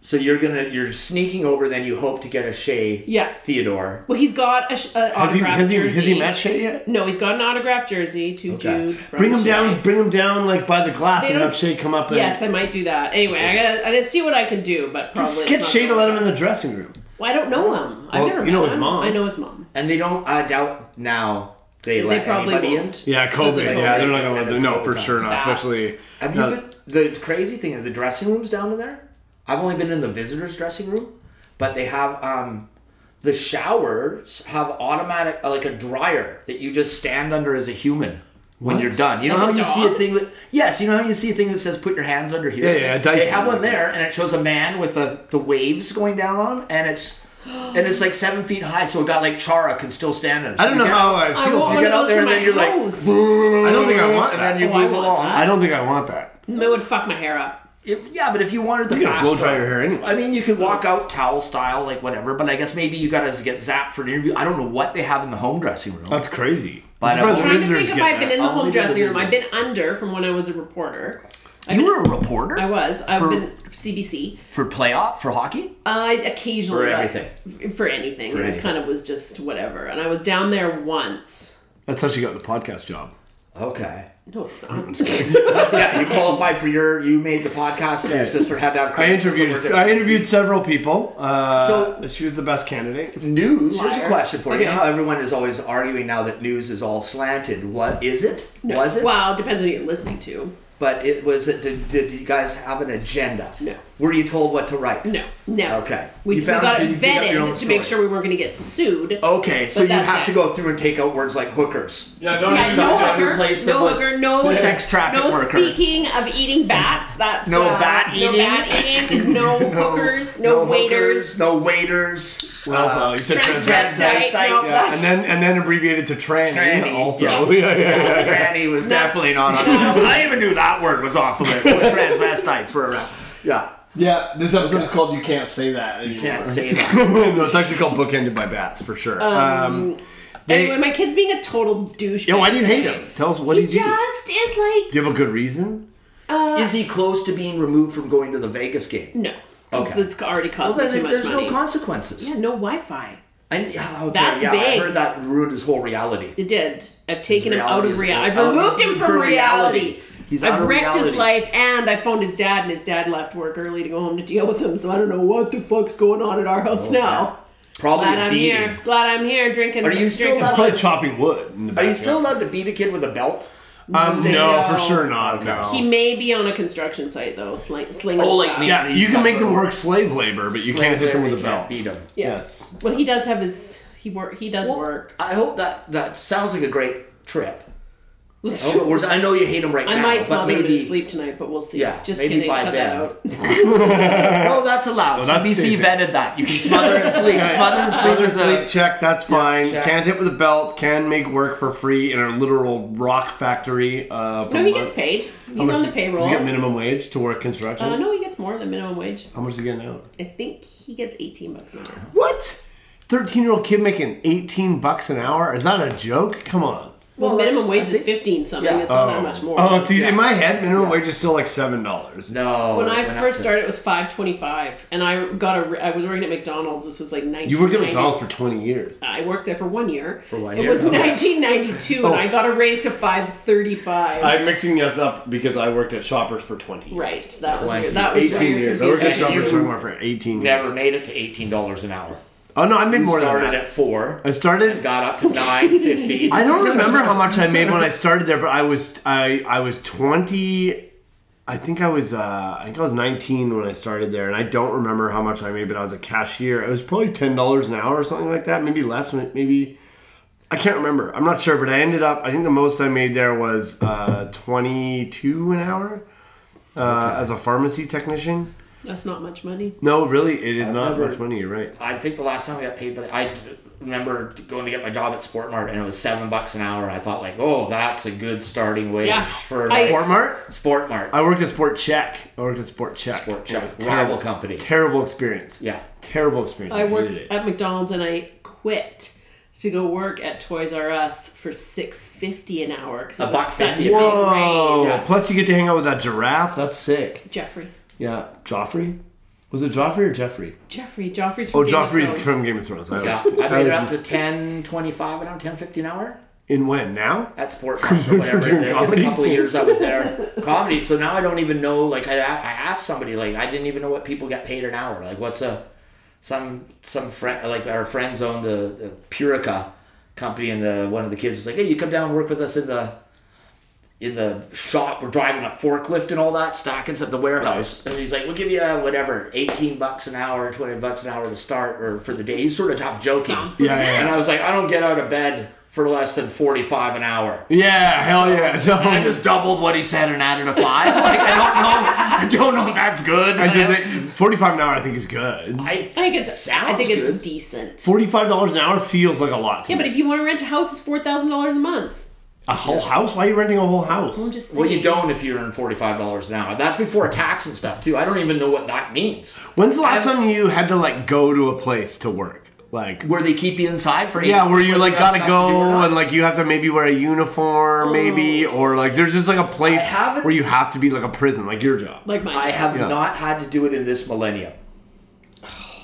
Speaker 3: So you're gonna you're sneaking over, then you hope to get a Shea
Speaker 2: Yeah.
Speaker 3: Theodore.
Speaker 2: Well, he's got a, sh- a
Speaker 1: Has he,
Speaker 2: autographed
Speaker 1: has, he,
Speaker 2: jersey.
Speaker 1: has he met Shay yet?
Speaker 2: No, he's got an autographed jersey to
Speaker 3: Okay.
Speaker 2: Jude. From
Speaker 1: Bring him
Speaker 2: Shea.
Speaker 1: down, bring him down like by the glass
Speaker 2: They
Speaker 1: and
Speaker 2: don't-
Speaker 1: have Shay come up and
Speaker 2: Yes, I might do that. Anyway, I gotta, I gotta see what I can do, but probably
Speaker 1: Um, Just get
Speaker 2: it's not
Speaker 1: Shay to
Speaker 2: gonna
Speaker 1: let him in
Speaker 2: happen.
Speaker 1: the dressing room.
Speaker 2: Well, I don't know him. I've
Speaker 1: Well,
Speaker 2: never
Speaker 1: you know
Speaker 2: met
Speaker 1: his
Speaker 2: him.
Speaker 1: mom.
Speaker 2: I know his mom.
Speaker 3: And they don't. I doubt now they,
Speaker 2: They
Speaker 3: let
Speaker 2: probably
Speaker 3: anybody in.
Speaker 2: won't.
Speaker 1: Yeah, COVID.
Speaker 3: like
Speaker 1: Yeah,
Speaker 3: a
Speaker 1: they're not
Speaker 3: big
Speaker 1: gonna let them. No, for sure not.
Speaker 2: That's-
Speaker 1: Especially.
Speaker 3: Have
Speaker 1: not-
Speaker 3: you been, the crazy thing is the dressing rooms down in there. I've only been in the visitors' dressing room, but they have um, the showers have automatic uh, like a dryer that you just stand under as a human when you're done. You know
Speaker 2: As
Speaker 3: how
Speaker 2: a
Speaker 3: you see a
Speaker 2: dog?
Speaker 3: thing that yes, you know how you see a thing that says put your hands under here.
Speaker 1: Yeah, yeah, a Dyson.
Speaker 3: They have one there, and it shows a man with the the waves going down on, and it's. And it's like seven feet high, so a guy like Chara can still stand in it. So
Speaker 1: I don't
Speaker 3: you
Speaker 1: know
Speaker 3: can't-
Speaker 1: how I
Speaker 2: I
Speaker 1: feel. about
Speaker 2: want one
Speaker 1: it.
Speaker 2: of
Speaker 3: get out
Speaker 2: those
Speaker 3: there
Speaker 2: for
Speaker 3: and
Speaker 2: my
Speaker 3: then you're like,
Speaker 2: house.
Speaker 1: I don't think I want
Speaker 3: and then
Speaker 1: that.
Speaker 3: you
Speaker 2: Oh, I
Speaker 3: move
Speaker 2: want
Speaker 3: along.
Speaker 2: that.
Speaker 1: I don't think I want that.
Speaker 2: it would fuck my hair up.
Speaker 3: If- yeah, but if you wanted the
Speaker 1: You gotta
Speaker 3: fast
Speaker 1: blow dry
Speaker 3: one-
Speaker 1: your hair anyway.
Speaker 3: I mean, you could walk out towel style, like whatever. But I guess maybe you gotta get zapped for an interview. I don't know what they have in the home dressing room.
Speaker 1: That's crazy.
Speaker 3: But
Speaker 1: I'm surprised
Speaker 3: I'm
Speaker 1: the
Speaker 2: trying to
Speaker 1: visitors
Speaker 2: think if
Speaker 1: get
Speaker 2: I've
Speaker 1: that.
Speaker 2: been in the
Speaker 3: I'll
Speaker 2: home
Speaker 3: leave it to
Speaker 2: dressing room.
Speaker 3: visitors.
Speaker 2: I've been under from when I was a reporter.
Speaker 3: you were a reporter.
Speaker 2: I was. I've
Speaker 3: For-
Speaker 2: been CBC.
Speaker 3: for playoff for hockey.
Speaker 1: Uh,
Speaker 2: I occasionally
Speaker 3: For
Speaker 2: was. F- for anything. it
Speaker 3: anything.
Speaker 2: kind of was just whatever. And I was down there once.
Speaker 1: That's how she got the podcast job.
Speaker 3: Okay.
Speaker 2: No, it's not.
Speaker 3: yeah, you qualified for your. You made the podcast, and your sister had to have.
Speaker 1: I interviewed.
Speaker 3: somewhere
Speaker 1: I
Speaker 3: different.
Speaker 1: interviewed several people. Uh,
Speaker 3: So-
Speaker 1: so she was the best candidate.
Speaker 3: news. Here's
Speaker 2: Liar.
Speaker 3: a question for you. You know
Speaker 2: Okay.
Speaker 3: how everyone is always arguing now that news is all slanted. What is it? Was it?
Speaker 2: Well, it depends on who you're listening to.
Speaker 3: But it was it. Did, did you guys have an agenda?
Speaker 2: No.
Speaker 3: Were you told what to write?
Speaker 2: No, no.
Speaker 3: Okay.
Speaker 2: We,
Speaker 3: You
Speaker 2: we
Speaker 3: found-
Speaker 2: got
Speaker 3: did
Speaker 2: it
Speaker 3: you dig up your own
Speaker 2: vetted to make sure
Speaker 3: story?
Speaker 2: we weren't going to get sued.
Speaker 3: Okay, so
Speaker 2: But
Speaker 3: you
Speaker 2: that's
Speaker 3: have
Speaker 2: it.
Speaker 3: to go through and take out words like hookers.
Speaker 1: Yeah, no,
Speaker 2: Yeah, no
Speaker 3: Sometimes
Speaker 2: hooker,
Speaker 3: replace them
Speaker 2: no
Speaker 3: with
Speaker 2: hooker, no
Speaker 3: sex traffic
Speaker 2: no
Speaker 3: worker.
Speaker 2: speaking of eating bats. That's
Speaker 3: No
Speaker 2: uh,
Speaker 3: bat
Speaker 2: No
Speaker 3: eating.
Speaker 2: bat eating. No hookers. No,
Speaker 3: hookers,
Speaker 2: waiters.
Speaker 3: no waiters.
Speaker 1: What else? Uh, you said
Speaker 2: transvestite,
Speaker 1: transvestite.
Speaker 2: no,
Speaker 1: Yeah, and then and then abbreviated to tranny,
Speaker 3: Tranny,
Speaker 1: also.
Speaker 3: yeah.
Speaker 1: Yeah, yeah, yeah.
Speaker 3: Granny was definitely not on. I even knew that word was off the list. when Transvestites were around. Yeah,
Speaker 1: Yeah, this episode is called "You Can't Say That." Anymore.
Speaker 3: can't say that.
Speaker 1: no, it's actually called "Bookended by Bats" for sure. Um, they-
Speaker 2: Anyway, my kid's being a total douche.
Speaker 1: yeah, why do you hate him? Tell us what
Speaker 2: He
Speaker 1: did you do.
Speaker 2: just is
Speaker 1: Do
Speaker 2: like
Speaker 1: you have a good reason?
Speaker 3: Is he close to being removed from going to the Vegas game?
Speaker 2: Uh, no. 'cause
Speaker 3: Okay.
Speaker 2: It's already
Speaker 3: Well,
Speaker 2: cost me
Speaker 3: then
Speaker 2: too much
Speaker 3: there's
Speaker 2: money.
Speaker 3: no consequences.
Speaker 2: yeah, no Wi-Fi.
Speaker 3: And, yeah, okay,
Speaker 2: That's
Speaker 3: yeah,
Speaker 2: big.
Speaker 3: I heard that ruined his whole reality.
Speaker 2: It did. I've taken him out
Speaker 3: reality
Speaker 2: of
Speaker 3: is
Speaker 2: reality.
Speaker 3: out
Speaker 2: I've
Speaker 3: of-
Speaker 2: removed him from
Speaker 3: for reality.
Speaker 2: reality.
Speaker 3: He's out
Speaker 2: I've
Speaker 3: of
Speaker 2: wrecked his
Speaker 3: reality.
Speaker 2: life, and I phoned his dad, and his dad left work early to go home to deal with him. So I don't know what the fuck's going on at our house now.
Speaker 3: Probably
Speaker 2: Glad
Speaker 3: a
Speaker 2: I'm
Speaker 3: beating.
Speaker 2: here. Glad I'm here drinking.
Speaker 3: Are you still
Speaker 2: drinking
Speaker 3: not-
Speaker 2: wine.
Speaker 1: Probably chopping wood. In the
Speaker 3: Are you
Speaker 1: backyard.
Speaker 3: still allowed to beat a kid with a belt?
Speaker 1: Um, no,
Speaker 2: No.
Speaker 1: for sure not. No.
Speaker 2: He may be on a construction site though, sling, slinging
Speaker 3: Oh, like
Speaker 2: stuff.
Speaker 3: me.
Speaker 1: yeah, you
Speaker 3: He's
Speaker 1: can
Speaker 3: got
Speaker 1: make them
Speaker 3: the-
Speaker 1: work slave labor, but you can't hit them with a belt.
Speaker 3: Beat him.
Speaker 2: Yeah.
Speaker 1: Yes.
Speaker 2: Well, he does have his. He work. He does work.
Speaker 3: I hope that that sounds like a great trip.
Speaker 1: Oh.
Speaker 3: I hope
Speaker 2: I
Speaker 3: it works. I know you hate him right now,
Speaker 2: might
Speaker 3: but
Speaker 2: smother him
Speaker 3: maybe
Speaker 2: in sleep tonight, but we'll see.
Speaker 3: Yeah,
Speaker 2: just
Speaker 3: maybe
Speaker 2: kidding.
Speaker 3: by
Speaker 2: Cut
Speaker 3: then.
Speaker 2: that out.
Speaker 3: no, Oh, that's allowed.
Speaker 1: that's
Speaker 3: CBC
Speaker 1: safe.
Speaker 3: vetted that. You can smother and sleep. Smother and sleep
Speaker 1: Sleep,
Speaker 3: is a
Speaker 1: sleep check, that's fine.
Speaker 3: check.
Speaker 1: Can't hit with a belt, can make work for free in our literal rock factory. Uh, for
Speaker 2: No, he
Speaker 1: months.
Speaker 2: gets paid. He's
Speaker 1: How much
Speaker 2: on the
Speaker 1: does-
Speaker 2: payroll.
Speaker 1: Does he get minimum wage to work construction?
Speaker 2: uh, no, he gets more than minimum wage.
Speaker 1: How much is he getting out?
Speaker 2: I think he gets 18 bucks an hour.
Speaker 1: What? 13 year old kid making 18 bucks an hour? Is that a joke? Come on.
Speaker 2: Well,
Speaker 3: Well, that's-
Speaker 2: minimum wage
Speaker 3: I
Speaker 2: is
Speaker 3: think-
Speaker 2: 15 something.
Speaker 3: Yeah.
Speaker 2: It's not that much more.
Speaker 1: Oh, see, in my head, minimum wage is still like $7.
Speaker 3: no.
Speaker 2: when
Speaker 3: Oh, it
Speaker 2: I
Speaker 3: went up
Speaker 2: first
Speaker 3: to-
Speaker 2: started, it was 5.25, and I got a. I was working at McDonald's. This was like 19.
Speaker 1: You worked at McDonald's for 20 years.
Speaker 2: I worked there for one year. For
Speaker 3: one
Speaker 2: it
Speaker 3: year,
Speaker 2: was
Speaker 3: okay.
Speaker 2: 1992, and I got a raise to 5.35.
Speaker 1: I'm mixing us up because I worked at Shoppers for 20 years.
Speaker 2: right, that was
Speaker 3: 20.
Speaker 2: that was
Speaker 1: 18
Speaker 2: very
Speaker 1: years. I worked at
Speaker 2: confusing.
Speaker 1: Shoppers for more for 18 years.
Speaker 3: never made it to eighteen dollars an hour.
Speaker 1: Oh, no, I made more than
Speaker 3: started
Speaker 1: that.
Speaker 3: at four.
Speaker 1: I started.
Speaker 3: Got up to nine fifty.
Speaker 1: I don't remember how much I made when I started there, but I was I I was twenty. I think I was uh, I think I was nineteen when I started there, and I don't remember how much I made, but I was a cashier. It was probably ten dollars an hour or something like that, maybe less. when it- Maybe I can't remember. I'm not sure, but I ended up. I think the most I made there was uh, twenty two an hour uh, as a pharmacy technician.
Speaker 2: That's not much money.
Speaker 1: No, really, it is not
Speaker 3: remember-
Speaker 1: much money. You're right.
Speaker 3: I think the last time I got paid, but I d- remember going to get my job at Sport Mart, and it was seven bucks an hour. And I thought, like, oh, that's a good starting wage
Speaker 2: Yeah.
Speaker 3: for
Speaker 2: I-
Speaker 3: Sport,
Speaker 1: Sport Mart.
Speaker 3: Sport Mart.
Speaker 1: I worked at Sport Check. I worked at Sport Check.
Speaker 3: Sport
Speaker 1: It
Speaker 3: Check,
Speaker 1: was
Speaker 3: rival
Speaker 1: terrible
Speaker 3: company.
Speaker 1: Terrible experience.
Speaker 3: Yeah.
Speaker 1: Terrible experience.
Speaker 2: I worked
Speaker 1: hated it.
Speaker 2: at McDonald's and I quit to go work at Toys R Us for six fifty an hour because it
Speaker 3: A
Speaker 2: was
Speaker 3: buck
Speaker 2: such
Speaker 3: fifty.
Speaker 2: a big
Speaker 1: Whoa!
Speaker 2: raise.
Speaker 1: Plus, you get to hang out with that giraffe. That's sick.
Speaker 2: Jeffrey,
Speaker 1: Yeah, Joffrey.
Speaker 4: Was it Joffrey or Jeffrey?
Speaker 2: Jeffrey, Joffrey's from
Speaker 1: Oh,
Speaker 2: Game of
Speaker 1: Joffrey's
Speaker 2: Thrones.
Speaker 1: from Game of Thrones. I
Speaker 3: Yeah,
Speaker 1: was-
Speaker 3: I
Speaker 1: I
Speaker 3: made it
Speaker 1: was-
Speaker 3: up to 10, 25 an hour, 10, 15 hour
Speaker 1: in when now?
Speaker 3: at Sport Park or whatever.
Speaker 1: doing
Speaker 3: in
Speaker 1: comedy?
Speaker 3: a couple of years I was there. Comedy. So now I don't even know, like, I, I asked somebody, like, I didn't even know what people get paid an hour. Like, what's a, some, some friend, like, our friends own the, the Purica company and the, one of the kids was like, hey, you come down and work with us in the, in the shop, we're driving a forklift and all that, stacking at the warehouse. And he's like, "We'll give you uh, whatever, eighteen bucks an hour, twenty bucks an hour to start, or for the day." He's sort of top joking.
Speaker 2: Sounds pretty
Speaker 1: Yeah, yeah,
Speaker 3: And
Speaker 1: yeah.
Speaker 3: I was like, "I don't get out of bed for less than forty-five an hour."
Speaker 1: Yeah, hell yeah. So,
Speaker 5: I just doubled what he said and added a five. Like I don't know. I don't know if that's good.
Speaker 1: I did it. Forty-five an hour, I think is good.
Speaker 3: I,
Speaker 2: I think it's.
Speaker 3: sounds
Speaker 2: I think it's
Speaker 3: good.
Speaker 2: decent.
Speaker 1: Forty-five dollars an hour feels like a lot. To
Speaker 2: yeah,
Speaker 1: me.
Speaker 2: but if you want to rent a house, it's four thousand dollars a month.
Speaker 1: a whole house? Why are you renting a whole house?
Speaker 2: I'm just
Speaker 3: well,
Speaker 2: saying.
Speaker 3: you don't if you earn forty-five dollars an hour. That's before tax and stuff too. I don't even know what that means.
Speaker 1: When's the last time you had to like go to a place to work? Like
Speaker 3: Where they keep you inside for eight
Speaker 1: yeah, where
Speaker 3: hours,
Speaker 1: you
Speaker 3: whether
Speaker 1: like
Speaker 3: have
Speaker 1: gotta
Speaker 3: stuff to do or
Speaker 1: go
Speaker 3: not. Oh.
Speaker 1: and like you have to maybe wear a uniform, maybe or like there's just like a place
Speaker 3: haven't-
Speaker 1: where you have to be like a prison, like your job.
Speaker 2: like mine.
Speaker 3: I have
Speaker 1: Yeah.
Speaker 3: not had to do it in this millennium.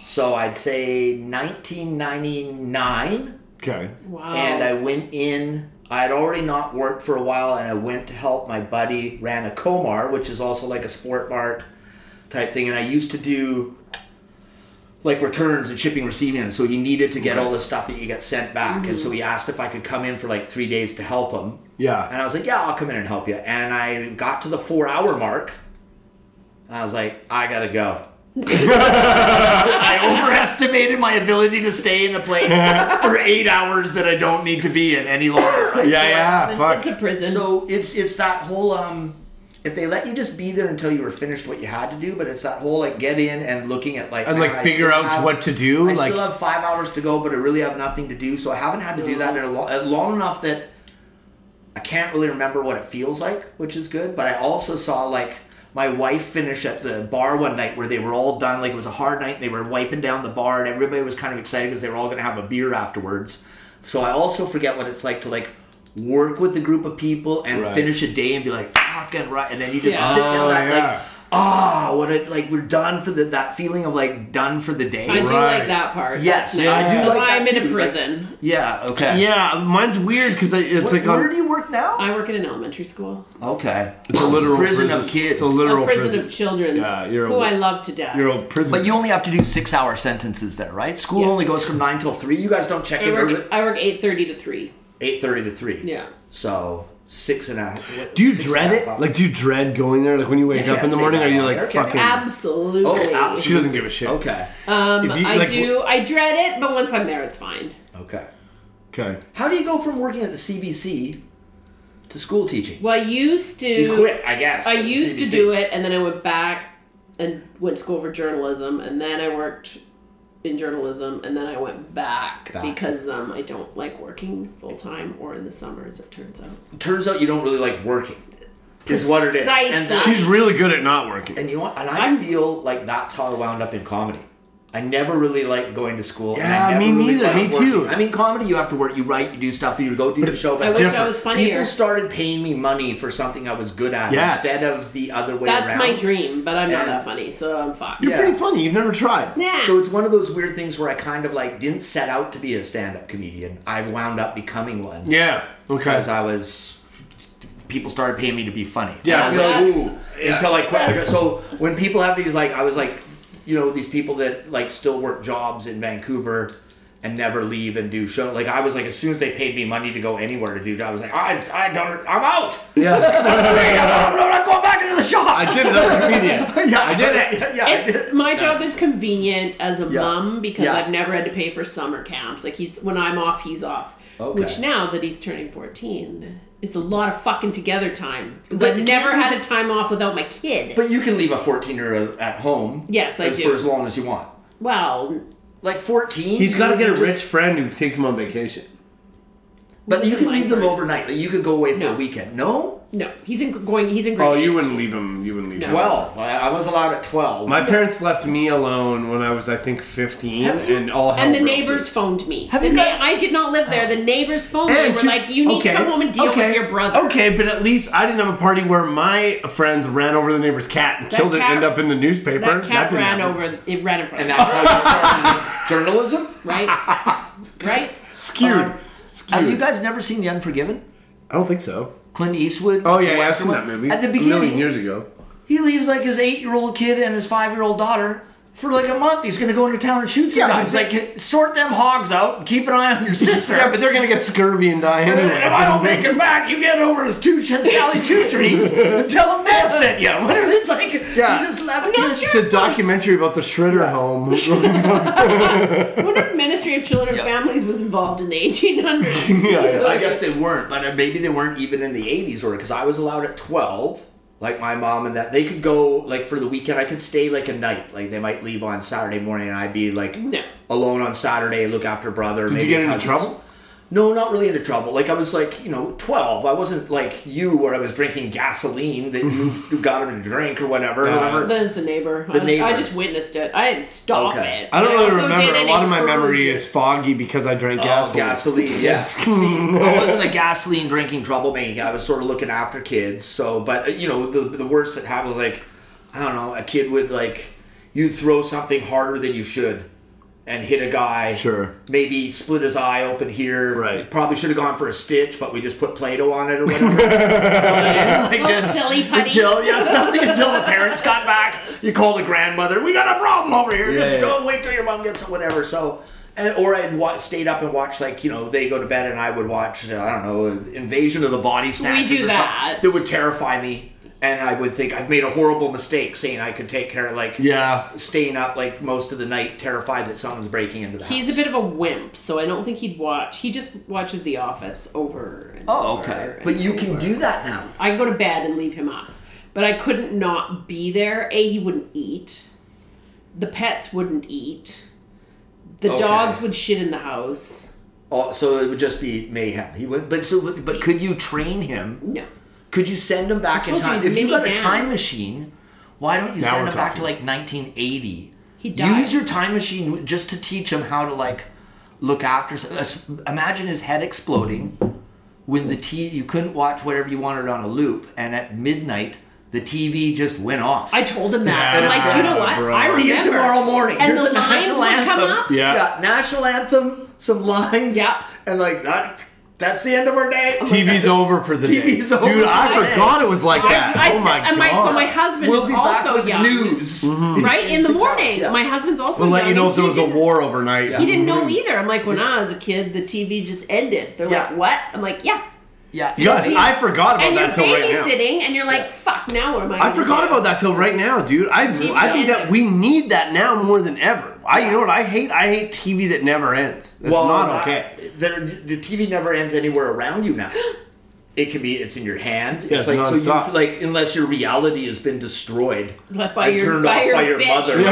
Speaker 3: So I'd say 1999,
Speaker 1: Okay.
Speaker 2: wow.
Speaker 3: and I went in. I'd already not worked for a while, and I went to help my buddy ran a Comar, which is also like a sport mart type thing. And I used to do like returns and shipping, receiving. So he needed to get all the stuff that you get sent back, and so he asked if I could come in for like three days to help him.
Speaker 1: Yeah.
Speaker 3: And I was like, yeah, I'll come in and help you. And I got to the four hour mark. And I was like, I gotta go.
Speaker 5: I overestimated my ability to stay in the place for eight hours that I don't need to be in any longer.
Speaker 1: Yeah, yeah,
Speaker 2: It's a
Speaker 1: fuck.
Speaker 2: prison.
Speaker 3: So it's it's that whole um if they let you just be there until you were finished what you had to do, but it's that whole like get in and looking at like
Speaker 1: And
Speaker 3: man,
Speaker 1: like
Speaker 3: I
Speaker 1: figure
Speaker 3: still
Speaker 1: out
Speaker 3: have-
Speaker 1: what to do.
Speaker 3: I
Speaker 1: like
Speaker 3: still have five hours to go, but I really have nothing to do, so I haven't had to do that in a long, long enough that I can't really remember what it feels like, which is good. But I also saw like my wife finish at the bar one night where they were all done. Like it was a hard night. They were wiping down the bar, and everybody was kind of excited because they were all going to have a beer afterwards. So I also forget what it's like to like work with a group of people and
Speaker 1: Right.
Speaker 3: finish a day and be like fucking right, and then you just
Speaker 2: Yeah.
Speaker 3: sit down
Speaker 1: Oh,
Speaker 3: that
Speaker 1: yeah.
Speaker 3: like. Ah, what a, like we're done for the that feeling of like done for the day.
Speaker 2: I do
Speaker 1: Right.
Speaker 2: like that part.
Speaker 3: Yes,
Speaker 2: That's
Speaker 3: yeah, I
Speaker 2: nice.
Speaker 3: do
Speaker 2: That's
Speaker 3: like
Speaker 2: why
Speaker 3: that
Speaker 2: I'm in a
Speaker 3: too, like-
Speaker 2: prison.
Speaker 3: yeah. Okay.
Speaker 1: Yeah, mine's weird because it's
Speaker 3: What,
Speaker 1: like
Speaker 3: where
Speaker 1: a,
Speaker 3: do you work now?
Speaker 2: I work in an elementary school,
Speaker 3: okay.
Speaker 1: it's a literal
Speaker 3: prison, of kids.
Speaker 1: It's a literal
Speaker 2: a prison,
Speaker 1: prison.
Speaker 2: of children
Speaker 1: Yeah, you're a-
Speaker 2: who I love to death.
Speaker 1: You're a prison.
Speaker 3: But you only have to do six hour sentences there, right? School
Speaker 2: Yeah.
Speaker 3: only goes from nine till three. You guys don't check
Speaker 2: I
Speaker 3: in
Speaker 2: work.
Speaker 3: early.
Speaker 2: I work eight thirty to three.
Speaker 3: Eight thirty to three.
Speaker 2: Yeah.
Speaker 3: So six and a half.
Speaker 1: do you dread it? Like, do you dread going there? Like, when you wake
Speaker 3: You
Speaker 1: up in
Speaker 3: can't
Speaker 1: the
Speaker 3: say
Speaker 1: morning,
Speaker 3: that
Speaker 1: are you
Speaker 3: on
Speaker 1: like
Speaker 3: air, can
Speaker 1: fucking?
Speaker 2: Absolutely.
Speaker 3: Oh, abs-
Speaker 1: she doesn't give a shit.
Speaker 3: okay,
Speaker 2: Uh.
Speaker 1: If you-
Speaker 2: I
Speaker 1: like,
Speaker 2: do. I dread it, but once I'm there, it's fine.
Speaker 3: okay.
Speaker 1: Okay.
Speaker 3: How do you go from working at the CBC to school teaching?
Speaker 2: Well, I used to.
Speaker 3: You quit, I guess.
Speaker 2: I used to do it, and then I went back and went to school for journalism, and then I worked in journalism, and then I went back,
Speaker 3: Back.
Speaker 2: because um, I don't like working full time or in the summers. It turns out.
Speaker 3: Turns out you don't really like working. Is what it is. And,
Speaker 2: Precisely.
Speaker 3: that-
Speaker 1: She's really good at not working.
Speaker 3: and you know what? And I feel like that's how I wound up in comedy. I never really liked going to school. and
Speaker 1: Yeah,
Speaker 3: I never
Speaker 1: me
Speaker 3: really
Speaker 1: neither,
Speaker 3: liked
Speaker 1: me
Speaker 3: working.
Speaker 1: too.
Speaker 3: I mean, comedy, you have to work. You write, you do stuff, you go do the show. But
Speaker 2: I wish I
Speaker 1: different.
Speaker 2: was
Speaker 3: People
Speaker 2: funnier.
Speaker 3: started paying me money for something I was good at
Speaker 1: Yes.
Speaker 3: instead of the other way
Speaker 2: That's
Speaker 3: around.
Speaker 2: my dream, but I'm not
Speaker 3: And-
Speaker 2: that funny, so I'm fucked.
Speaker 1: You're
Speaker 3: Yeah.
Speaker 1: pretty funny. You've never tried.
Speaker 2: Nah.
Speaker 3: So it's one of those weird things where I kind of like didn't set out to be a stand-up comedian. I wound up becoming one
Speaker 1: Yeah. Okay.
Speaker 3: because I was. People started paying me to be funny.
Speaker 1: Yeah,
Speaker 3: I was like,
Speaker 2: that's-
Speaker 3: ooh, until I quit. So when people have these like, I was like, you know, these people that like still work jobs in Vancouver and never leave and do show. Like I was like, as soon as they paid me money to go anywhere to do, I was like, I, I don't, I'm out.
Speaker 1: Yeah.
Speaker 3: I'm not going back into the shop.
Speaker 1: I did another comedian.
Speaker 3: yeah, I
Speaker 1: did
Speaker 3: it. Yeah, I did.
Speaker 2: It's my job is convenient as a mom because
Speaker 3: Yeah.
Speaker 2: I've never had to pay for summer camps. Like he's when I'm off, he's off.
Speaker 3: Okay.
Speaker 2: Which now that he's turning fourteen, it's a lot of fucking together time. Because
Speaker 3: But
Speaker 2: I've
Speaker 3: you
Speaker 2: never
Speaker 3: can't-
Speaker 2: had a time off without my kid.
Speaker 3: But you can leave a 14 year old at home.
Speaker 2: Yes, I
Speaker 3: as,
Speaker 2: do.
Speaker 3: For as long as you want.
Speaker 2: well,
Speaker 3: Like 14.
Speaker 1: He's got to
Speaker 3: you
Speaker 1: get a
Speaker 3: just-
Speaker 1: rich friend who takes him on vacation.
Speaker 3: But you can
Speaker 2: Mine
Speaker 3: leave them
Speaker 2: first.
Speaker 3: overnight. Like you could go away for
Speaker 2: No.
Speaker 3: a weekend. No?
Speaker 2: No, he's in going. He's in. Great
Speaker 1: Oh, you
Speaker 2: Lakes.
Speaker 1: wouldn't leave him. You wouldn't leave him.
Speaker 5: Twelve. I, I was allowed at twelve.
Speaker 1: My parents left me alone when I was, I think, 15,
Speaker 5: Have you-
Speaker 1: and all hell
Speaker 2: And the
Speaker 1: broke
Speaker 2: neighbors
Speaker 1: loose.
Speaker 2: phoned me.
Speaker 5: Have
Speaker 2: The
Speaker 5: you
Speaker 2: na-
Speaker 5: got-
Speaker 2: I did not live there. The neighbors phoned me and were
Speaker 1: two-
Speaker 2: like, "You need
Speaker 1: okay,
Speaker 2: to come home and deal
Speaker 1: okay,
Speaker 2: with your brother."
Speaker 1: Okay, but at least I didn't have a party where my friends ran over the neighbor's cat and
Speaker 2: That
Speaker 1: killed it.
Speaker 2: cat-
Speaker 1: End up in the newspaper.
Speaker 2: That cat
Speaker 1: didn't
Speaker 2: ran
Speaker 1: happen.
Speaker 2: over. It ran in front of
Speaker 5: and
Speaker 2: me.
Speaker 5: that's how you started journalism.
Speaker 2: Right. right.
Speaker 1: Skewed.
Speaker 5: Um,
Speaker 1: Skewed.
Speaker 5: Have you guys never seen The Unforgiven?
Speaker 1: I don't think so.
Speaker 5: Clint Eastwood.
Speaker 1: Oh
Speaker 5: It's a
Speaker 1: yeah, yeah, I've seen
Speaker 5: Western
Speaker 1: that
Speaker 5: one.
Speaker 1: movie
Speaker 5: At the
Speaker 1: a million
Speaker 5: beginning,
Speaker 1: years ago.
Speaker 5: he leaves like his eight-year-old kid and his five-year-old daughter for like a month. He's gonna go into town and shoot some
Speaker 1: Yeah, but
Speaker 5: guys. Like sort them hogs out. and Keep an eye on your sister.
Speaker 1: Yeah, but they're gonna get scurvy and die
Speaker 5: And
Speaker 1: anyway.
Speaker 5: if I don't make it back, you get over to two Sally Two Trees and tell them Ned sent you. What are it's like?
Speaker 1: Yeah.
Speaker 5: You just left
Speaker 2: not
Speaker 5: kids.
Speaker 1: It's a documentary about the Shredder home.
Speaker 2: I wonder if Ministry of Children and Families was involved in the 1800s.
Speaker 1: yeah.
Speaker 3: I guess they weren't, but uh, maybe they weren't even in the 80s or because I was allowed at 12, like my mom and that. They could go, like, for the weekend. I could stay, like, a night. Like, they might leave on Saturday morning and I'd be, like,
Speaker 2: No.
Speaker 3: alone on Saturday, look after brother.
Speaker 1: Did you get into trouble?
Speaker 3: No, not really into trouble. Like, I was, like, you know, 12. I wasn't like you where I was drinking gasoline that you got him to drink or whatever.
Speaker 1: Yeah.
Speaker 3: whatever.
Speaker 2: That is the neighbor. I,
Speaker 3: neighbor.
Speaker 2: I just witnessed it. I didn't stop
Speaker 3: Okay.
Speaker 2: it.
Speaker 1: I don't
Speaker 2: but
Speaker 1: really
Speaker 2: also
Speaker 1: remember. A
Speaker 2: didn't
Speaker 1: lot of my memory
Speaker 2: encourage
Speaker 1: is foggy because I drank
Speaker 3: Oh,
Speaker 1: gasoline.
Speaker 3: gasoline. Yes. See, I wasn't a gasoline drinking troublemaker. I was sort of looking after kids. So, but uh, you know, the the worst that happened was like, I don't know, a kid would like, you throw something harder than you should, and hit a guy.
Speaker 1: Sure.
Speaker 3: Maybe split his eye open here.
Speaker 1: Right.
Speaker 3: Probably should have gone for a stitch, but we just put Play-Doh on it or whatever. like
Speaker 2: Oh, silly putty.
Speaker 3: Until yeah, something until the parents got back. You call the grandmother. We got a problem over here.
Speaker 1: Yeah,
Speaker 3: just
Speaker 1: yeah.
Speaker 3: don't wait till your mom gets it, whatever. So, and, or I'd wa- stayed up and watched like you know they go to bed and I would watch uh, I don't know Invasion of the Body Snatchers
Speaker 2: do
Speaker 3: or
Speaker 2: that.
Speaker 3: something that would terrify me. And I would think I've made a horrible mistake saying I could take care of like
Speaker 1: Yeah.
Speaker 3: staying up like most of the night terrified that someone's breaking into the house.
Speaker 2: He's a bit of a wimp, so I don't think he'd watch. He just watches The Office over. And
Speaker 3: oh
Speaker 2: over
Speaker 3: okay,
Speaker 2: and
Speaker 3: but you can
Speaker 2: over.
Speaker 3: do that now.
Speaker 2: I can go to bed and leave him up, but I couldn't not be there. A, he wouldn't eat. The pets wouldn't eat. The
Speaker 3: Okay.
Speaker 2: dogs would shit in the house.
Speaker 3: Oh, so it would just be mayhem. He would, but so but could you train him?
Speaker 2: No.
Speaker 3: Could you send them back in
Speaker 2: told you
Speaker 3: time?
Speaker 2: he's
Speaker 3: if you
Speaker 2: mini
Speaker 3: got a
Speaker 2: Dan.
Speaker 3: time machine, why don't you
Speaker 1: Now
Speaker 3: send
Speaker 1: we're
Speaker 3: them back to
Speaker 1: talking.
Speaker 3: like 1980?
Speaker 2: He died.
Speaker 3: Use your time machine just to teach him how to like look after. s- Imagine his head exploding when the T you couldn't watch whatever you wanted on a loop, and at midnight the TV just went off.
Speaker 2: I told him that.
Speaker 1: Yeah,
Speaker 2: I'm like, "Do you know what?
Speaker 1: bro.
Speaker 2: I remember.
Speaker 3: See you tomorrow morning.
Speaker 2: And
Speaker 3: Here's
Speaker 2: the lines
Speaker 3: national
Speaker 2: would
Speaker 3: anthem.
Speaker 2: come up.
Speaker 1: Yeah.
Speaker 3: national anthem, some lines.
Speaker 2: Yeah. Oh
Speaker 3: and like that. That's the end of our day.
Speaker 1: TV's over for the
Speaker 3: TV's
Speaker 1: day.
Speaker 3: over
Speaker 1: Dude, I
Speaker 3: for the day.
Speaker 1: forgot it was like that.
Speaker 2: I, I
Speaker 1: oh
Speaker 2: said-
Speaker 1: my
Speaker 2: and my,
Speaker 1: god.
Speaker 2: so my husband
Speaker 3: We'll
Speaker 2: is
Speaker 3: be back
Speaker 2: also
Speaker 3: with
Speaker 2: young,
Speaker 3: news.
Speaker 2: right? In the
Speaker 3: six hours,
Speaker 2: morning,
Speaker 3: yeah.
Speaker 2: my husband's also.
Speaker 1: We'll let
Speaker 2: young,
Speaker 1: you know if
Speaker 2: and
Speaker 1: there
Speaker 2: he
Speaker 1: was a
Speaker 2: didn't-
Speaker 1: war overnight.
Speaker 2: He didn't know either. I'm like, when I was a kid, the TV just ended. They're
Speaker 3: Yeah.
Speaker 2: like, what? I'm like, yeah.
Speaker 3: Yeah,
Speaker 1: You guys, I forgot about
Speaker 2: And you're
Speaker 1: that till right now.
Speaker 2: babysitting, and you're like, fuck. Now what am I?
Speaker 1: I
Speaker 2: gonna
Speaker 1: forgot
Speaker 2: do?
Speaker 1: about that till right now, dude. I I think that we need that now more than ever. I you know what I hate? I hate TV that never ends. It's not okay.
Speaker 3: I- there, the TV never ends anywhere around you now. It can be. It's in your hand.
Speaker 1: Yeah,
Speaker 3: it's
Speaker 1: it's
Speaker 3: like so.
Speaker 1: nonstop.
Speaker 3: You, like unless your reality has been destroyed
Speaker 2: Like, by
Speaker 3: and
Speaker 2: your-
Speaker 3: turned
Speaker 2: by
Speaker 3: off
Speaker 2: your
Speaker 3: by your
Speaker 2: bitch.
Speaker 3: mother, you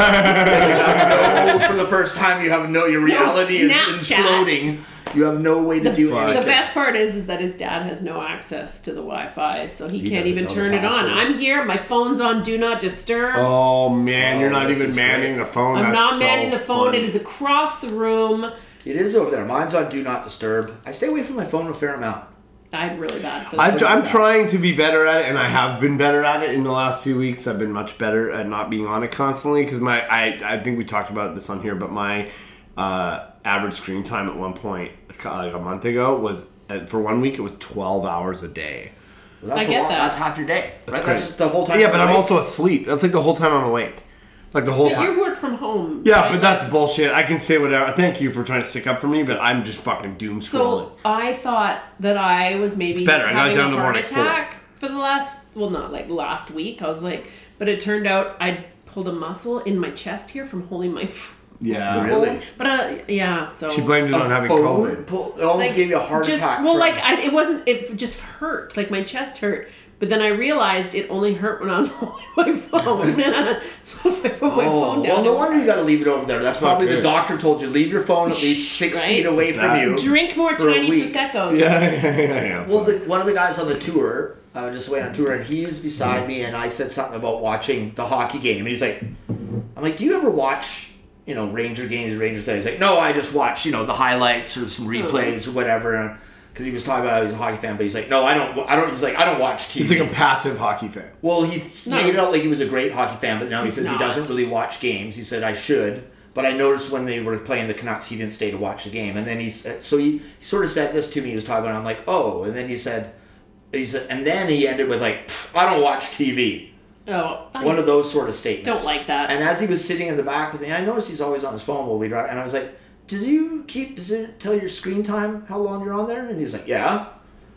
Speaker 3: have no, for the first time, you have no. Your reality is
Speaker 2: Snapchat.
Speaker 3: imploding. You have no way to do
Speaker 1: fuck.
Speaker 3: anything.
Speaker 2: The best part is, is that his dad has no access to the Wi-Fi, so he, can't
Speaker 3: doesn't
Speaker 2: even
Speaker 3: know the
Speaker 2: turn it on.
Speaker 3: password.
Speaker 2: I'm here. My phone's on Do Not Disturb.
Speaker 1: Oh man, you're
Speaker 3: Oh,
Speaker 1: not
Speaker 3: this
Speaker 1: even
Speaker 3: is
Speaker 1: manning
Speaker 3: great.
Speaker 1: the phone.
Speaker 2: I'm
Speaker 1: Oh, That's
Speaker 2: not
Speaker 1: so
Speaker 2: manning the phone.
Speaker 1: funny.
Speaker 2: It is across the room.
Speaker 3: It is over there. Mine's on Do Not Disturb. I stay away from my phone a fair amount.
Speaker 2: I'm really bad for
Speaker 1: I'm,
Speaker 2: that.
Speaker 1: I'm trying to be better at it, and I have been better at it in the last few weeks. I've been much better at not being on it constantly because my I, I think we talked about this on here, but my uh, average screen time at one point like a month ago was uh, for one week it was 12 hours a day.
Speaker 3: Well, that's
Speaker 2: I get
Speaker 3: a lot.
Speaker 2: that.
Speaker 3: That's half your day. right? That's
Speaker 1: crazy.
Speaker 3: the whole time.
Speaker 1: yeah, but I'm
Speaker 3: awake.
Speaker 1: also asleep. That's like the whole time I'm awake, like the whole
Speaker 2: But
Speaker 1: time.
Speaker 2: you work from home.
Speaker 1: Yeah,
Speaker 2: right?
Speaker 1: but that's bullshit. I can say whatever. Thank you for trying to stick up for me, but I'm just fucking doom scrolling.
Speaker 2: So I thought that I was maybe
Speaker 1: better. I got
Speaker 2: having
Speaker 1: down
Speaker 2: a
Speaker 1: to
Speaker 2: heart
Speaker 1: morning four.
Speaker 2: attack for the last well, not like last week. I was like, but it turned out I pulled a muscle in my chest here from holding my. phone.
Speaker 1: yeah,
Speaker 3: really.
Speaker 2: But uh, yeah, so
Speaker 1: She blamed it on having COVID.
Speaker 3: Phone pull, it almost
Speaker 2: like,
Speaker 3: gave you a heart
Speaker 2: just,
Speaker 3: attack.
Speaker 2: Well,
Speaker 3: from-
Speaker 2: like I, it wasn't. It just hurt. Like my chest hurt. But then I realized it only hurt when I was holding my phone. so if I put my phone down,
Speaker 3: Oh, well, no
Speaker 2: it-
Speaker 3: wonder you got to leave it over there. That's
Speaker 1: Oh. not
Speaker 3: probably
Speaker 1: good.
Speaker 3: the doctor told you leave your phone at least six
Speaker 2: Right?
Speaker 3: feet away from
Speaker 1: bad.
Speaker 3: you.
Speaker 2: drink more
Speaker 3: For a
Speaker 2: tiny
Speaker 3: week.
Speaker 2: proseccos.
Speaker 1: Yeah, yeah, yeah, yeah.
Speaker 3: Well, the, one of the guys on the tour, I was just away on tour, and he was
Speaker 1: Mm-hmm.
Speaker 3: beside me, and I said something about watching the hockey game, and he's like, "I'm like, do you ever watch, you know, Ranger games, Rangers?" things?" He's like, "No, I just watch, you know, the highlights or
Speaker 2: Oh.
Speaker 3: some replays or whatever." Because he was talking about how he's a hockey fan, but he's like, "No, I don't. I don't." He's like, "I don't watch TV."
Speaker 1: He's like a passive hockey fan.
Speaker 3: Well, he th-
Speaker 2: No.
Speaker 3: made it out like he was a great hockey fan, but now he says he
Speaker 2: not.
Speaker 3: doesn't really watch games. He said I should, but I noticed when they were playing the Canucks, he didn't stay to watch the game. And then he said, so he, he sort of said this to me. He was talking about. it, I'm like, oh, and then he said, he said, and then he ended with like, "Pff, I don't watch TV.
Speaker 2: Oh, I
Speaker 3: One of those sort of statements.
Speaker 2: Don't like that.
Speaker 3: And as he was sitting in the back with me, I noticed he's always on his phone while we drive. And I was like, does you keep does it tell your screen time how long you're on there? And he's like, yeah.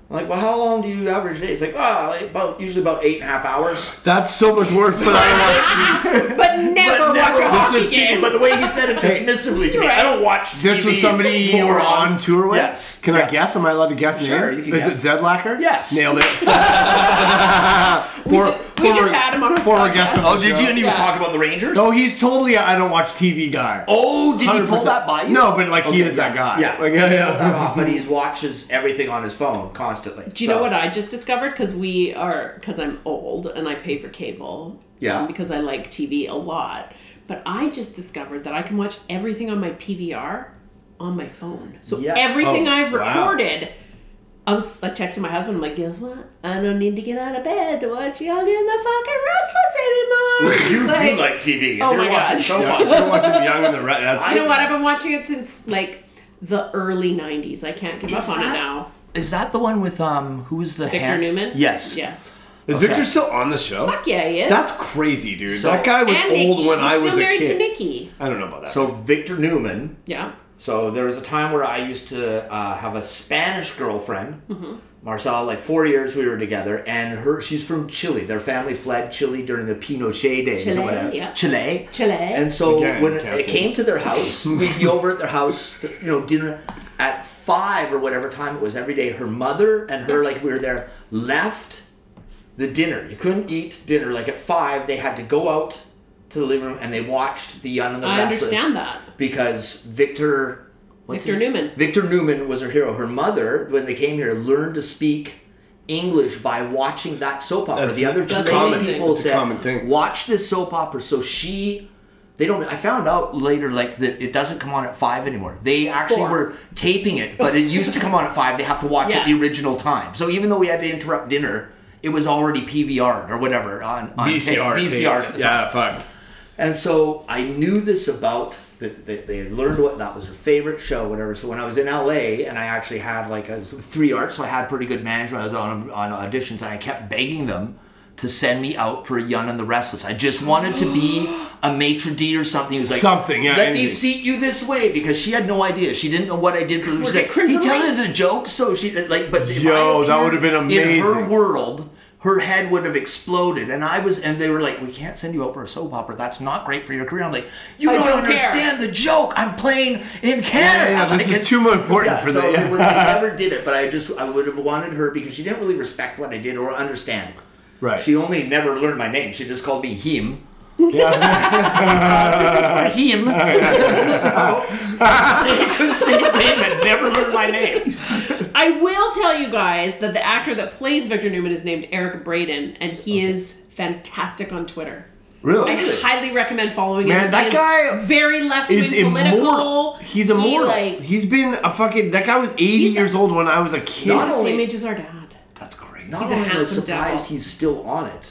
Speaker 3: I'm like, well, how long do you average a day? He's like, oh, like about usually about eight and a half hours.
Speaker 1: That's so much worse, but I don't watch.
Speaker 2: but never
Speaker 3: But
Speaker 2: watch
Speaker 3: never
Speaker 2: a
Speaker 3: watch
Speaker 2: hockey
Speaker 3: this
Speaker 2: game.
Speaker 3: TV, But the way he said it dismissively to me,
Speaker 2: Right.
Speaker 3: I don't watch TV.
Speaker 1: This was somebody you were on tour with.
Speaker 3: Yes.
Speaker 1: Can I
Speaker 3: Yeah.
Speaker 1: guess? Am I allowed to guess
Speaker 3: Sure,
Speaker 1: names?
Speaker 3: you can
Speaker 1: Is
Speaker 3: guess.
Speaker 1: it Zedlacker?
Speaker 3: Yes.
Speaker 1: Nailed it. For,
Speaker 2: ju- we just had him on our
Speaker 1: former
Speaker 2: podcast.
Speaker 1: guest. of the
Speaker 3: Oh, did
Speaker 1: show.
Speaker 3: you? And he was
Speaker 2: Yeah.
Speaker 3: talking about the Rangers.
Speaker 1: No, he's totally. a I don't watch TV guy.
Speaker 3: Oh, did he pull
Speaker 1: 100%.
Speaker 3: that by you?
Speaker 1: No, but like he
Speaker 3: Okay,
Speaker 1: is that guy.
Speaker 3: Yeah.
Speaker 1: Like, yeah,
Speaker 3: He pulled that
Speaker 1: yeah.
Speaker 3: off, but he watches everything on his phone constantly.
Speaker 2: Do you know what I just discovered? Because we are, because I'm old and I pay for cable.
Speaker 3: Yeah.
Speaker 2: and Because I like TV a lot. But I just discovered that I can watch everything on my PVR on my phone. So
Speaker 3: Yeah.
Speaker 2: everything
Speaker 1: Oh,
Speaker 2: I've
Speaker 1: wow.
Speaker 2: recorded. I was like texting my husband, I'm like, guess what? I don't need to get out of bed to watch Young and the fucking Restless anymore.
Speaker 3: You
Speaker 2: It's
Speaker 3: do like TV. If
Speaker 2: Oh
Speaker 3: you're
Speaker 2: my
Speaker 3: watching
Speaker 2: God.
Speaker 3: so
Speaker 1: Yeah,
Speaker 3: much.
Speaker 1: you're watching Young and the Re- that's-
Speaker 2: You know what? I've been watching it since like the early 90s. I can't give
Speaker 3: Is
Speaker 2: up on it
Speaker 3: that-
Speaker 2: now.
Speaker 3: Is that the one with um? Who's the
Speaker 2: Victor
Speaker 3: hands-
Speaker 2: Newman?
Speaker 3: Yes.
Speaker 2: Yes.
Speaker 1: Is
Speaker 3: Okay.
Speaker 1: Victor still on the show?
Speaker 2: Fuck yeah, he is.
Speaker 1: That's crazy, dude.
Speaker 3: So-
Speaker 1: that guy was
Speaker 2: and
Speaker 1: old
Speaker 2: Nikki.
Speaker 1: when
Speaker 2: He's
Speaker 1: I
Speaker 2: still
Speaker 1: was a
Speaker 2: married
Speaker 1: kid.
Speaker 2: to Nikki.
Speaker 1: I don't know about that.
Speaker 3: So Victor Newman.
Speaker 2: Yeah.
Speaker 3: So there was a time where I used to uh, have a Spanish girlfriend,
Speaker 2: Mm-hmm.
Speaker 3: Marcela. Like four years we were together, and her she's from Chile. Their family fled Chile during the Pinochet days
Speaker 2: Chile,
Speaker 3: or whatever.
Speaker 2: yeah.
Speaker 3: Chile.
Speaker 2: Chile.
Speaker 3: And so
Speaker 1: Again,
Speaker 3: when it
Speaker 1: canceled.
Speaker 3: came to their house, we'd be over at their house, you know, dinner at five or whatever time it was every day. Her mother and her, like we were there, left the dinner. You couldn't eat dinner like at five. They had to go out to the living room and they watched The Young and the
Speaker 2: I
Speaker 3: Restless.
Speaker 2: understand that.
Speaker 3: because Victor. what's
Speaker 2: Victor
Speaker 3: his-
Speaker 2: Newman.
Speaker 3: Victor Newman was her hero. Her mother, when they came here, learned to speak English by watching that soap opera.
Speaker 1: That's-
Speaker 3: the other
Speaker 1: that's
Speaker 3: Chilean
Speaker 2: common.
Speaker 3: people
Speaker 1: It's a
Speaker 3: said,
Speaker 1: common thing.
Speaker 3: "Watch this soap opera." So she, they don't. I found out later, like that it doesn't come on at five anymore. They actually
Speaker 2: Four.
Speaker 3: were taping it, but it used to come on at five. They have to watch it the
Speaker 2: Yes.
Speaker 3: original time. So even though we had to interrupt dinner. It was already PVR'd or whatever on, on tape.
Speaker 1: VCR.
Speaker 3: VCR.
Speaker 1: tape. Yeah, fuck.
Speaker 3: And so I knew this about that that they had learned what that was her favorite show, whatever. So when I was in LA and I actually had like I was three arts, so I had pretty good management. I was on on auditions and I kept begging them to send me out for Young and the Restless. I just wanted to be a maitre d' or something. Who's like
Speaker 1: Something, yeah,
Speaker 3: Let me
Speaker 1: anything.
Speaker 3: seat you this way because she had no idea. She didn't know what I did for. She's
Speaker 2: it
Speaker 3: like, he
Speaker 2: Crimson
Speaker 3: telling
Speaker 2: Lights?"
Speaker 3: the joke, so she like. But if I
Speaker 1: Yo, that
Speaker 3: appeared
Speaker 1: would've been
Speaker 3: In her
Speaker 1: amazing.
Speaker 3: world, her head would have exploded. And I was, and they were like, "We can't send you out for a soap opera. That's not great for your career." I'm like, "You
Speaker 2: I
Speaker 3: don't,
Speaker 2: don't care."
Speaker 3: understand the joke. I'm playing in
Speaker 1: Yeah,
Speaker 3: Canada.
Speaker 1: yeah, this
Speaker 3: Like,
Speaker 1: is
Speaker 3: it's-
Speaker 1: too more important
Speaker 3: yeah,
Speaker 1: for
Speaker 3: so
Speaker 1: that.
Speaker 3: They,
Speaker 1: Yeah.
Speaker 3: would- they never did it, but I just I would have wanted her because she didn't really respect what I did or understand.
Speaker 1: Right.
Speaker 3: She only never learned my name. She just called me him.
Speaker 1: Yeah.
Speaker 3: This is for him. so, she couldn't say my name and never learned my name.
Speaker 2: I will tell you guys that the actor that plays Victor Newman is named Eric Braden, and he is fantastic on Twitter. I
Speaker 1: Oh, really?
Speaker 2: highly recommend following him.
Speaker 1: Man, that
Speaker 2: He is
Speaker 1: guy
Speaker 2: very left wing
Speaker 1: He's
Speaker 2: political.
Speaker 1: immortal. He's immortal.
Speaker 2: He, like,
Speaker 1: he's been a fucking. That guy was 80
Speaker 2: He's a-
Speaker 1: years old when I was a kid.
Speaker 2: he's
Speaker 3: Not
Speaker 2: the same
Speaker 3: only-
Speaker 2: age as our dad.
Speaker 3: That's great. Not
Speaker 2: He's a
Speaker 3: only am I
Speaker 2: handsome
Speaker 3: surprised
Speaker 2: devil.
Speaker 3: he's still on it,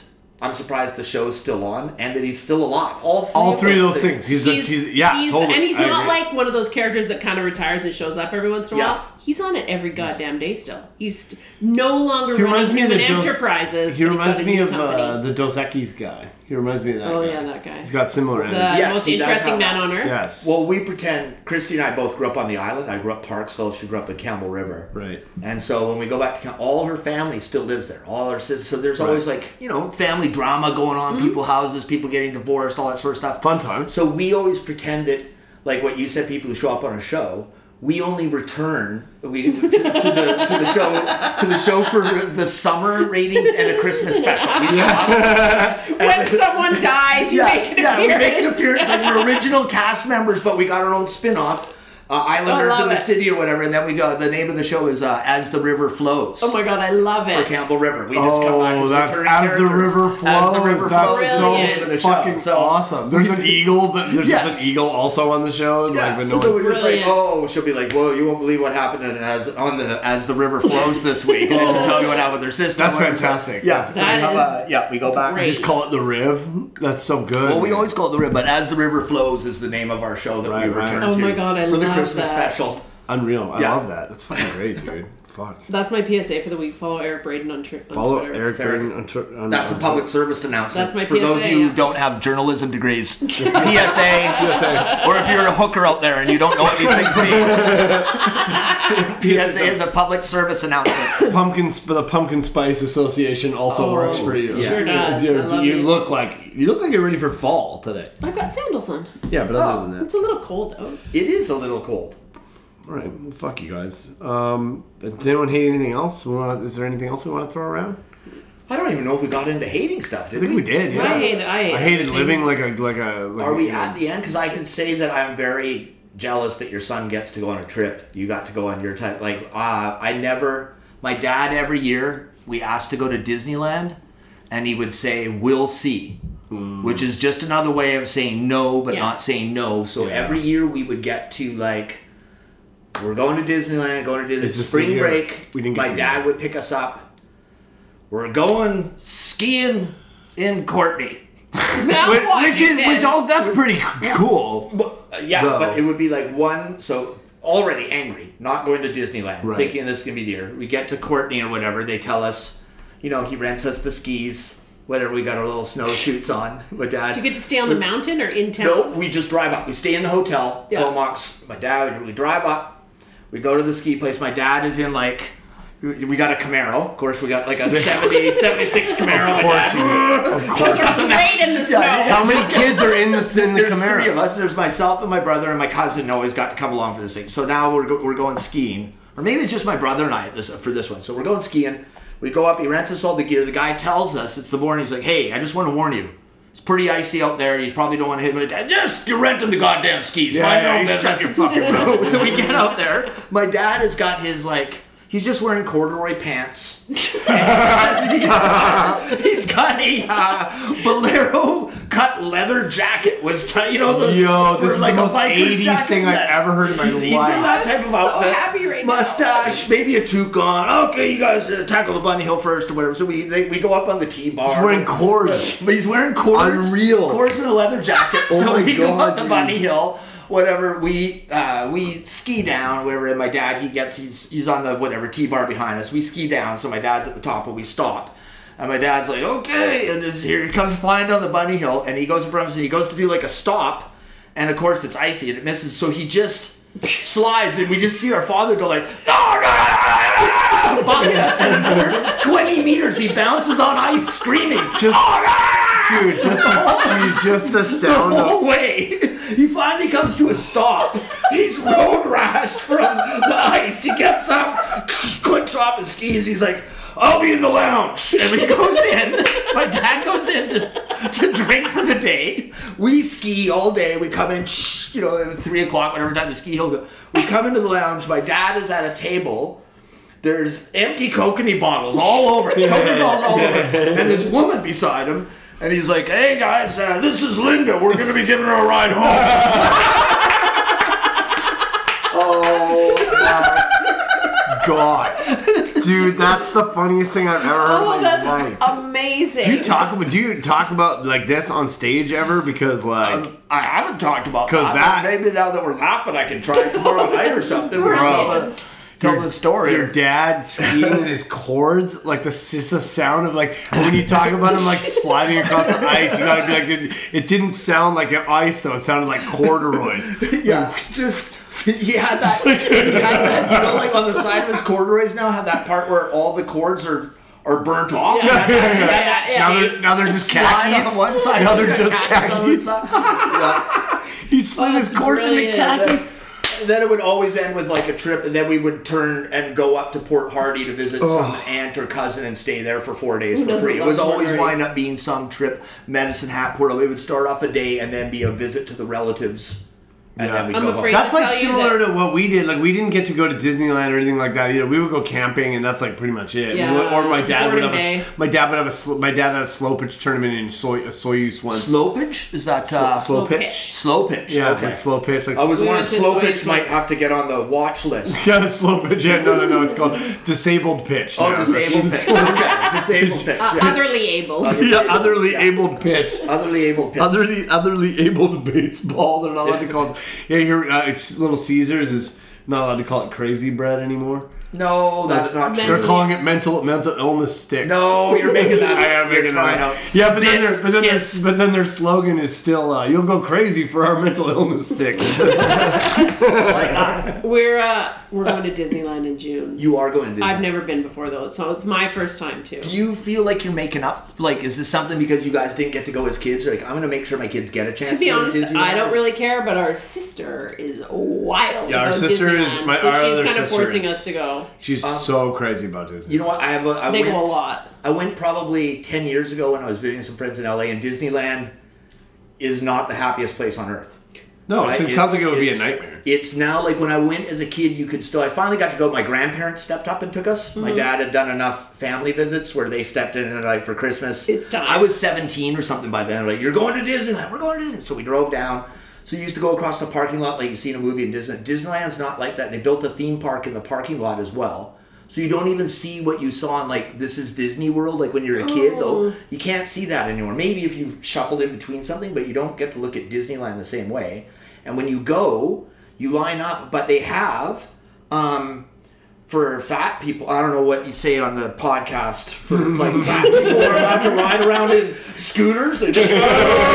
Speaker 3: I'm surprised the show's still on and that he's still alive. All three,
Speaker 1: All three of those things. He's,
Speaker 2: He's,
Speaker 1: a, he's yeah,
Speaker 2: he's-
Speaker 1: totally.
Speaker 2: And he's
Speaker 1: I
Speaker 2: not
Speaker 1: agree.
Speaker 2: like one of those characters that kind of retires and shows up every once in a
Speaker 3: Yeah.
Speaker 2: while. He's on it every goddamn day still. He's st- no longer
Speaker 1: He
Speaker 2: running
Speaker 1: reminds me of
Speaker 2: Human
Speaker 1: the Dos-
Speaker 2: Enterprises.
Speaker 1: He
Speaker 2: but he's got
Speaker 1: reminds
Speaker 2: a
Speaker 1: me
Speaker 2: new
Speaker 1: of uh,
Speaker 2: company.
Speaker 1: the Dos Equis guy. He reminds me of that.
Speaker 2: Oh,
Speaker 1: guy.
Speaker 2: yeah, that guy.
Speaker 1: He's got similar
Speaker 2: the
Speaker 1: energy.
Speaker 3: Yes,
Speaker 2: most
Speaker 3: he does
Speaker 2: interesting
Speaker 3: have
Speaker 2: man
Speaker 3: that.
Speaker 2: on earth.
Speaker 1: Yes.
Speaker 3: Well, we pretend Christy and I both grew up on the island. I grew up Parksville. She grew up in Campbell River.
Speaker 1: Right.
Speaker 3: And so when we go back to Cam- all her family still lives there. All her sisters. So there's always like you know family drama going on. People houses, people getting divorced, all that sort of stuff.
Speaker 1: Fun time.
Speaker 3: So we always pretend that like what you said, people who show up on a show. we only return we, to, to the to the show to the show for the summer ratings and a Christmas special. We show up
Speaker 2: When someone dies, you make an
Speaker 3: yeah,
Speaker 2: appearance.
Speaker 3: we make an appearance. Like we're original cast members, but we got our own spin-off. Uh, Islanders
Speaker 2: I Oh, love
Speaker 3: in the
Speaker 2: it.
Speaker 3: City or whatever, and then we go. The name of the show is uh, As the River Flows.
Speaker 2: Oh my god, I love it.
Speaker 3: or Campbell River. We just come back
Speaker 1: Oh,
Speaker 3: as
Speaker 1: that's
Speaker 3: returning
Speaker 1: as the
Speaker 3: characters.
Speaker 1: river flows.
Speaker 3: As the river
Speaker 1: that's
Speaker 3: flows.
Speaker 1: so
Speaker 2: Brilliant.
Speaker 3: For the show.
Speaker 1: fucking
Speaker 3: So-
Speaker 1: awesome. There's an eagle, but there's
Speaker 3: Yes.
Speaker 1: just an eagle also on the show. Like, but no
Speaker 3: so
Speaker 1: one-
Speaker 3: we're just like,
Speaker 2: Brilliant.
Speaker 3: oh, she'll be like, whoa, you won't believe what happened in as on the as the river flows this week, and then she'll tell me what happened with her sister.
Speaker 1: That's
Speaker 3: Whatever.
Speaker 1: fantastic.
Speaker 3: Yeah,
Speaker 1: That's
Speaker 3: so we
Speaker 2: That
Speaker 3: have
Speaker 2: is
Speaker 3: a- yeah, we go back.
Speaker 2: great.
Speaker 1: just call it the Riv. That's so good.
Speaker 3: Well, we always call it the river, but as the river flows is the name of our show that
Speaker 1: Right,
Speaker 3: we
Speaker 1: right.
Speaker 3: return
Speaker 2: Oh
Speaker 3: to
Speaker 2: my God, I
Speaker 3: for the
Speaker 2: love
Speaker 3: Christmas
Speaker 2: that.
Speaker 3: special.
Speaker 1: unreal. I
Speaker 3: Yeah.
Speaker 1: love that. That's fucking great, dude. Fuck.
Speaker 2: That's my PSA for the week. Follow Eric Braden on, tr- on
Speaker 1: Follow
Speaker 2: Twitter.
Speaker 1: Eric
Speaker 3: Fair.
Speaker 1: Braden on, tw- on uh,
Speaker 3: That's a
Speaker 1: on-
Speaker 3: public service announcement.
Speaker 2: That's my
Speaker 3: For those of
Speaker 2: PSA,
Speaker 3: you
Speaker 2: yeah.
Speaker 3: who don't have journalism degrees, PSA, or if you're a hooker out there and you don't know what these things mean, PSA is a public service announcement.
Speaker 1: Pumpkin, sp- the Pumpkin Spice Association also
Speaker 2: Oh,
Speaker 1: works for you.
Speaker 2: sure does. I
Speaker 1: You,
Speaker 2: love
Speaker 1: you
Speaker 2: it.
Speaker 1: look like you look like you're ready for fall today.
Speaker 2: I've got sandals on.
Speaker 1: Yeah, but
Speaker 3: Oh.
Speaker 1: other than
Speaker 2: It's a little cold out.
Speaker 3: It is a little cold.
Speaker 1: that, all right. Well, fuck you guys. Um, does anyone hate anything else? We wanna, is there anything else we want to throw around?
Speaker 3: I don't even know if we got into hating stuff, did
Speaker 1: I think we did. Yeah.
Speaker 2: I hate. I hate.
Speaker 1: I hated
Speaker 2: everything.
Speaker 1: living like a like a. Like
Speaker 3: Are we
Speaker 1: a,
Speaker 3: at the end? Because I can say that I'm very jealous that your son gets to go on a trip. You got to go on your type. Like uh, I never. My dad every year we asked to go to Disneyland, and he would say, "We'll see,"
Speaker 1: Hmm.
Speaker 3: which is just another way of saying no, but
Speaker 2: Yeah.
Speaker 3: not saying no. So every year we would get to like. We're going to Disneyland. Going to Disney
Speaker 1: It's just the
Speaker 3: spring
Speaker 1: year
Speaker 3: break.
Speaker 1: we didn't get
Speaker 3: My
Speaker 1: to
Speaker 3: dad
Speaker 1: go.
Speaker 3: would pick us up. We're going skiing in Courtney.
Speaker 2: Mount
Speaker 1: Which- which is
Speaker 2: Washington.
Speaker 1: which also that's pretty cool.
Speaker 3: But, uh, yeah,
Speaker 1: No.
Speaker 3: but it would be like one. So already angry, not going to Disneyland,
Speaker 1: Right.
Speaker 3: thinking this is gonna be the year. We get to Courtney or whatever. They tell us, you know, he rents us the skis. Whatever, we got our little snowsuits on. My dad.
Speaker 2: Do you get to stay on the mountain or in town?
Speaker 3: Nope, we just drive up. We stay in the hotel.
Speaker 2: Yeah.
Speaker 3: Comox, my dad, we drive up. We go to the ski place. My dad is in like, we got a Camaro. Of course, we got like a 70, 76 Camaro.
Speaker 1: Of course, you, of course.
Speaker 2: Great in the snow.
Speaker 1: How many kids are in the in the
Speaker 3: There's three of
Speaker 1: Camaro?
Speaker 3: us. There's myself and my brother and my cousin. Always got to come along for this thing. So now we're, go- we're going skiing, or maybe it's just my brother and I at this for this one. So we're going skiing. We go up. He rents us all the gear. The guy tells us it's the morning. He's like, "Hey, I just want to warn you. It's pretty icy out there. You probably don't want to hit me. Just you rent him the goddamn skis.
Speaker 1: Yeah,
Speaker 3: Mind
Speaker 1: yeah,
Speaker 3: your
Speaker 1: you
Speaker 3: business."
Speaker 1: shut your fucking mouth.
Speaker 3: so, so we get out there. My dad has got his like. He's just wearing corduroy pants. And he's got, he's got a uh, bolero cut leather jacket. Was t- you know those?
Speaker 1: Yo,
Speaker 3: for
Speaker 1: this is
Speaker 3: like
Speaker 1: the most
Speaker 3: a biker's
Speaker 1: 80s
Speaker 3: jacket
Speaker 1: thing I've
Speaker 3: that's-
Speaker 1: ever heard in my
Speaker 3: he's, He's
Speaker 1: life.
Speaker 3: in that
Speaker 2: I'm
Speaker 3: type of
Speaker 2: so
Speaker 3: outfit.
Speaker 2: happy right now.
Speaker 3: Mustache, maybe a toucan. Okay, you guys uh, tackle the bunny hill first or whatever. So we they, we go up on the T bar.
Speaker 1: We're in cords.
Speaker 3: But he's wearing cords.
Speaker 1: Unreal.
Speaker 3: Cords and a leather jacket.
Speaker 1: Oh
Speaker 3: so
Speaker 1: my
Speaker 3: we go
Speaker 1: God,
Speaker 3: up the
Speaker 1: dude.
Speaker 3: bunny hill. Whatever we uh, we ski down, whatever. And my dad, he gets he's he's on the whatever T bar behind us. We ski down, so my dad's at the top, and we stop. And my dad's like, okay, and this, here he comes flying down the bunny hill, and he goes in front of us, and he goes to do like a stop, and of course it's icy and it misses, so he just slides, and we just see our father go like, no, no, no, no, no, by us, and another twenty meters he bounces on ice, screaming,
Speaker 1: Just-
Speaker 3: "Oh, no!"
Speaker 1: Dude, just the, dude, just the sound
Speaker 3: the
Speaker 1: of
Speaker 3: whole way. He finally comes to a stop. He's road rashed from the ice. He gets up, clicks off his skis. He's like, I'll be in the lounge. And he goes in. My dad goes in to, to drink for the day. We ski all day. We come in, shh, you know, at 3 o'clock, whatever time the ski hill go. We come into the lounge. My dad is at a table. There's empty coconut bottles all over it. Coconut bottles all over it. And this woman beside him. And he's like, hey guys, uh, this is Linda. We're going to be giving her a ride home.
Speaker 1: Oh, God. Dude, that's the funniest thing I've ever heard
Speaker 2: Oh,
Speaker 1: in my
Speaker 2: that's
Speaker 1: life.
Speaker 2: amazing.
Speaker 1: Do you talk about do you talk about like this on stage ever? Because like
Speaker 3: I haven't talked about
Speaker 1: 'Cause
Speaker 3: but
Speaker 1: that-
Speaker 3: Maybe now that we're laughing, I can try it tomorrow night or something. We'll tell the, tell the story.
Speaker 1: your dad skiing in his cords, like the just the sound of like when you talk about him like sliding across the ice, you gotta be like it, it didn't sound like ice though, it sounded like corduroys.
Speaker 3: yeah, just he had that. He had that. You know, like on the side of his corduroys now, had that part where all the cords are are burnt off. He had that- he had that
Speaker 2: Yeah,
Speaker 1: Now
Speaker 2: yeah.
Speaker 1: they're now they're just
Speaker 3: slide
Speaker 1: khakis.
Speaker 3: on one side.
Speaker 1: Now they're
Speaker 3: and
Speaker 1: just
Speaker 3: khakis on the
Speaker 1: khakis.
Speaker 3: side. Yeah.
Speaker 1: He slid his
Speaker 2: That's
Speaker 1: cords into
Speaker 2: brilliant.
Speaker 1: khakis.
Speaker 3: then it would always end with like a trip, and then we would turn and go up to Port Hardy to visit some aunt or cousin and stay there for four days
Speaker 2: Who
Speaker 3: for
Speaker 2: doesn't
Speaker 3: free. It
Speaker 2: love
Speaker 3: was
Speaker 2: Port
Speaker 3: always
Speaker 2: Hardy?
Speaker 3: wind up being some trip, Medicine Hat, Port. Hardy. It would start off a day and then be a visit to the relatives, and
Speaker 1: Yeah.
Speaker 3: then we
Speaker 2: I'm
Speaker 3: go
Speaker 2: afraid-
Speaker 3: home.
Speaker 1: That's like
Speaker 2: tell you
Speaker 1: similar to what we did. Like we didn't get to go to Disneyland or anything like that either. We would go camping, and that's like pretty much it. We
Speaker 2: Yeah.
Speaker 1: would- or my dad would
Speaker 2: Gordon
Speaker 1: have a,
Speaker 2: Bay.
Speaker 1: s- my dad would have a sl- my dad had a slow pitch tournament in soy, a Soyuz once.
Speaker 3: Slow pitch is that uh,
Speaker 1: slow
Speaker 2: Slow
Speaker 1: pitch.
Speaker 2: pitch.
Speaker 3: slow pitch?
Speaker 1: Yeah,
Speaker 3: okay.
Speaker 1: like slow pitch. Like
Speaker 3: I was
Speaker 2: We
Speaker 3: wondering,
Speaker 2: went to
Speaker 3: slow
Speaker 2: Sway
Speaker 3: pitch might
Speaker 2: Place.
Speaker 3: have to get on the watch list.
Speaker 1: yeah, slow pitch. Yeah, no, no, no. It's called disabled pitch.
Speaker 3: Oh,
Speaker 1: now.
Speaker 3: disabled pitch. Okay, disabled pitch.
Speaker 2: Uh,
Speaker 3: yeah.
Speaker 2: otherly able.
Speaker 1: yeah, otherly abled pitch.
Speaker 3: Otherly able pitch.
Speaker 1: Otherly, otherly able to baseball. They're not allowed to call it. Yeah, your uh, it's- Little Caesars is not allowed to call it crazy bread anymore.
Speaker 3: no, that's not
Speaker 2: Men-
Speaker 3: true.
Speaker 1: They're calling it mental mental illness sticks.
Speaker 3: No, you're making that
Speaker 1: I am
Speaker 3: up. You're
Speaker 1: making that
Speaker 3: trying
Speaker 1: up.
Speaker 3: out
Speaker 1: Yeah, but then,
Speaker 3: bits,
Speaker 1: their, but, then their,
Speaker 3: skits.
Speaker 1: but then their slogan is still uh, "You'll go crazy for our mental illness sticks." yeah,
Speaker 2: We're uh, we're going to Disneyland in June.
Speaker 3: You are going to Disney.
Speaker 2: I've never been before though, so it's my first time too.
Speaker 3: Do you feel like you're making up? Like, is this something because you guys didn't get to go as kids? Like, I'm going to make sure my kids get a chance
Speaker 2: To be
Speaker 3: go
Speaker 2: honest,
Speaker 3: Disneyland?
Speaker 2: I don't really care, but our sister is wild.
Speaker 1: our
Speaker 2: about
Speaker 1: sister is-
Speaker 2: Disneyland,
Speaker 1: my-
Speaker 2: so
Speaker 1: our
Speaker 2: she's
Speaker 1: other
Speaker 2: kind of
Speaker 1: sister
Speaker 2: forcing
Speaker 1: is-
Speaker 2: us to go.
Speaker 1: she's so crazy about Disney.
Speaker 3: You know what? I have a. I
Speaker 2: They
Speaker 3: went,
Speaker 2: go a lot.
Speaker 3: I went probably ten years ago when I was visiting some friends in LA, and Disneyland is not the happiest place on earth.
Speaker 1: No,
Speaker 3: Right?
Speaker 1: Oh, it sounds like it would be a
Speaker 3: it's-
Speaker 1: nightmare.
Speaker 3: It's now like when I went as a kid, you could still. I finally got to go. My grandparents stepped up and took us. My
Speaker 2: Mm-hmm.
Speaker 3: dad had done enough family visits where they stepped in and like for Christmas.
Speaker 2: It's time.
Speaker 3: I was 17 or something by then. Like you're going to Disneyland. We're going to Disneyland. So we drove down. So you used to go across the parking lot like you see in a movie in Disneyland. Disneyland's not like that. They built a theme park in the parking lot as well. So you don't even see what you saw in like this is Disney World like when you're a kid though you can't see that anymore. Maybe if you've shuffled in between something, but you don't get to look at Disneyland the same way. And when you go, you line up, but they have um, for fat people. I don't know what you say on the podcast for like fat people are allowed to ride around in scooters. They just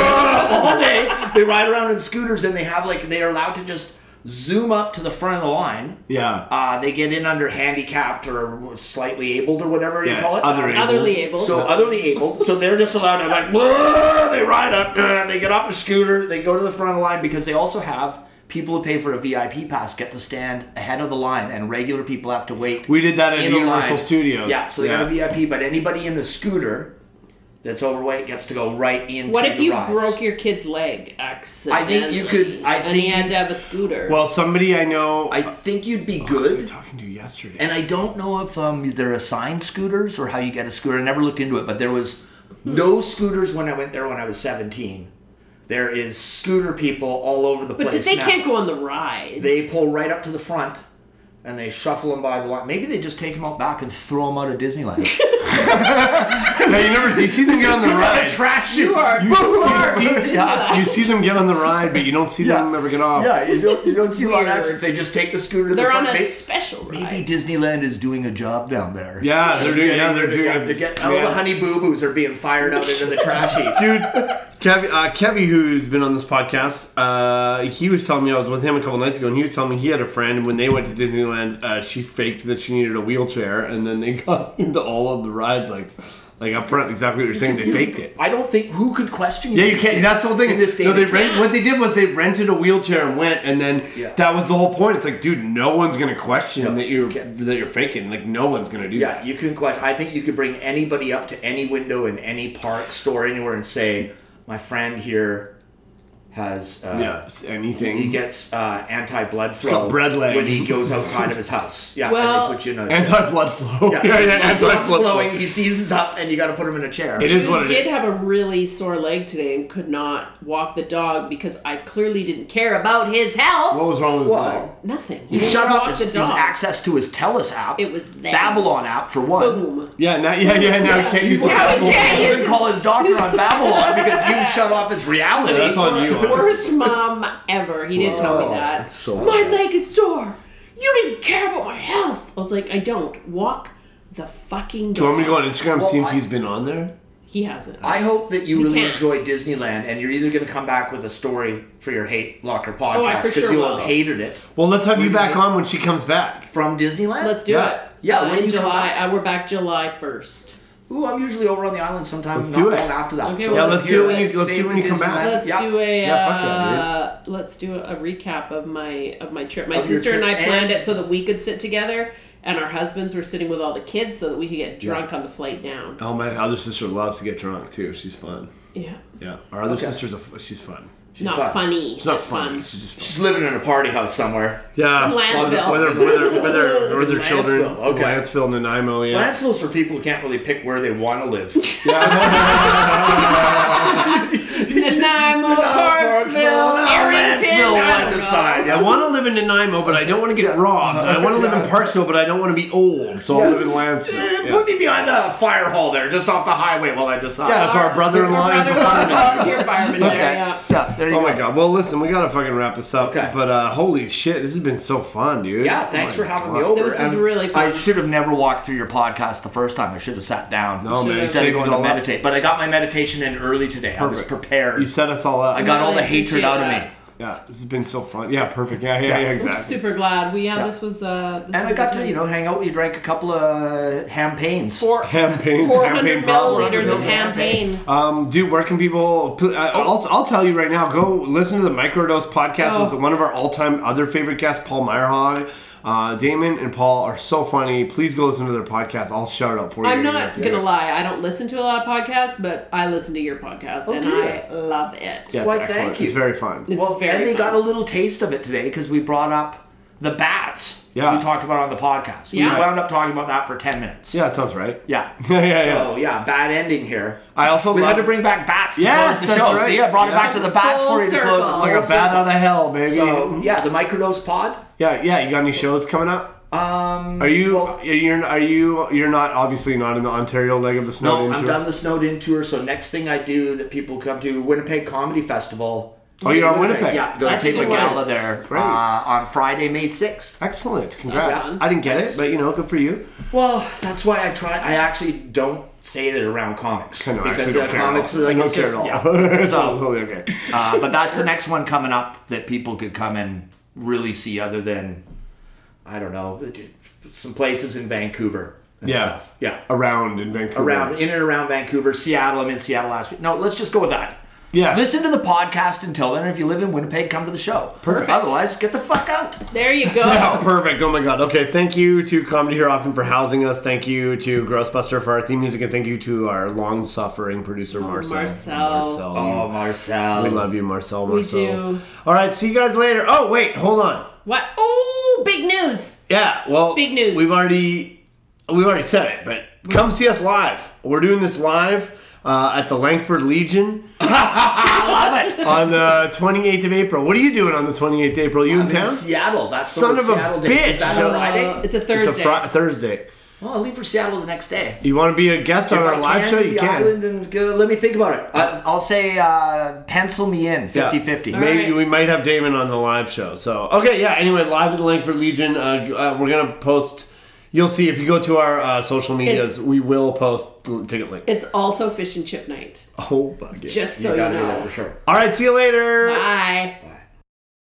Speaker 3: all day they ride around in scooters, and they have like they are allowed to just zoom up to the front of the line.
Speaker 1: Yeah,
Speaker 3: Uh, they get in under handicapped or slightly abled or whatever you
Speaker 1: Yeah,
Speaker 3: call it.
Speaker 1: other
Speaker 3: Um,
Speaker 1: able.
Speaker 2: Otherly able.
Speaker 3: so otherly able, so they're just allowed to like "Whoa," they ride up, uh, they get off a scooter, they go to the front of the line because they also have people who pay for a VIP pass get to stand ahead of the line, and regular people have to wait.
Speaker 1: we did that at
Speaker 3: in the
Speaker 1: Universal
Speaker 3: line.
Speaker 1: Studios.
Speaker 3: Yeah, so they got a VIP, but anybody in the scooter that's overweight gets to go right in.
Speaker 2: what if you
Speaker 3: rides.
Speaker 2: broke your kid's leg accidentally?
Speaker 3: you could- I
Speaker 2: and he
Speaker 3: think
Speaker 2: had
Speaker 3: you-
Speaker 2: to have a scooter.
Speaker 1: Well, somebody I know.
Speaker 3: I think you'd be
Speaker 1: I was
Speaker 3: good.
Speaker 1: talking to yesterday.
Speaker 3: And I don't know if um, they're assigned scooters or how you get a scooter. I never looked into it, but there was no scooters when I went there when I was 17. There is scooter people all over the
Speaker 2: but did
Speaker 3: place.
Speaker 2: they
Speaker 3: now.
Speaker 2: can't go on the ride.
Speaker 3: They pull right up to the front and they shuffle them by the line. Maybe they just take them out back and throw them out of Disneyland.
Speaker 1: Yeah, you never you see them get on the ride.
Speaker 3: Trash
Speaker 2: you are
Speaker 1: You
Speaker 2: smart.
Speaker 1: see-
Speaker 2: Disneyland.
Speaker 1: You see them get on the ride, but you don't see them ever get off.
Speaker 3: Yeah, you don't, you don't see a lot of
Speaker 2: Weird.
Speaker 3: accidents. They just take the scooter to the
Speaker 2: They're on
Speaker 3: front.
Speaker 2: a
Speaker 3: May-
Speaker 2: special ride.
Speaker 3: Maybe Disneyland is doing a job down there.
Speaker 1: Yeah, they're doing. Yeah, they're doing.
Speaker 3: They get, All the
Speaker 1: yeah.
Speaker 3: honey boo boos are being fired out into the trash heap.
Speaker 1: dude. Kevy, uh, Kevy, who's been on this podcast, uh, he was telling me I was with him a couple nights ago, and he was telling me he had a friend when they went to Disneyland. Uh, she faked that she needed a wheelchair, and then they got into all of the rides like, like up front. Exactly what you're saying. They faked it.
Speaker 3: I don't think who could question.
Speaker 1: Yeah, you can't. That's the whole thing.
Speaker 3: In this day
Speaker 1: no,
Speaker 3: and
Speaker 1: they
Speaker 3: age.
Speaker 1: rent. What they did was they rented a wheelchair and went, and then
Speaker 3: Yeah.
Speaker 1: that was the whole point. It's like, dude, no one's gonna question
Speaker 3: Yeah.
Speaker 1: that you're
Speaker 3: Okay.
Speaker 1: that you're faking. Like, no one's gonna do
Speaker 3: Yeah,
Speaker 1: that.
Speaker 3: you can question. I think you could bring anybody up to any window in any park, store, anywhere, and say, "My friend here has uh,
Speaker 1: Yeah, it's anything.
Speaker 3: he gets uh, anti-blood flow
Speaker 1: got bread leg.
Speaker 3: when he goes outside of his house." Yeah,
Speaker 2: Well-
Speaker 3: and they put you in a
Speaker 1: Anti blood flow.
Speaker 3: yeah,
Speaker 1: yeah, yeah,
Speaker 3: blood's
Speaker 1: anti blood
Speaker 3: flowing.
Speaker 1: flow.
Speaker 3: He seizes up, and you got to put him in a chair.
Speaker 1: It is what
Speaker 2: I
Speaker 1: it is.
Speaker 2: did have a really sore leg today and could not walk the dog because I clearly didn't care about his health.
Speaker 1: What was wrong with
Speaker 3: Why?
Speaker 1: that?
Speaker 2: Nothing. He
Speaker 3: Shut
Speaker 2: walked
Speaker 3: up! His,
Speaker 2: the
Speaker 3: his
Speaker 2: dog.
Speaker 3: access to his Telus app.
Speaker 2: It was them.
Speaker 3: Babylon app for one.
Speaker 2: Boom.
Speaker 1: Yeah, now, yeah, yeah, now yeah. can't use
Speaker 3: Well,
Speaker 2: Yeah,
Speaker 1: that.
Speaker 3: he
Speaker 2: yeah,
Speaker 3: can't
Speaker 2: he's-
Speaker 3: even call his doctor on Babylon because you shut off his reality.
Speaker 1: That's on you. honestly.
Speaker 2: Worst mom ever. He didn't tell me that.
Speaker 1: so
Speaker 2: my leg is sore. You didn't care about my health. I was like, I don't. Walk the fucking dog.
Speaker 1: Do you want me to go on Instagram and see if
Speaker 3: I-
Speaker 1: he's been on there?
Speaker 2: He hasn't.
Speaker 3: I hope that you
Speaker 2: We
Speaker 3: really
Speaker 2: can't.
Speaker 3: enjoy Disneyland, and you're either going to come back with a story for your hate locker
Speaker 2: Oh, I
Speaker 3: podcast
Speaker 2: for sure
Speaker 3: you'll
Speaker 2: will.
Speaker 3: have hated it
Speaker 1: Well, let's have you back
Speaker 3: can-
Speaker 1: on when she comes back.
Speaker 3: from Disneyland.
Speaker 2: Let's do
Speaker 1: Yeah.
Speaker 2: it.
Speaker 3: Yeah,
Speaker 2: Uh,
Speaker 3: when
Speaker 2: in
Speaker 3: you come
Speaker 2: July. I, we're back July 1st.
Speaker 6: Ooh, I'm usually over on the island sometime.
Speaker 1: Let's
Speaker 6: not
Speaker 1: do it.
Speaker 6: long after that.
Speaker 2: Okay,
Speaker 6: so
Speaker 2: well,
Speaker 1: Yeah,
Speaker 2: let's
Speaker 1: let's do it when
Speaker 2: do
Speaker 1: you let's
Speaker 6: Same
Speaker 1: do it when you
Speaker 6: with
Speaker 1: come
Speaker 6: Disneyland.
Speaker 1: back.
Speaker 2: Let's
Speaker 6: Yeah.
Speaker 2: do a
Speaker 1: Yeah, fuck yeah,
Speaker 2: uh, let's do a recap of my of my trip. My
Speaker 6: Of your
Speaker 2: sister and I
Speaker 6: trip
Speaker 2: planned
Speaker 6: and-
Speaker 2: it so that we could sit together, and our husbands were sitting with all the kids so that we could get drunk on the flight down.
Speaker 1: Oh, my other sister loves to get drunk too. She's fun.
Speaker 2: Yeah,
Speaker 1: Yeah, our other
Speaker 6: Okay.
Speaker 1: sister's a f- she's fun.
Speaker 2: not
Speaker 6: fun.
Speaker 2: funny.
Speaker 1: She's not
Speaker 2: just
Speaker 1: fun. She's just fun.
Speaker 3: She's living in a party house somewhere.
Speaker 1: Yeah,
Speaker 2: Lansdowne.
Speaker 1: Whether whether whether or their
Speaker 3: Lansdowne,
Speaker 1: children,
Speaker 3: okay.
Speaker 1: Lansville, Nanaimo, yeah.
Speaker 3: Lansville's for people who can't really pick where they want to live.
Speaker 2: Nanaimo,
Speaker 3: Oh,
Speaker 2: Parksville, Arrington.
Speaker 3: Lansville
Speaker 2: I
Speaker 3: on
Speaker 2: don't
Speaker 3: the
Speaker 2: know.
Speaker 3: side.
Speaker 1: I want to live in Nanaimo, but I don't want to get robbed. I want to live in Parksville, but I don't want to be old, so I'll live in Lansville.
Speaker 3: Put me behind the fire hall there, just off the highway while I decide.
Speaker 1: Yeah, that's our brother-in-law.
Speaker 2: Brother,
Speaker 1: He's a fireman.
Speaker 2: volunteer fireman there, yeah.
Speaker 3: Yeah, there you
Speaker 1: Oh
Speaker 3: go.
Speaker 1: my god. Well, listen, we gotta fucking wrap this up.
Speaker 6: Okay.
Speaker 1: But uh, holy shit, this has been so fun, dude.
Speaker 3: Yeah, thanks
Speaker 1: Oh
Speaker 3: for
Speaker 1: my
Speaker 3: having
Speaker 1: God.
Speaker 3: me over.
Speaker 2: This is
Speaker 3: And
Speaker 2: really fun.
Speaker 3: I should have never walked through your podcast the first time. I should have sat down
Speaker 1: No, man,
Speaker 3: instead
Speaker 1: you
Speaker 3: of going to
Speaker 1: did all
Speaker 3: meditate. But I got my meditation in early today. I was
Speaker 1: Perfect.
Speaker 3: prepared.
Speaker 1: You set us all up.
Speaker 3: I got all the
Speaker 2: Really appreciate
Speaker 3: hatred out of
Speaker 2: that.
Speaker 3: me.
Speaker 1: Yeah, this has been so fun. Yeah, perfect. Yeah, yeah, yeah,
Speaker 2: I'm
Speaker 1: exactly.
Speaker 2: super glad. We yeah, this was uh. This
Speaker 3: And
Speaker 2: was
Speaker 3: I got
Speaker 2: a
Speaker 3: to,
Speaker 2: good
Speaker 3: you know, hang out with you, drank a couple of champagnes.
Speaker 2: four
Speaker 1: Campaigns,
Speaker 2: 400
Speaker 1: campaign problems.
Speaker 2: milliliters of
Speaker 3: Campaign.
Speaker 2: campaign.
Speaker 1: Um, dude, where can people? pl- I-
Speaker 3: Oh.
Speaker 1: I'll, I'll tell you right now. Go listen to the Microdose podcast
Speaker 2: Oh.
Speaker 1: with one of our all-time other favorite guests, Paul Meyerhog. Uh, Damon and Paul are so funny. Please go listen to their podcast. I'll shout out for you.
Speaker 2: I'm
Speaker 1: You
Speaker 2: not
Speaker 1: have to.
Speaker 2: gonna lie. I don't listen to a lot of podcasts, but I listen to your podcast
Speaker 3: Oh,
Speaker 2: and
Speaker 6: do
Speaker 2: I love it.
Speaker 1: Yeah, it's
Speaker 6: Why, thank
Speaker 1: excellent.
Speaker 6: you.
Speaker 1: It's very fun.
Speaker 2: It's
Speaker 3: well,
Speaker 2: very
Speaker 3: and they
Speaker 2: fun.
Speaker 3: got a little taste of it today because we brought up the bats.
Speaker 1: Yeah.
Speaker 3: We talked about on the podcast.
Speaker 2: Yeah.
Speaker 3: We wound up talking about that for 10 minutes.
Speaker 1: yeah, it sounds right.
Speaker 3: Yeah.
Speaker 1: Yeah, yeah, yeah.
Speaker 3: So, yeah, bad ending here.
Speaker 1: I also
Speaker 3: we
Speaker 1: love-
Speaker 3: had to bring back bats to
Speaker 1: Yes,
Speaker 3: close the
Speaker 1: that's
Speaker 3: show. See,
Speaker 1: right.
Speaker 3: I brought
Speaker 1: Yeah.
Speaker 3: it back to the bats
Speaker 2: Full
Speaker 3: for you to close
Speaker 2: circle.
Speaker 3: it.
Speaker 1: like a bat out of hell, baby.
Speaker 3: So, yeah, the microdose pod.
Speaker 1: yeah, yeah. You got any shows coming up?
Speaker 3: Um,
Speaker 1: Are you?
Speaker 3: well,
Speaker 1: are you? Are you? You're not obviously not in the Ontario leg of the snow.
Speaker 3: no, I'm done the Snowden tour. So next thing I do that people come to Winnipeg Comedy Festival.
Speaker 1: Oh, you're on Winnipeg.
Speaker 3: Yeah, go to tape a
Speaker 2: Excellent.
Speaker 3: gala there
Speaker 1: Great.
Speaker 3: uh, on Friday, May 6th.
Speaker 1: Excellent. Congrats.
Speaker 2: Awesome.
Speaker 1: I didn't get it, but you know, good for you.
Speaker 3: Well, that's why I try. I actually don't say that around comics
Speaker 1: I know, I actually
Speaker 3: the
Speaker 1: don't care at all.
Speaker 3: comics are like
Speaker 1: I don't
Speaker 3: it's
Speaker 1: care
Speaker 3: just-
Speaker 1: at all.
Speaker 3: yeah.
Speaker 1: It's all
Speaker 3: so,
Speaker 1: totally okay.
Speaker 3: uh, but that's the next one coming up that people could come and really see, other than I don't know, some places in Vancouver. and
Speaker 1: Yeah.
Speaker 3: stuff. yeah,
Speaker 1: Around in Vancouver.
Speaker 3: around in and around Vancouver, Seattle. I'm in Seattle last week. No, let's just go with that.
Speaker 1: Yes.
Speaker 3: Listen to the podcast until then. and If you live in Winnipeg, come to the show.
Speaker 1: Perfect.
Speaker 3: Otherwise, get the fuck out.
Speaker 2: There you go.
Speaker 1: Oh, perfect. Oh my god. Okay. Thank you to Comedy Here Often for housing us. Thank you to Grossbuster for our theme music, and thank you to our long-suffering producer Marcel.
Speaker 2: Oh, Marcel.
Speaker 1: Marcel.
Speaker 3: Oh, Marcel.
Speaker 1: We love you, Marcel.
Speaker 2: We
Speaker 1: Marcel.
Speaker 2: do.
Speaker 1: All right. See you guys later. Oh wait, hold on.
Speaker 2: What? Oh, big news!
Speaker 1: Yeah, well,
Speaker 2: Big news.
Speaker 1: We've already we've already said it, but come see us live. We're doing this live uh, at the Langford Legion on the 28th of April. What are you doing on the 28th of April? You in
Speaker 3: I'm in
Speaker 1: town?
Speaker 3: Seattle. That's the
Speaker 1: Son
Speaker 3: whole
Speaker 1: of a
Speaker 3: Seattle day.
Speaker 1: bitch.
Speaker 3: Is that
Speaker 1: So-
Speaker 3: a Friday?
Speaker 2: It's a
Speaker 1: It's
Speaker 2: Thursday.
Speaker 1: a fr- Thursday.
Speaker 3: Well, I'll leave for Seattle the next day.
Speaker 1: You want to be a guest on
Speaker 3: If
Speaker 1: our
Speaker 3: I
Speaker 1: live
Speaker 3: can
Speaker 1: show?
Speaker 3: do
Speaker 1: You
Speaker 3: the
Speaker 1: can.
Speaker 3: Island and go, let me think about it. I, I'll say uh, pencil me in 50
Speaker 1: Yeah.
Speaker 3: 50.
Speaker 2: right.
Speaker 1: Maybe we might have Damon on the live show. So okay, yeah. Anyway, live at the Langford Legion. Uh, uh, we're gonna post. You'll see if you go to our uh, social medias.
Speaker 2: It's-
Speaker 1: we will post the ticket link.
Speaker 2: It's also fish and chip night.
Speaker 1: Oh, bug it.
Speaker 2: Just so you,
Speaker 3: gotta do that
Speaker 2: know.
Speaker 3: for sure.
Speaker 1: All right. See you later.
Speaker 2: Bye.